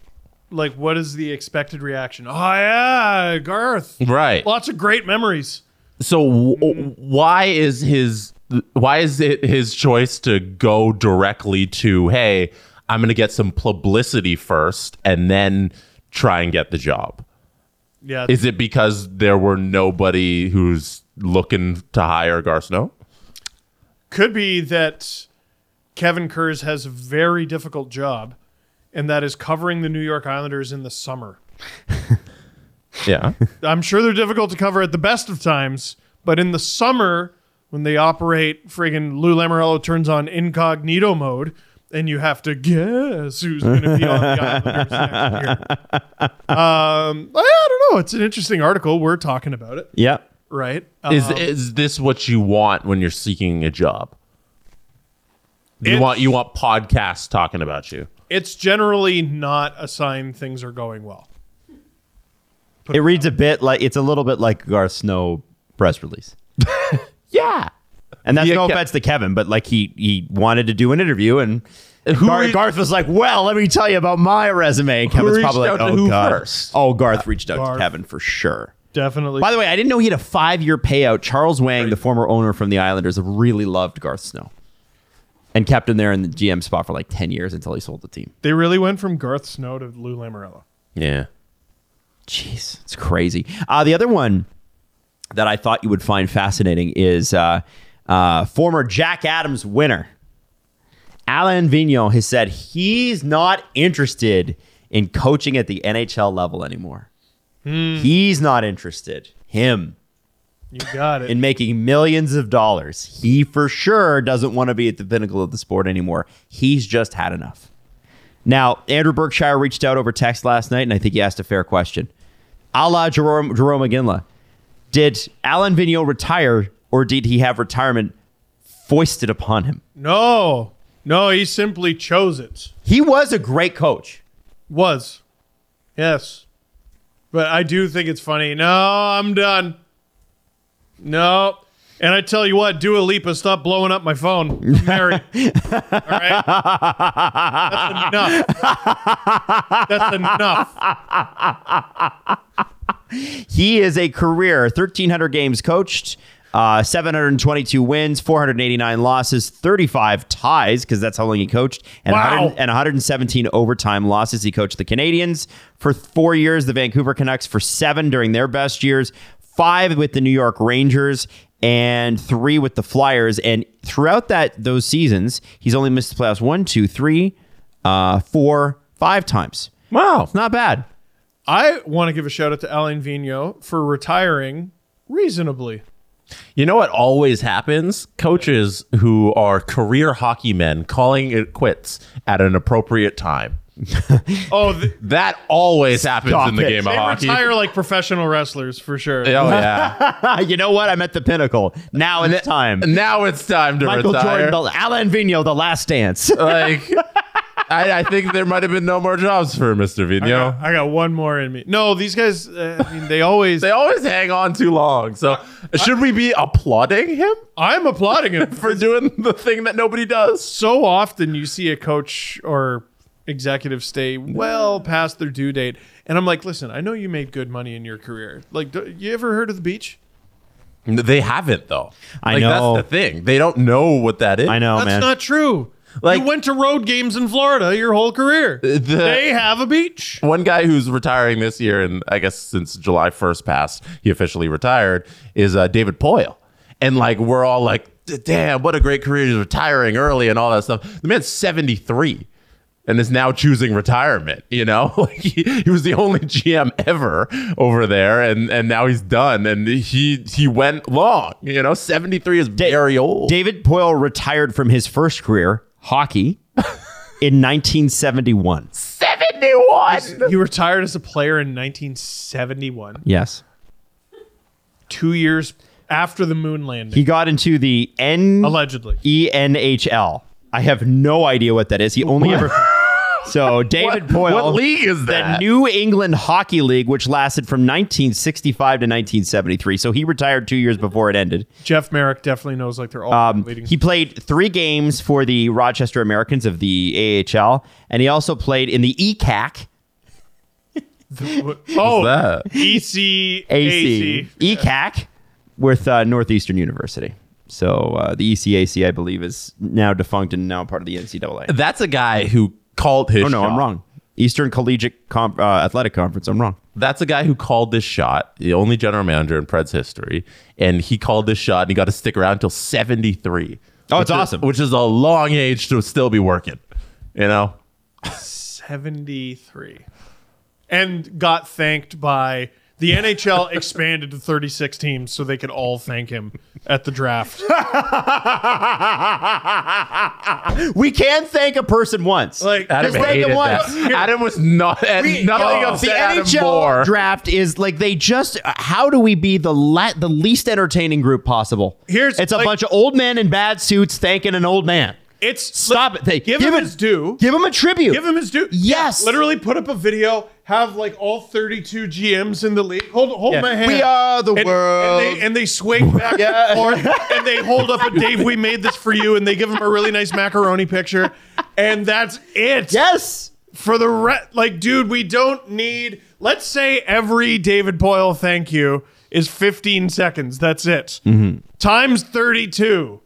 [SPEAKER 5] like, what is the expected reaction? Oh yeah, Garth.
[SPEAKER 4] Right.
[SPEAKER 5] Lots of great memories.
[SPEAKER 4] So w- why is his why is it his choice to go directly to hey, I'm going to get some publicity first and then try and get the job?
[SPEAKER 5] Yeah.
[SPEAKER 4] Is it because there were nobody who's looking to hire Garcino?
[SPEAKER 5] could be that Kevin Kurz has a very difficult job, and that is covering the New York Islanders in the summer.
[SPEAKER 4] Yeah.
[SPEAKER 5] I'm sure they're difficult to cover at the best of times, but in the summer when they operate, friggin' Lou Lamorello turns on incognito mode, and you have to guess who's going to be on the Islanders next year. Um, I don't know. It's an interesting article. We're talking about it,
[SPEAKER 3] Yep.
[SPEAKER 5] right?
[SPEAKER 4] is
[SPEAKER 5] Um,
[SPEAKER 4] is this what you want when you're seeking a job? You
[SPEAKER 5] It's-
[SPEAKER 4] want you want podcasts talking about you.
[SPEAKER 5] it's generally not a sign things are going well.
[SPEAKER 3] It reads a bit like it's a little bit like Garth Snow press release.
[SPEAKER 4] Yeah.
[SPEAKER 3] And that's
[SPEAKER 4] Yeah,
[SPEAKER 3] no
[SPEAKER 4] Ke-
[SPEAKER 3] offense to Kevin, but like he he wanted to do an interview and
[SPEAKER 4] Who
[SPEAKER 3] Gar-
[SPEAKER 4] re-
[SPEAKER 3] Garth was like, "Well, let me tell you about my resume." And Kevin's
[SPEAKER 4] reached
[SPEAKER 3] probably
[SPEAKER 4] out
[SPEAKER 3] like,
[SPEAKER 4] to
[SPEAKER 3] "Oh
[SPEAKER 4] who
[SPEAKER 3] god."
[SPEAKER 4] first?
[SPEAKER 3] Oh, Garth reached out
[SPEAKER 5] Garth.
[SPEAKER 3] to Kevin for sure.
[SPEAKER 5] Definitely.
[SPEAKER 3] By the way, I didn't know he had a five year payout. Charles Wang, the former owner from the Islanders, really loved Garth Snow. and kept him there in the GM spot for like 10 years until he sold the team.
[SPEAKER 5] They really went from Garth Snow to Lou Lamorello.
[SPEAKER 4] Yeah.
[SPEAKER 3] Jeez, it's crazy. Uh, the other one that I thought you would find fascinating is uh, uh, former Jack Adams winner. Alan Vigneault has said he's not interested in coaching at the NHL level anymore. He's not interested. Him
[SPEAKER 5] You got it.
[SPEAKER 3] in making millions of dollars. He for sure doesn't want to be at the pinnacle of the sport anymore. He's just had enough. Now, Andrew Berkshire reached out over text last night, and I think he asked a fair question. A la Jerome, Jerome McGinley, did Alan Vigneault retire, or did he have retirement foisted upon him?
[SPEAKER 5] no, no, he simply chose it.
[SPEAKER 3] He was a great coach.
[SPEAKER 5] Was. Yes. But I do think it's funny. No, I'm done. No. And I tell you what, Dua Lipa, stop blowing up my phone. I'm married. All right? That's enough. That's enough.
[SPEAKER 3] He is a career 1,300 games coached, uh, 722 wins, 489 losses, 35 ties, because that's how long he coached, and,
[SPEAKER 5] Wow.
[SPEAKER 3] 100 and 117 overtime losses. He coached the Canadians for four years, the Vancouver Canucks for seven during their best years, five with the New York Rangers. And three with the Flyers, and throughout that those seasons, he's only missed the playoffs one, two, three, uh, four, five times.
[SPEAKER 4] Wow.
[SPEAKER 3] It's not bad.
[SPEAKER 5] I want to give a shout out to Alain Vigneault for retiring reasonably.
[SPEAKER 4] You know what always happens? Coaches who are career hockey men calling it quits at an appropriate time.
[SPEAKER 5] Oh, th-
[SPEAKER 4] That always happens
[SPEAKER 3] Stop
[SPEAKER 4] in the
[SPEAKER 3] it.
[SPEAKER 4] game of
[SPEAKER 5] they
[SPEAKER 4] hockey.
[SPEAKER 5] retire like professional wrestlers for sure.
[SPEAKER 4] Oh yeah.
[SPEAKER 3] you know what? I'm at the pinnacle. Now it's time.
[SPEAKER 4] now it's time to
[SPEAKER 3] Michael
[SPEAKER 4] retire.
[SPEAKER 3] Jordan, the, Alan Vigneault, the last dance.
[SPEAKER 4] like I, I think there might have been no more jobs for Mr. Vigneault.
[SPEAKER 5] I got one more in me. No, these guys, uh, I mean, they always.
[SPEAKER 4] They always hang on too long. So should we be applauding him
[SPEAKER 5] I'm applauding him
[SPEAKER 4] for doing the thing that nobody does?
[SPEAKER 5] so often you see a coach or executive stay well past their due date and i'm like listen i know you made good money in your career like do, you ever heard of the beach
[SPEAKER 4] They haven't though.
[SPEAKER 3] I
[SPEAKER 4] Like,
[SPEAKER 3] know.
[SPEAKER 4] That's the thing. They don't know what that is.
[SPEAKER 3] I know,
[SPEAKER 5] that's
[SPEAKER 3] man.
[SPEAKER 5] not true
[SPEAKER 4] Like-
[SPEAKER 5] you went to road games in florida your whole career
[SPEAKER 3] Uh,
[SPEAKER 5] they have a beach
[SPEAKER 4] one guy who's retiring this year, and I guess since July 1st passed, he officially retired, is uh, David Poyle. And like, we're all like, "D- damn, what a great career. He's retiring early and all that stuff. The man's 73 and is now choosing retirement. You know, like he, he was the only GM ever over there, and, and now he's done. And he he went long. You know, 73 is very old.
[SPEAKER 3] David Poyle retired from his first career, hockey, in 1971.
[SPEAKER 4] 71.
[SPEAKER 5] you retired as a player in 1971
[SPEAKER 3] Yes.
[SPEAKER 5] two years after the moon landing
[SPEAKER 3] He got into the N
[SPEAKER 5] allegedly
[SPEAKER 3] E N H L. I have no idea what that is. He only ever. So David Poyle.
[SPEAKER 4] What league is
[SPEAKER 3] the
[SPEAKER 4] that?
[SPEAKER 3] New England Hockey League, which lasted from 1965 to 1973. So he retired two years before it ended.
[SPEAKER 5] jeff merrick definitely knows like they're all leading
[SPEAKER 3] Um, He played three games for the Rochester Americans of the AHL, and he also played in the E ECAC.
[SPEAKER 5] oh
[SPEAKER 4] that?
[SPEAKER 5] ec
[SPEAKER 3] AC, ECAC with uh, Northeastern University. So uh, the ECAC, I believe, is now defunct and now part of the NCAA.
[SPEAKER 4] That's a guy who called his
[SPEAKER 3] Oh no, I'm
[SPEAKER 4] shot.
[SPEAKER 3] wrong. Eastern Collegiate Com- uh, Athletic Conference. I'm wrong.
[SPEAKER 4] That's a guy who called this shot, the only general manager in Preds history, and he called this shot and he got to stick around until 73.
[SPEAKER 3] Oh,
[SPEAKER 4] which
[SPEAKER 3] it's
[SPEAKER 4] is-
[SPEAKER 3] awesome.
[SPEAKER 4] Which is a long age to still be working, you know?
[SPEAKER 5] 73 and got thanked by the NHL expanded to 36 teams so they could all thank him at the draft.
[SPEAKER 3] We can thank a person once.
[SPEAKER 5] Like
[SPEAKER 4] Adam
[SPEAKER 3] Just like the
[SPEAKER 4] hated
[SPEAKER 3] one-
[SPEAKER 4] that. Adam was not, and nothing
[SPEAKER 3] Oh, the
[SPEAKER 4] upset Adam
[SPEAKER 3] NHL
[SPEAKER 4] more.
[SPEAKER 3] draft is like they just. uh, How do we be the la- the least entertaining group possible?
[SPEAKER 5] Here's-
[SPEAKER 3] it's a
[SPEAKER 5] like-
[SPEAKER 3] bunch of old men in bad suits thanking an old man.
[SPEAKER 5] it's
[SPEAKER 3] Stop it! They,
[SPEAKER 5] give, him his due.
[SPEAKER 3] Give him a tribute.
[SPEAKER 5] Give him his due.
[SPEAKER 3] Yes.
[SPEAKER 5] Yeah, literally put up a video, have like all 32 GMs in the league. Hold hold my hand.
[SPEAKER 3] We are the
[SPEAKER 5] and,
[SPEAKER 3] world.
[SPEAKER 5] And they, and they swing back and forth and they hold up a Dave, we made this for you, and they give him a really nice macaroni picture. And that's it.
[SPEAKER 3] yes.
[SPEAKER 5] for the re- like dude we don't need let's say every david boyle thank you is 15 seconds that's it times 32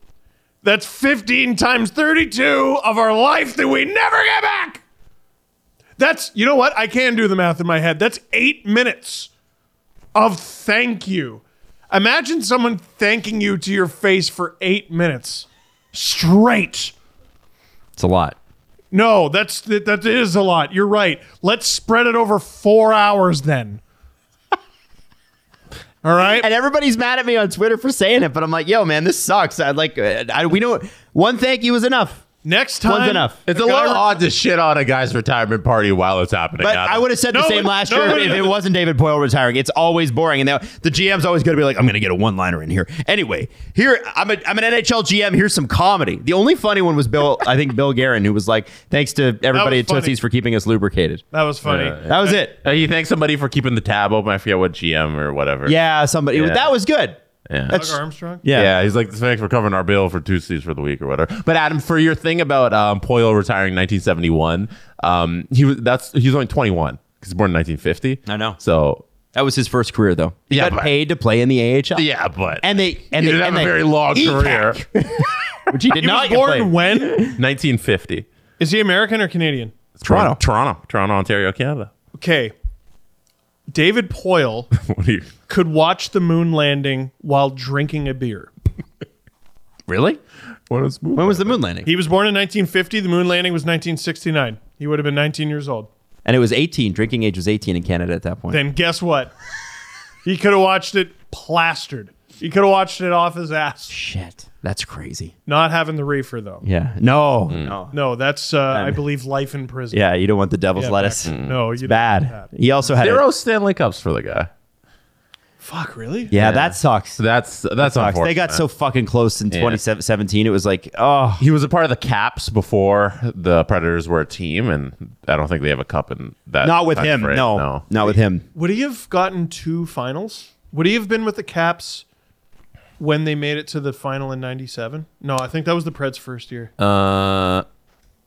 [SPEAKER 5] That's 15 times 32 of our life that we never get back. That's, you know what? I can do the math in my head. That's eight minutes of thank you. Imagine someone thanking you to your face for eight minutes straight.
[SPEAKER 3] It's a lot.
[SPEAKER 5] No, that's that, that is a lot. You're right. Let's spread it over four hours then. All right.
[SPEAKER 3] And everybody's mad at me on Twitter for saying it, but I'm like, yo, man, this sucks. I'd like, uh, I, we know one thank you is enough.
[SPEAKER 5] Next time.
[SPEAKER 3] One's enough.
[SPEAKER 6] It's a
[SPEAKER 5] guy
[SPEAKER 6] little
[SPEAKER 5] re-
[SPEAKER 6] odd to shit on a guy's retirement party while it's happening.
[SPEAKER 3] But
[SPEAKER 6] Adam.
[SPEAKER 3] I would have said the
[SPEAKER 5] No,
[SPEAKER 3] same
[SPEAKER 5] but-
[SPEAKER 3] last
[SPEAKER 5] no,
[SPEAKER 3] year
[SPEAKER 5] but-
[SPEAKER 3] if it wasn't David Poyle retiring. It's always boring, and now the GM's always going to be like, "I'm going to get a one-liner in here." Anyway, here I'm, a, I'm an NHL GM. Here's some comedy. The only funny one was Bill, I think Bill Guerin, who was like, "Thanks to everybody
[SPEAKER 5] was
[SPEAKER 3] at
[SPEAKER 5] funny.
[SPEAKER 3] Tootsie's for keeping us lubricated."
[SPEAKER 5] That was funny.
[SPEAKER 3] That was it.
[SPEAKER 6] Uh, he thanks somebody for keeping the tab open. I forget what GM or whatever.
[SPEAKER 3] Yeah, somebody that was good.
[SPEAKER 6] Yeah.
[SPEAKER 3] That's,
[SPEAKER 5] Doug Armstrong.
[SPEAKER 3] yeah.
[SPEAKER 6] Yeah, he's like, thanks for covering our bill for two seats for the week or whatever. But Adam, for your thing about um, Poyle retiring in 1971, um, he was that's he's only 21 because he's born in 1950.
[SPEAKER 3] I know.
[SPEAKER 6] So
[SPEAKER 3] That was his first career, though. He
[SPEAKER 6] Yeah,
[SPEAKER 3] got
[SPEAKER 6] but-
[SPEAKER 3] paid to play in the AHL.
[SPEAKER 6] yeah, but
[SPEAKER 3] and they and
[SPEAKER 6] he
[SPEAKER 3] they
[SPEAKER 6] didn't
[SPEAKER 3] and
[SPEAKER 6] have a
[SPEAKER 3] they-
[SPEAKER 6] very long
[SPEAKER 3] ECAC,
[SPEAKER 6] career.
[SPEAKER 3] Which he did
[SPEAKER 5] He
[SPEAKER 3] not
[SPEAKER 5] was
[SPEAKER 3] get
[SPEAKER 5] born
[SPEAKER 3] played.
[SPEAKER 5] when?
[SPEAKER 6] 1950,
[SPEAKER 5] Is he American or Canadian?
[SPEAKER 6] Toronto, Toronto, Toronto, Ontario, Canada.
[SPEAKER 5] Okay. David Poyle
[SPEAKER 6] What do you
[SPEAKER 5] could watch the moon landing while drinking a beer.
[SPEAKER 3] Really?
[SPEAKER 6] what is movie?
[SPEAKER 3] When was the moon landing?
[SPEAKER 5] He was born in 1950. The moon landing was 1969. He would have been 19 years old.
[SPEAKER 3] and it was 18. Drinking age was 18 in Canada at that point.
[SPEAKER 5] Then guess what? he could have watched it plastered. He could have watched it off his ass.
[SPEAKER 3] Shit, that's crazy.
[SPEAKER 5] Not having the reefer though.
[SPEAKER 3] Yeah. Mm. No. No.
[SPEAKER 5] No, that's uh, I believe life in prison.
[SPEAKER 3] Yeah, you don't want the devil's
[SPEAKER 5] Yeah,
[SPEAKER 3] lettuce.
[SPEAKER 5] back- No, you
[SPEAKER 3] Bad. He also had
[SPEAKER 6] Zero
[SPEAKER 3] A,
[SPEAKER 6] Stanley Cups for the guy.
[SPEAKER 5] Fuck, really?
[SPEAKER 3] yeah, that sucks.
[SPEAKER 6] So that's that's
[SPEAKER 3] Sucks.
[SPEAKER 6] unfortunate.
[SPEAKER 3] They got so fucking close in 2017. It was like, oh,
[SPEAKER 6] he was a part of the Caps before the Predators were a team, and I don't think they have a cup in that.
[SPEAKER 3] not with
[SPEAKER 6] time
[SPEAKER 3] him.
[SPEAKER 6] frame,
[SPEAKER 3] No, not with him.
[SPEAKER 5] Would he have gotten two finals? Would he have been with the Caps when they made it to the final in '97? No, I think that was the Preds' first year.
[SPEAKER 4] Uh,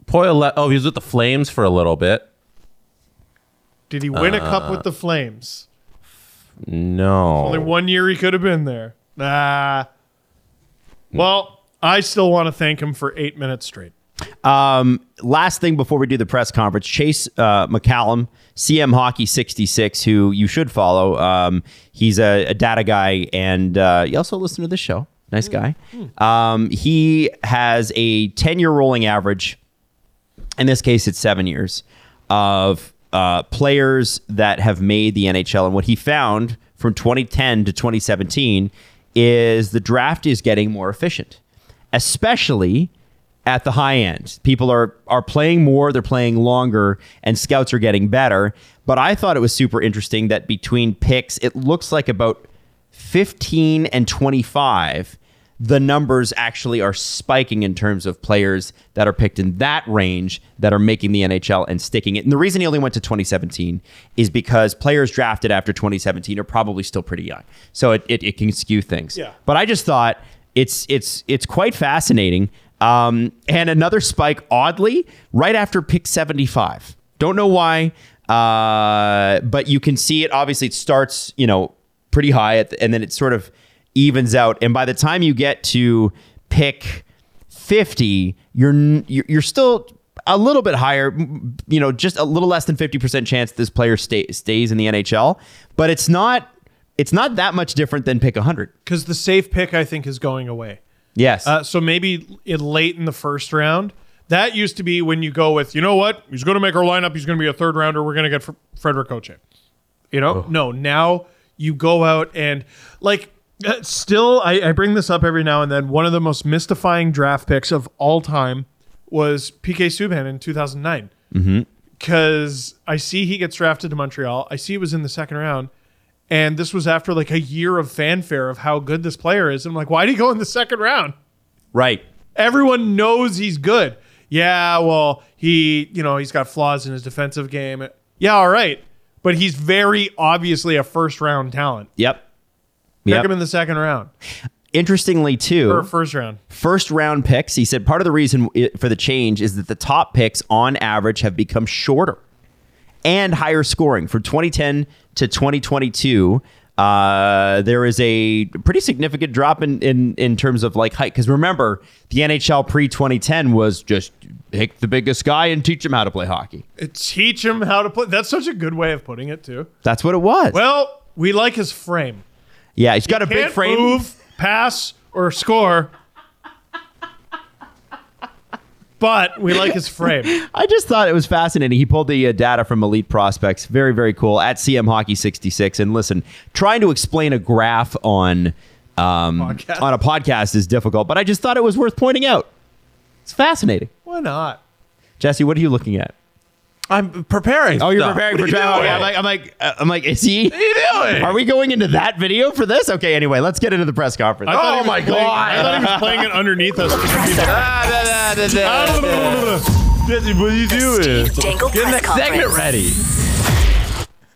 [SPEAKER 6] Poyle. Le- oh, he was with the Flames for a little bit.
[SPEAKER 5] Did he win a cup with the
[SPEAKER 3] uh,
[SPEAKER 5] Flames?
[SPEAKER 3] oh.
[SPEAKER 6] No.
[SPEAKER 5] Only one year he could have been there. Nah.
[SPEAKER 3] Hmm.
[SPEAKER 5] Well, I still want to thank him for eight minutes straight.
[SPEAKER 3] Last thing before we do the press conference, Chase uh, McCallum, CM Hockey 66, who you should follow. Um, he's a, a data guy, and uh, you also listen to this show. Nice guy. Um, he has a 10 year rolling average. in this case, it's seven years of uh, players that have made the NHL. And what he found from 2010 to 2017 is the draft is getting more efficient, especially at the high end. People are are playing more, they're playing longer, and scouts are getting better. But I thought it was super interesting that between picks, it looks like about 15 and 25, the numbers actually are spiking in terms of players that are picked in that range that are making the NHL and sticking it. And the reason he only went to 2017 is because players drafted after 2017 are probably still pretty young. So it, it, it can skew things.
[SPEAKER 5] Yeah.
[SPEAKER 3] But I just thought it's it's it's quite fascinating. Um, and another spike, oddly, right after pick 75. Don't know why, uh, but you can see it. Obviously, it starts you know pretty high, at the, and then it sort of evens out. And by the time you get to pick 50, you're n- you're you're still a little bit higher, m- you know, just a little less than 50% chance this player stay, stays in the NHL, but it's not it's not that much different than pick 100.
[SPEAKER 5] Because the safe pick, I think, is going away.
[SPEAKER 3] Yes.
[SPEAKER 5] Uh, so maybe it late in the first round. That used to be when you go with, you know what, he's going to make our lineup. He's going to be a third rounder. We're going to get Fr- Frederick Oche. You know, no. Now you go out and like, uh, still, I, I bring this up every now and then. One of the most mystifying draft picks of all time was PK Subban in 2009 because I see he gets drafted to Montreal. I see it was in the second round. And this was after like a year of fanfare of how good this player is. And I'm like, why did he go in the second round?
[SPEAKER 3] right.
[SPEAKER 5] Everyone knows he's good. Yeah, well, he, you know, he's got flaws in his defensive game. Yeah, all right. But he's very obviously a first round talent.
[SPEAKER 3] Yep.
[SPEAKER 5] Pick
[SPEAKER 3] Yep.
[SPEAKER 5] him in the second round
[SPEAKER 3] Interestingly too,
[SPEAKER 5] or first round.
[SPEAKER 3] first round picks, he said part of the reason i- for the change is that the top picks on average have become shorter and higher scoring from 2010 to 2022. Uh, there is a pretty significant drop in in, in terms of like height because remember the NHL pre 2010 was just pick the biggest guy and teach him how to play hockey.
[SPEAKER 5] Uh, Teach him how to play. That's such a good way of putting it too.
[SPEAKER 3] That's what it was.
[SPEAKER 5] Well, we like his frame.
[SPEAKER 3] yeah, he's got a big
[SPEAKER 5] Can't
[SPEAKER 3] frame.
[SPEAKER 5] move, pass, or score. But we like his frame.
[SPEAKER 3] I just thought it was fascinating. He pulled the uh, data from Elite Prospects. Very, very cool. At CM Hockey 66. And listen, trying to explain a graph on um,
[SPEAKER 5] Podcast.
[SPEAKER 3] on a podcast is difficult, but I just thought it was worth pointing out. It's fascinating.
[SPEAKER 5] Why not?
[SPEAKER 3] Jesse, what are you looking at?
[SPEAKER 4] I'm preparing.
[SPEAKER 3] Oh, you're
[SPEAKER 4] stuff.
[SPEAKER 3] preparing
[SPEAKER 4] What
[SPEAKER 3] for draft.
[SPEAKER 4] are you doing?
[SPEAKER 3] I'm like, I'm like, uh, I'm like, is he?
[SPEAKER 4] What are you doing?
[SPEAKER 3] Are we going into that video for this? Okay, anyway, let's get into the press conference.
[SPEAKER 5] I thought he
[SPEAKER 4] Oh
[SPEAKER 5] was
[SPEAKER 4] my
[SPEAKER 5] playing- I
[SPEAKER 4] God.
[SPEAKER 5] thought he was playing it underneath us.
[SPEAKER 4] Ah, da, da, da, da, da. Jesse, what are you doing?
[SPEAKER 2] Steve Dangle
[SPEAKER 4] Get
[SPEAKER 2] press
[SPEAKER 4] next segment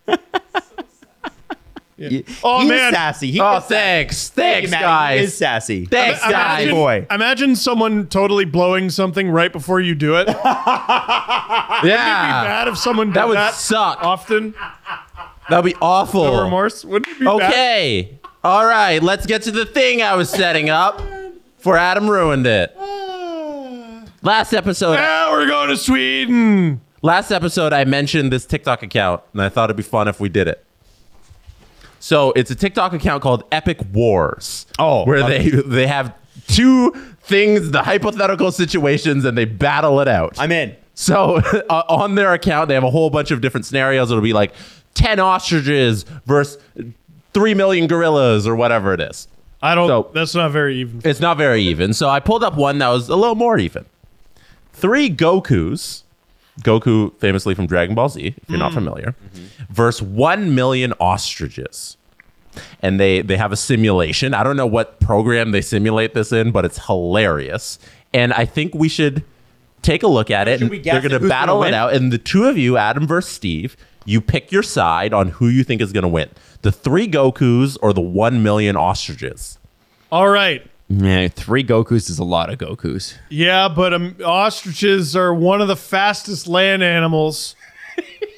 [SPEAKER 2] conference.
[SPEAKER 4] ready.
[SPEAKER 3] He-
[SPEAKER 5] Oh,
[SPEAKER 3] he's
[SPEAKER 5] man.
[SPEAKER 3] sassy. He
[SPEAKER 4] Oh,
[SPEAKER 3] is-
[SPEAKER 4] thanks,
[SPEAKER 3] Hey,
[SPEAKER 4] thanks,
[SPEAKER 3] Matt, he is
[SPEAKER 4] guys.
[SPEAKER 3] sassy.
[SPEAKER 4] Thanks, guys.
[SPEAKER 5] Imagine,
[SPEAKER 3] boy.
[SPEAKER 5] imagine someone totally blowing something right before you do it. It'd be
[SPEAKER 4] Yeah,
[SPEAKER 5] bad if someone did
[SPEAKER 4] Ah. that
[SPEAKER 5] that,
[SPEAKER 4] would suck.
[SPEAKER 5] often.
[SPEAKER 4] That'd be awful.
[SPEAKER 5] No remorse. Wouldn't it be bad?
[SPEAKER 4] Okay. All right. Let's get to the thing I was setting up for Adam ruined it. Last episode,
[SPEAKER 5] Now we're going to Sweden.
[SPEAKER 4] last episode, I mentioned this TikTok account, and I thought it'd be fun if we did it. So it's a TikTok account called Epic Wars.
[SPEAKER 3] Oh,
[SPEAKER 4] where they they have two things, the hypothetical situations, and they battle it out.
[SPEAKER 3] I'm in.
[SPEAKER 4] So uh, on their account, they have a whole bunch of different scenarios. It'll be like 10 ostriches versus 3 million gorillas or whatever it is.
[SPEAKER 5] I don't.
[SPEAKER 4] So-
[SPEAKER 5] that's not very even.
[SPEAKER 4] It's not very even. So I pulled up one that was a little more even. Three Gokus, Goku famously from Dragon Ball Z, if you're
[SPEAKER 3] Mm.
[SPEAKER 4] not familiar, versus 1 million ostriches. And they, they have a simulation. I don't know what program they simulate this in, but it's hilarious. And I think we should take a look at it.
[SPEAKER 3] Should we
[SPEAKER 4] and
[SPEAKER 3] guess
[SPEAKER 4] They're going
[SPEAKER 3] who's gonna
[SPEAKER 4] to battle
[SPEAKER 3] win?
[SPEAKER 4] it out. And the two of you, Adam versus Steve, you pick your side on who you think is going to win the three Gokus or the 1 million ostriches.
[SPEAKER 5] All right.
[SPEAKER 3] Yeah, three Gokus is a lot of Gokus.
[SPEAKER 5] Yeah, but um, ostriches are one of the fastest land animals,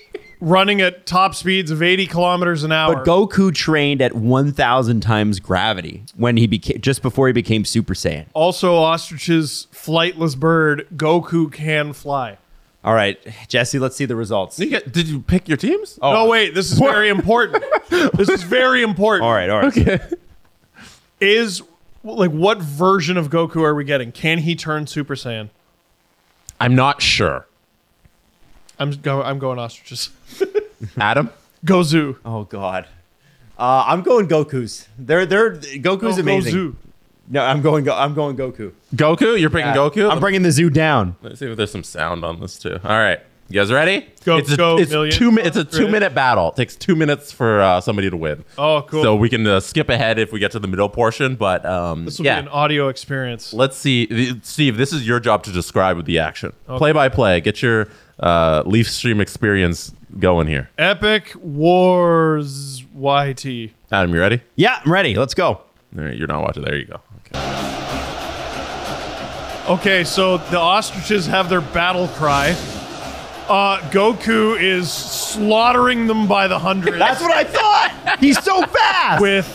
[SPEAKER 5] running at top speeds of 80 kilometers an hour.
[SPEAKER 3] But Goku trained at 1,000 times gravity when he became just before he became Super Saiyan.
[SPEAKER 5] also, ostriches, flightless bird. Goku can fly.
[SPEAKER 3] All right, Jesse, let's see the results.
[SPEAKER 4] You get, did you pick your teams?
[SPEAKER 5] Oh no, wait. This is very important. this is very important.
[SPEAKER 3] All right, all right.
[SPEAKER 5] Is like what version of Goku are we getting? Can he turn Super Saiyan?
[SPEAKER 4] I'm not sure.
[SPEAKER 5] I'm go. I'm going ostriches.
[SPEAKER 4] Adam?
[SPEAKER 5] Gozu.
[SPEAKER 3] Oh God, uh, I'm going Goku's. They're they're Goku's amazing.
[SPEAKER 5] Gozu.
[SPEAKER 3] No, I'm going. Go- I'm going Goku.
[SPEAKER 4] Goku? You're picking Goku?
[SPEAKER 3] I'm bringing the zoo down.
[SPEAKER 4] Let's see if there's some sound on this too. All right. You guys ready?
[SPEAKER 5] Go-
[SPEAKER 4] it's a,
[SPEAKER 5] go,
[SPEAKER 4] it's
[SPEAKER 5] million.
[SPEAKER 4] Two, mi- it's a two minute battle. It takes two minutes for uh, somebody to win.
[SPEAKER 5] Oh, cool.
[SPEAKER 4] So we can uh, skip ahead if we get to the middle portion, but um,
[SPEAKER 5] This will
[SPEAKER 4] yeah.
[SPEAKER 5] be an audio experience.
[SPEAKER 4] Let's see. Th- Steve, this is your job to describe the action. Play by play. Get your uh, Leaf Stream experience going here.
[SPEAKER 5] Epic Wars YT.
[SPEAKER 4] Adam, you ready?
[SPEAKER 3] Yeah, I'm ready. Let's go.
[SPEAKER 4] All right, you're not watching. There you go. Okay.
[SPEAKER 5] Okay, so the ostriches have their battle cry. Uh, Goku is slaughtering them by the hundreds
[SPEAKER 3] That's what I thought. He's so fast.
[SPEAKER 5] with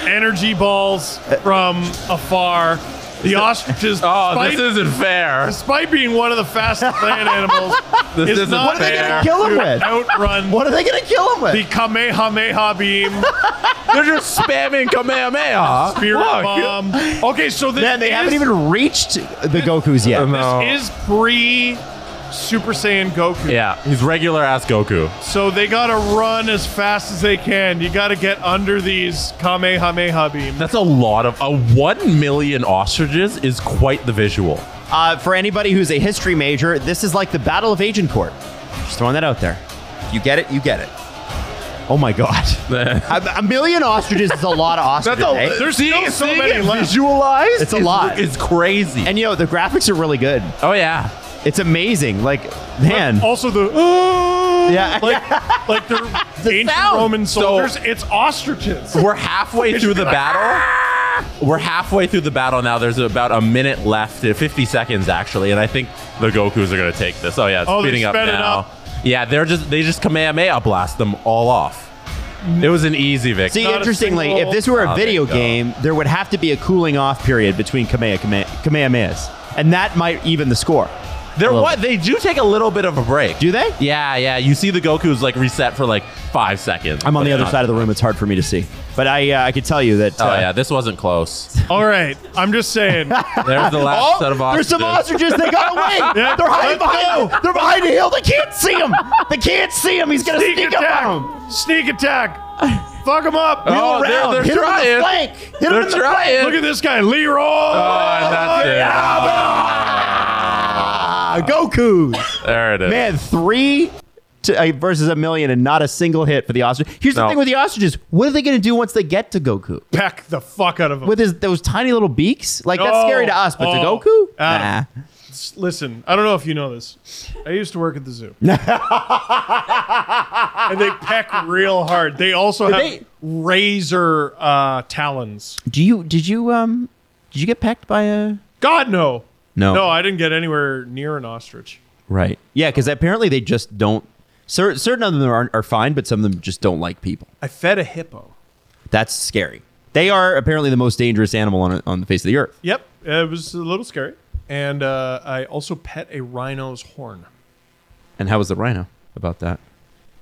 [SPEAKER 5] energy balls from afar. The ostriches,
[SPEAKER 4] Oh,
[SPEAKER 5] despite,
[SPEAKER 4] this isn't fair.
[SPEAKER 5] despite being one of the fastest land animals,
[SPEAKER 4] This
[SPEAKER 5] is
[SPEAKER 4] isn't
[SPEAKER 5] not-
[SPEAKER 3] what are they
[SPEAKER 4] fair.
[SPEAKER 3] gonna kill him with?
[SPEAKER 5] outrun
[SPEAKER 3] What are they gonna kill him with?
[SPEAKER 5] the Kamehameha beam,
[SPEAKER 4] They're just spamming Kamehameha.
[SPEAKER 5] spirit
[SPEAKER 4] Look.
[SPEAKER 5] bomb. Okay, so this
[SPEAKER 3] Man, they
[SPEAKER 5] is,
[SPEAKER 3] haven't even reached the Goku's yet.
[SPEAKER 4] No.
[SPEAKER 5] is pre Super Saiyan Goku.
[SPEAKER 4] Yeah, he's regular ass Goku.
[SPEAKER 5] So they gotta run as fast as they can. You gotta get under these Kamehameha beams.
[SPEAKER 4] That's a lot of a one million ostriches is quite the visual.
[SPEAKER 3] Uh, for anybody who's a history major, this is like the Battle of Agincourt. Just throwing that out there. You get it, you get it. Oh my god. a, a million ostriches is a lot of ostriches. eh?
[SPEAKER 5] There's still so many left.
[SPEAKER 4] Visualized,
[SPEAKER 3] It's a lot.
[SPEAKER 4] It's crazy.
[SPEAKER 3] And you know, the graphics are really good.
[SPEAKER 4] oh yeah,
[SPEAKER 3] It's amazing. Like, man.
[SPEAKER 5] Also the uh,
[SPEAKER 3] Yeah.
[SPEAKER 5] like like they're ancient
[SPEAKER 4] sound.
[SPEAKER 5] Roman
[SPEAKER 4] So-
[SPEAKER 5] soldiers. it's ostriches.
[SPEAKER 4] we're halfway through the battle. We're halfway through the battle now. There's about a minute left, uh, 50 seconds actually, and I think the Goku's are gonna take this. Oh yeah, it's
[SPEAKER 5] Oh, they
[SPEAKER 4] speeding up
[SPEAKER 5] sped it
[SPEAKER 4] now.
[SPEAKER 5] up.
[SPEAKER 4] Yeah, they're just they just Kamehameha blast them all off. It was an easy victory.
[SPEAKER 3] See,
[SPEAKER 5] Not a
[SPEAKER 3] interestingly,
[SPEAKER 5] single-
[SPEAKER 3] if this were a
[SPEAKER 4] Oh,
[SPEAKER 3] video
[SPEAKER 4] there you go.
[SPEAKER 3] game, there would have to be a cooling off period between Kamea, Kamea, Kamehamehas, and that might even the score.
[SPEAKER 4] They're
[SPEAKER 3] Well-
[SPEAKER 4] what? They do take a little bit of a break.
[SPEAKER 3] Do they?
[SPEAKER 4] Yeah, yeah. You see the Goku's like reset for like five seconds.
[SPEAKER 3] I'm on
[SPEAKER 4] but
[SPEAKER 3] the other
[SPEAKER 4] not-
[SPEAKER 3] side of the room. It's hard for me to see, but I uh, I could tell you that.
[SPEAKER 4] Oh
[SPEAKER 3] uh,
[SPEAKER 4] yeah, this wasn't close.
[SPEAKER 5] All right, I'm just saying.
[SPEAKER 4] There's the last
[SPEAKER 3] Oh,
[SPEAKER 4] set of
[SPEAKER 3] there's
[SPEAKER 4] ostriches.
[SPEAKER 3] some ostriches. They got away.
[SPEAKER 5] Yeah,
[SPEAKER 3] They're hiding
[SPEAKER 5] let's
[SPEAKER 3] behind. They're behind a hill. They can't see him. They can't see him. He's gonna sneak,
[SPEAKER 5] Sneak
[SPEAKER 3] up
[SPEAKER 5] attack!
[SPEAKER 3] on him.
[SPEAKER 5] Sneak attack! Fuck him up!
[SPEAKER 4] Oh, they're-
[SPEAKER 3] Round.
[SPEAKER 4] they're
[SPEAKER 3] Hit him in
[SPEAKER 4] trying.
[SPEAKER 3] the flank. Hit him
[SPEAKER 4] They're
[SPEAKER 3] in the
[SPEAKER 4] trying.
[SPEAKER 5] Look at this guy, Leroy!
[SPEAKER 4] Oh, that's it.
[SPEAKER 3] Ah, Goku.
[SPEAKER 4] There it is.
[SPEAKER 3] Man, three to, uh, versus a million, and not a single hit for the ostrich. Here's the
[SPEAKER 4] No.
[SPEAKER 3] thing with the ostriches: what are they gonna do once they get to Goku?
[SPEAKER 5] Peck the fuck out of him.
[SPEAKER 3] With his those tiny little beaks, like that's
[SPEAKER 5] Oh,
[SPEAKER 3] scary to us, but to
[SPEAKER 5] oh,
[SPEAKER 3] Goku,
[SPEAKER 5] uh,
[SPEAKER 3] nah.
[SPEAKER 5] Listen, I don't know if you know this. I used to work at the zoo. and they peck real hard. They also have
[SPEAKER 3] They-
[SPEAKER 5] razor uh, talons.
[SPEAKER 3] Do you did you um did you get pecked by a
[SPEAKER 5] God, no.
[SPEAKER 3] No.
[SPEAKER 5] No, I didn't get anywhere near an ostrich.
[SPEAKER 3] Right. Yeah, because apparently they just don't. Cer- certain of them are, are fine, but some of them just don't like people.
[SPEAKER 5] I fed a hippo.
[SPEAKER 3] That's scary. They are apparently the most dangerous animal on, on the face of the earth.
[SPEAKER 5] Yep, it was a little scary. And uh, I also pet a rhino's horn.
[SPEAKER 3] And how was the rhino about that?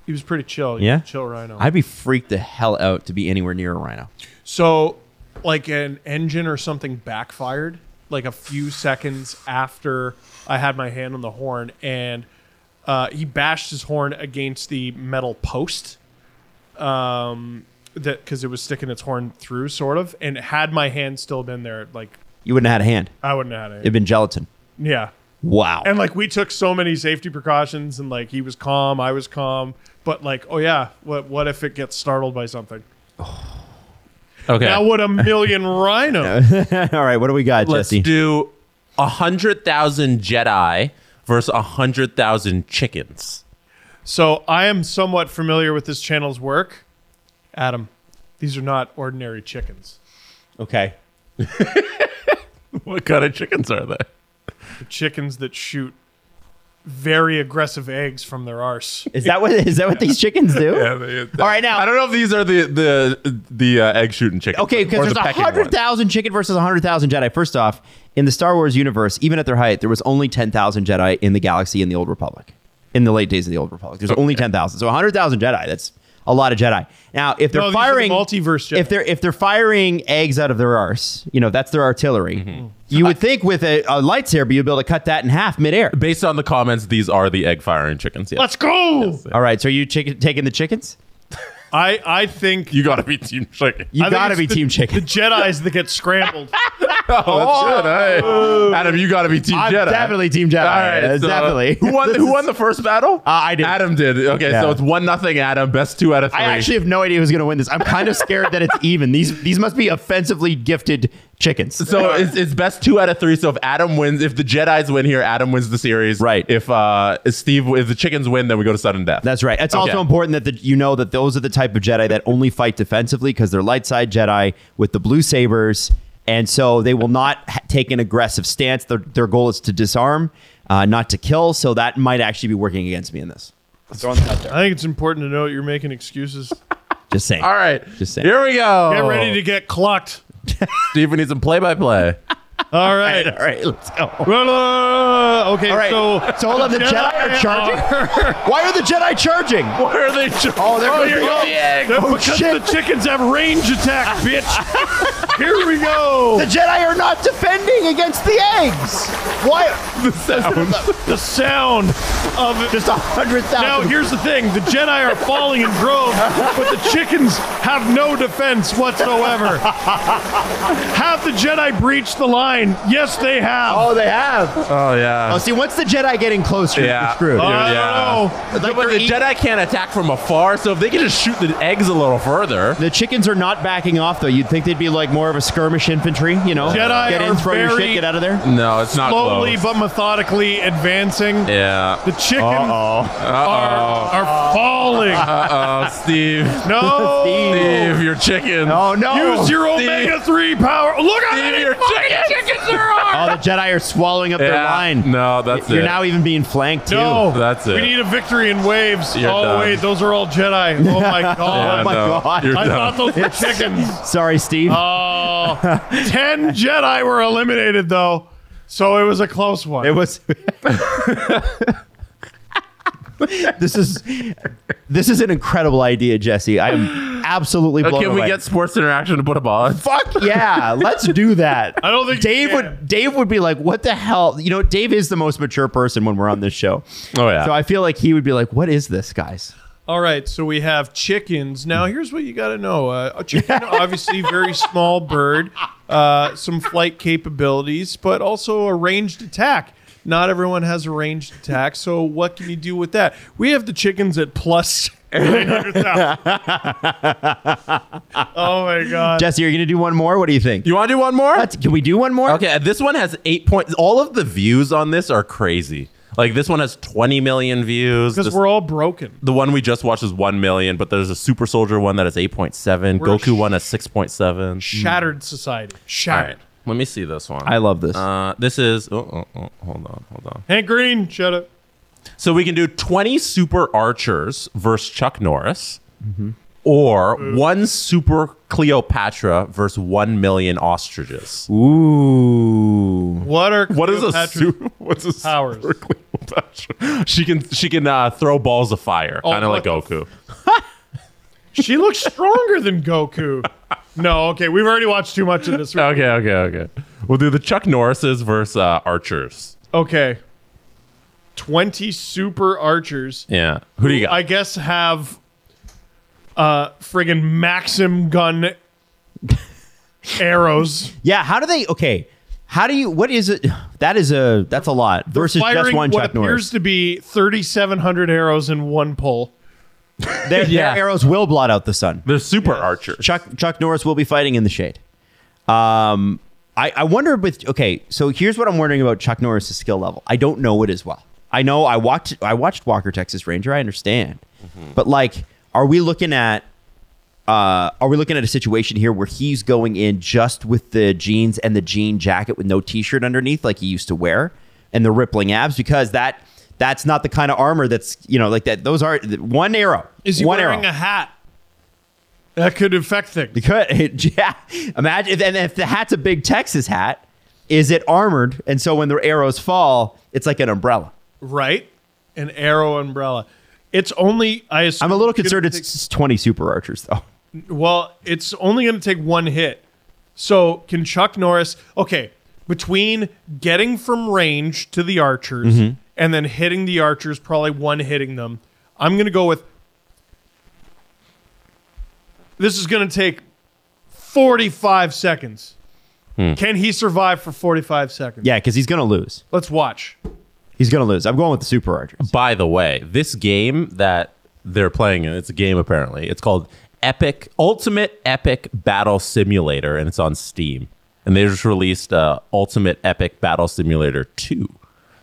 [SPEAKER 5] He was pretty chill. He
[SPEAKER 3] Yeah,
[SPEAKER 5] was a chill rhino.
[SPEAKER 3] I'd be freaked the hell out to be anywhere near a rhino.
[SPEAKER 5] So, like an engine or something backfired, like a few seconds after I had my hand on the horn, and uh, he bashed his horn against the metal post, um, that because it was sticking its horn through, sort of. And had my hand still been there, like
[SPEAKER 3] You wouldn't have had a hand.
[SPEAKER 5] I wouldn't have had
[SPEAKER 3] It'd
[SPEAKER 5] it.
[SPEAKER 3] been gelatin.
[SPEAKER 5] Yeah,
[SPEAKER 3] Wow.
[SPEAKER 5] and like we took so many safety precautions, and like he was calm, I was calm, but like, oh yeah, what what if it gets startled by something?
[SPEAKER 4] Okay.
[SPEAKER 5] Now would a million rhinos?
[SPEAKER 3] All right, what do we got,
[SPEAKER 4] Let's
[SPEAKER 3] Jesse?
[SPEAKER 4] do a hundred thousand Jedi versus a hundred thousand chickens.
[SPEAKER 5] So I am somewhat familiar with this channel's work. Adam, these are not ordinary chickens.
[SPEAKER 3] okay.
[SPEAKER 4] What kind of chickens are they?
[SPEAKER 5] They're chickens that shoot very aggressive eggs from their arse.
[SPEAKER 3] Is that what is that what these chickens do? All right, now-
[SPEAKER 4] I don't know if these are the the the uh, egg shooting chickens.
[SPEAKER 3] Okay,
[SPEAKER 4] or
[SPEAKER 3] because
[SPEAKER 4] the
[SPEAKER 3] there's a
[SPEAKER 4] pecking
[SPEAKER 3] hundred
[SPEAKER 4] ones.
[SPEAKER 3] thousand chicken versus a hundred thousand Jedi. First off, in the Star Wars universe, even at their height, there was only ten thousand Jedi in the galaxy in the Old Republic, in the late days of the Old Republic. There's only ten thousand, so a hundred thousand Jedi. That's a lot of Jedi. Now, if they're
[SPEAKER 5] No, these are the
[SPEAKER 3] firing
[SPEAKER 5] multiverse Jedi.
[SPEAKER 3] if they're if they're firing eggs out of their arse, you know that's their artillery.
[SPEAKER 5] Mm-hmm.
[SPEAKER 3] You would think with a, a lightsaber you'd be able to cut that in half midair.
[SPEAKER 4] Based on the comments, these are the egg firing chickens. Yeah.
[SPEAKER 5] Let's go!
[SPEAKER 3] All right, so are you chicken, taking the chickens?
[SPEAKER 5] I, I think
[SPEAKER 4] you gotta be team chicken.
[SPEAKER 3] You
[SPEAKER 5] I think
[SPEAKER 3] gotta
[SPEAKER 5] it's
[SPEAKER 3] be
[SPEAKER 5] the-
[SPEAKER 3] team
[SPEAKER 5] the
[SPEAKER 3] chicken.
[SPEAKER 5] Jedi's that get scrambled.
[SPEAKER 4] Oh, that's good. Hey. Adam, you gotta be team
[SPEAKER 3] I'm
[SPEAKER 4] Jedi.
[SPEAKER 3] definitely team Jedi.
[SPEAKER 4] All right,
[SPEAKER 3] That's
[SPEAKER 4] so
[SPEAKER 3] definitely.
[SPEAKER 4] Who won?
[SPEAKER 3] This
[SPEAKER 4] who
[SPEAKER 3] is-
[SPEAKER 4] won the first battle?
[SPEAKER 3] Uh, I did.
[SPEAKER 4] Adam did. Okay,
[SPEAKER 3] Yeah.
[SPEAKER 4] so it's one nothing. Adam, best two out of three.
[SPEAKER 3] I actually have no idea who's going to win this. I'm kind of scared that it's even. These these must be offensively gifted chickens.
[SPEAKER 4] So it's, it's best two out of three. So if Adam wins, if the Jedi's win here, Adam wins the series.
[SPEAKER 3] Right.
[SPEAKER 4] If uh, if Steve, if the chickens win, then we go to sudden death.
[SPEAKER 3] That's right. It's also
[SPEAKER 4] Okay.
[SPEAKER 3] important that the, you know that those are the type of Jedi that only fight defensively because they're light side Jedi with the blue sabers, and so they will not ha- take an aggressive stance. Their their goal is to disarm, uh, not to kill. So that might actually be working against me in this.
[SPEAKER 5] I think it's important to know you're making excuses.
[SPEAKER 3] Just saying.
[SPEAKER 4] All right.
[SPEAKER 3] Just saying.
[SPEAKER 4] here we go.
[SPEAKER 5] Get ready to get clucked.
[SPEAKER 4] Steve, we need some play by play.
[SPEAKER 5] All right.
[SPEAKER 3] All right, let's go.
[SPEAKER 5] Well, uh, okay,
[SPEAKER 3] All right.
[SPEAKER 5] so
[SPEAKER 3] So hold on, the Jedi are Oh. charging? Why are the Jedi charging?
[SPEAKER 4] What are they?
[SPEAKER 3] Oh, they're
[SPEAKER 5] here you go. That's because
[SPEAKER 3] Oh, shit.
[SPEAKER 5] the chickens have range attack, bitch. Here we go.
[SPEAKER 3] The Jedi are not defending against the eggs. Why?
[SPEAKER 4] the sound.
[SPEAKER 5] the sound of it.
[SPEAKER 3] Just a hundred
[SPEAKER 5] Now
[SPEAKER 3] thousand.
[SPEAKER 5] here's the thing: the Jedi are falling in droves, but the chickens have no defense whatsoever. have the Jedi breached the line? Yes, they have.
[SPEAKER 3] Oh, they have.
[SPEAKER 4] Oh yeah.
[SPEAKER 3] Oh, see, once the Jedi getting closer,
[SPEAKER 4] Yeah.
[SPEAKER 3] you're screwed.
[SPEAKER 5] I
[SPEAKER 6] Uh,
[SPEAKER 5] don't
[SPEAKER 4] yeah.
[SPEAKER 5] know.
[SPEAKER 4] No,
[SPEAKER 3] Like
[SPEAKER 4] but
[SPEAKER 3] they're
[SPEAKER 4] the
[SPEAKER 3] eat-
[SPEAKER 4] Jedi can't attack from afar, so if they can just shoot the eggs a little further.
[SPEAKER 3] The chickens are not backing off though. You'd think they'd be like more of a skirmish infantry, you know?
[SPEAKER 5] Jedi
[SPEAKER 3] get in,
[SPEAKER 5] are
[SPEAKER 3] throw your
[SPEAKER 5] very-
[SPEAKER 3] shit, get out of there.
[SPEAKER 4] No, it's
[SPEAKER 3] Oh,
[SPEAKER 4] not
[SPEAKER 5] Slowly
[SPEAKER 4] close.
[SPEAKER 5] but methodically advancing.
[SPEAKER 4] yeah.
[SPEAKER 5] The chickens are, are falling.
[SPEAKER 4] Uh oh, Steve.
[SPEAKER 5] No.
[SPEAKER 4] Steve, your chicken.
[SPEAKER 3] Oh no!
[SPEAKER 5] Use your omega three power. Look at
[SPEAKER 4] Steve,
[SPEAKER 5] it.
[SPEAKER 4] your chicken.
[SPEAKER 6] chickens there are.
[SPEAKER 3] Oh, the Jedi are swallowing up their
[SPEAKER 6] Yeah,
[SPEAKER 3] line.
[SPEAKER 6] No, that's
[SPEAKER 3] You're
[SPEAKER 6] it.
[SPEAKER 3] now even being flanked too.
[SPEAKER 5] No,
[SPEAKER 6] That's
[SPEAKER 5] We
[SPEAKER 6] it.
[SPEAKER 5] need a victory in waves.
[SPEAKER 6] You're
[SPEAKER 5] oh
[SPEAKER 6] done.
[SPEAKER 5] wait, those are all Jedi. Oh my
[SPEAKER 6] Yeah,
[SPEAKER 5] god!
[SPEAKER 3] my
[SPEAKER 6] no,
[SPEAKER 3] God.
[SPEAKER 6] You're
[SPEAKER 5] I
[SPEAKER 6] done.
[SPEAKER 5] thought those were chickens.
[SPEAKER 3] Sorry, Steve.
[SPEAKER 5] Oh, 10 Jedi were eliminated though, so it was a close one.
[SPEAKER 3] It was. this is this is an incredible idea, Jesse. I am absolutely blown
[SPEAKER 6] Can we
[SPEAKER 3] away.
[SPEAKER 6] get sports interaction to put a ball in?
[SPEAKER 3] Fuck yeah, let's do that. I
[SPEAKER 5] don't think you
[SPEAKER 3] Dave
[SPEAKER 5] can.
[SPEAKER 3] would. Dave would be like, "What the hell?" You know, Dave is the most mature person when we're on this show.
[SPEAKER 6] Oh, yeah.
[SPEAKER 3] So I feel like he would be like, "What is this, guys?"
[SPEAKER 5] All right, so we have chickens. Now, here's what you got to know: uh, a chicken, obviously, very small bird, uh, some flight capabilities, but also a ranged attack. Not everyone has a ranged attack, so what can you do with that? We have the chickens at plus. 900,000. oh my god!
[SPEAKER 3] Jesse, are you gonna do one more? What do you think?
[SPEAKER 4] You want to do one more?
[SPEAKER 3] Let's- can we do one more?
[SPEAKER 4] Okay, uh, this one has eight points. All of the views on this are crazy. Like this one has 20 million views.
[SPEAKER 5] Because
[SPEAKER 4] This-
[SPEAKER 5] we're all broken.
[SPEAKER 4] the one we just watched is 1 million, but there's a Super Soldier one that is 8.7.
[SPEAKER 5] We're
[SPEAKER 4] Goku
[SPEAKER 5] sh-
[SPEAKER 4] one has 6.7.
[SPEAKER 5] Shattered society.
[SPEAKER 4] All
[SPEAKER 5] Shattered.
[SPEAKER 4] right, let me see this one.
[SPEAKER 3] I love this.
[SPEAKER 4] Uh, this is. Oh, oh, oh, hold on, hold on.
[SPEAKER 5] Hank Green, shut up.
[SPEAKER 4] So we can do 20 super archers versus Chuck Norris,
[SPEAKER 3] Mm-hmm.
[SPEAKER 4] or one super Cleopatra versus 1 million ostriches.
[SPEAKER 3] Ooh.
[SPEAKER 5] What are
[SPEAKER 4] What is a
[SPEAKER 5] Cleopatra's-
[SPEAKER 4] super? What's a super
[SPEAKER 5] powers?
[SPEAKER 4] Cleopatra? She can she can uh, throw balls of fire,
[SPEAKER 5] Oh,
[SPEAKER 4] kind of like
[SPEAKER 5] what
[SPEAKER 4] Goku.
[SPEAKER 5] She looks stronger than Goku. No, okay, we've already watched too much of this.
[SPEAKER 4] Okay, okay, okay. We'll do the Chuck Norrises versus uh, archers.
[SPEAKER 5] Okay. 20 super archers,
[SPEAKER 4] Yeah, who do you got?
[SPEAKER 5] I guess, have uh friggin' Maxim gun arrows.
[SPEAKER 3] Yeah. How do they? Okay. How do you? What is it? That is a. That's a lot versus just
[SPEAKER 5] Firing
[SPEAKER 3] one
[SPEAKER 5] what
[SPEAKER 3] Chuck Norris.
[SPEAKER 5] appears to be 3,700 arrows in one pull.
[SPEAKER 3] Their,
[SPEAKER 4] Yeah.
[SPEAKER 3] their arrows will blot out the sun.
[SPEAKER 4] They're super archers.
[SPEAKER 3] Chuck Chuck Norris will be fighting in the shade. Um, I I wonder with okay. So here's what I'm wondering about Chuck Norris's skill level. I don't know it as well. I know I watched I watched Walker Texas Ranger. I understand,
[SPEAKER 5] Mm-hmm.
[SPEAKER 3] but like, are we looking at? Uh, are we looking at a situation here where he's going in just with the jeans and the jean jacket with no t-shirt underneath like he used to wear and the rippling abs because that that's not the kind of armor that's you know like that those are one arrow
[SPEAKER 5] Is he
[SPEAKER 3] one
[SPEAKER 5] wearing
[SPEAKER 3] arrow.
[SPEAKER 5] a hat? That could affect things.
[SPEAKER 3] Could yeah. Imagine if, and if the hat's a big Texas hat, is it armored? And so when the arrows fall, it's like an umbrella.
[SPEAKER 5] Right? An arrow umbrella. It's only, I assume.
[SPEAKER 3] I'm a little
[SPEAKER 5] it's gonna
[SPEAKER 3] concerned. It's
[SPEAKER 5] take-
[SPEAKER 3] s- 20 super archers though.
[SPEAKER 5] Well, it's only going to take one hit. So can Chuck Norris? Okay, between getting from range to the archers and then hitting the archers, probably one hitting them. I'm going to go with. This is going to take 45 seconds. Can he survive for 45 seconds?
[SPEAKER 3] Yeah, because he's gonna lose.
[SPEAKER 5] Let's watch.
[SPEAKER 3] He's gonna lose. I'm going with the super archers.
[SPEAKER 4] By the way, this game that they're playing, it's a game apparently. It's called Epic Ultimate Epic Battle Simulator, and it's on Steam. And they just released uh, Ultimate Epic Battle Simulator 2.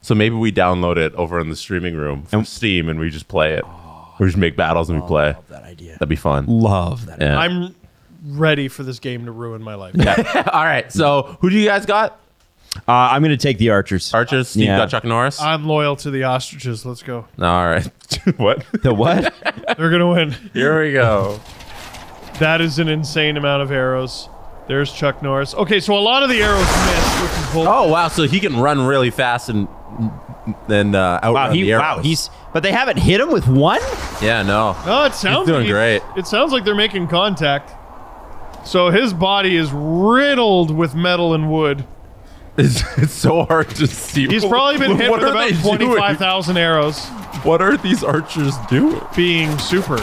[SPEAKER 4] So maybe we download it over in the streaming room from Steam and Oh, we just play it. we just make battles and we play. that idea. That'd be fun.
[SPEAKER 3] Love that.
[SPEAKER 4] Yeah.
[SPEAKER 5] I'm ready for this game to ruin my life.
[SPEAKER 4] All right. So who do you guys got?
[SPEAKER 3] Uh, I'm gonna take the archers.
[SPEAKER 4] Archers? Steve
[SPEAKER 3] Yeah.
[SPEAKER 4] got Chuck Norris?
[SPEAKER 5] I'm loyal to the ostriches. Let's go.
[SPEAKER 4] All right. what?
[SPEAKER 3] the what?
[SPEAKER 5] They're going to win.
[SPEAKER 4] Here we go.
[SPEAKER 5] That is an insane amount of arrows. There's Chuck Norris. Okay, so a lot of the arrows missed, which is bull-
[SPEAKER 4] Oh wow! So he can run really fast and then uh, outrun
[SPEAKER 3] Wow. He,
[SPEAKER 4] the
[SPEAKER 3] wow.
[SPEAKER 4] arrows.
[SPEAKER 3] He's. But they haven't hit him with one.
[SPEAKER 4] yeah no.
[SPEAKER 5] Oh, it sounds
[SPEAKER 4] doing
[SPEAKER 5] like he-
[SPEAKER 4] great.
[SPEAKER 5] It sounds like they're making contact. So his body is riddled with metal and wood.
[SPEAKER 4] It's, it's so hard to see.
[SPEAKER 5] He's probably been hit
[SPEAKER 4] What
[SPEAKER 5] with
[SPEAKER 4] are
[SPEAKER 5] about
[SPEAKER 4] they doing?
[SPEAKER 5] 25,000 arrows,
[SPEAKER 4] What are these archers doing?
[SPEAKER 5] being super.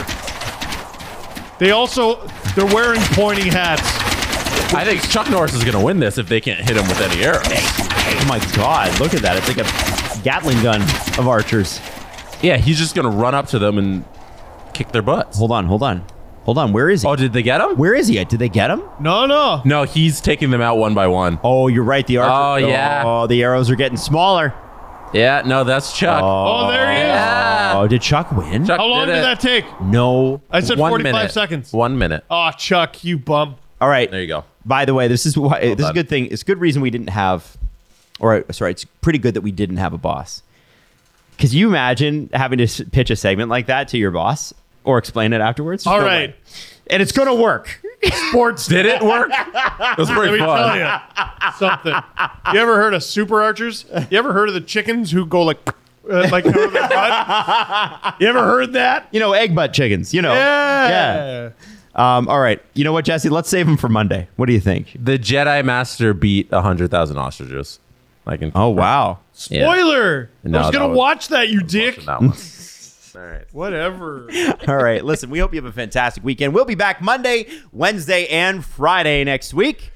[SPEAKER 5] They also they're wearing pointy hats.
[SPEAKER 4] I think Chuck Norris is gonna win this if they can't hit him with any arrows.
[SPEAKER 3] Oh my god! Look at that. It's like a Gatling gun of archers.
[SPEAKER 4] Yeah, he's just gonna run up to them and kick their butts.
[SPEAKER 3] Hold on. Hold on. Hold on. Where is he?
[SPEAKER 4] Oh, did they get him?
[SPEAKER 3] Where is he? Did they get him?
[SPEAKER 5] No, no.
[SPEAKER 4] No, he's taking them out one by one.
[SPEAKER 3] Oh, you're right. The archers.
[SPEAKER 4] Oh, yeah.
[SPEAKER 3] Oh, the arrows are getting smaller.
[SPEAKER 4] Yeah, no, that's Chuck.
[SPEAKER 5] Oh, there he is.
[SPEAKER 4] Yeah.
[SPEAKER 3] Oh, did Chuck win?
[SPEAKER 4] Chuck
[SPEAKER 5] How long
[SPEAKER 4] did,
[SPEAKER 5] did
[SPEAKER 4] it.
[SPEAKER 5] that take?
[SPEAKER 3] No.
[SPEAKER 5] I said
[SPEAKER 4] One
[SPEAKER 5] 45
[SPEAKER 4] minute.
[SPEAKER 5] seconds.
[SPEAKER 4] One minute.
[SPEAKER 5] Oh, Chuck, you bump.
[SPEAKER 3] All right.
[SPEAKER 4] There you go.
[SPEAKER 3] By the way, this is why this is a
[SPEAKER 4] done.
[SPEAKER 3] good thing. It's a good reason we didn't have, or uh, sorry, it's pretty good that we didn't have a boss. Because you imagine having to s- pitch a segment like that to your boss or explain it afterwards. There's
[SPEAKER 5] All
[SPEAKER 3] no
[SPEAKER 5] right.
[SPEAKER 3] way. and it's gonna work.
[SPEAKER 5] Sports
[SPEAKER 4] Did it work? It was
[SPEAKER 5] Let
[SPEAKER 4] pretty
[SPEAKER 5] me tell
[SPEAKER 4] fun.
[SPEAKER 5] you something. You ever heard of super archers? You ever heard of the chickens who go like, uh, like out of their butt? You ever heard that?
[SPEAKER 3] You know, egg butt chickens. You know,
[SPEAKER 5] Yeah.
[SPEAKER 3] Yeah. Um, all right, you know what, Jesse? Let's save them for Monday. What do you think?
[SPEAKER 4] The Jedi Master beat hundred thousand ostriches. I can.
[SPEAKER 3] Oh wow,
[SPEAKER 5] Spoiler.
[SPEAKER 4] No,
[SPEAKER 5] I was
[SPEAKER 4] that
[SPEAKER 5] gonna
[SPEAKER 4] was-
[SPEAKER 5] watch that, you dick.
[SPEAKER 4] that one. All right.
[SPEAKER 5] Whatever.
[SPEAKER 3] All right. Listen, we hope you have a fantastic weekend. We'll be back Monday, Wednesday, and Friday next week.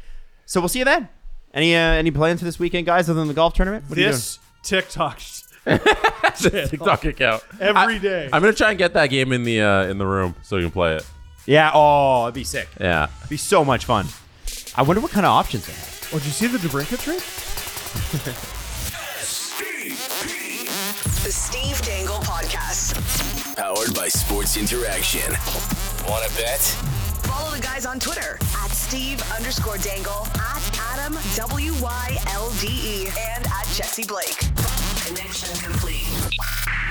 [SPEAKER 3] So we'll see you then. Any uh, any plans for this weekend, guys, other than the golf tournament? What are
[SPEAKER 5] This TikTok
[SPEAKER 4] TikTok account.
[SPEAKER 5] every
[SPEAKER 4] I-
[SPEAKER 5] day.
[SPEAKER 4] I'm gonna try and get that game in the uh, in the room so you can play it.
[SPEAKER 3] you doing? Yeah. Oh, it'd be sick. It'd
[SPEAKER 4] Yeah.
[SPEAKER 3] be so much fun. I wonder what kind of options they have.
[SPEAKER 5] Oh, did you see the Debrinka trick?
[SPEAKER 2] The Steve Dangle Podcast.
[SPEAKER 1] Powered by Sports Interaction. Want to bet?
[SPEAKER 2] Follow the guys on Twitter at Steve underscore Dangle, at Adam W Y L D E, and at Jesse Blake. Connection complete.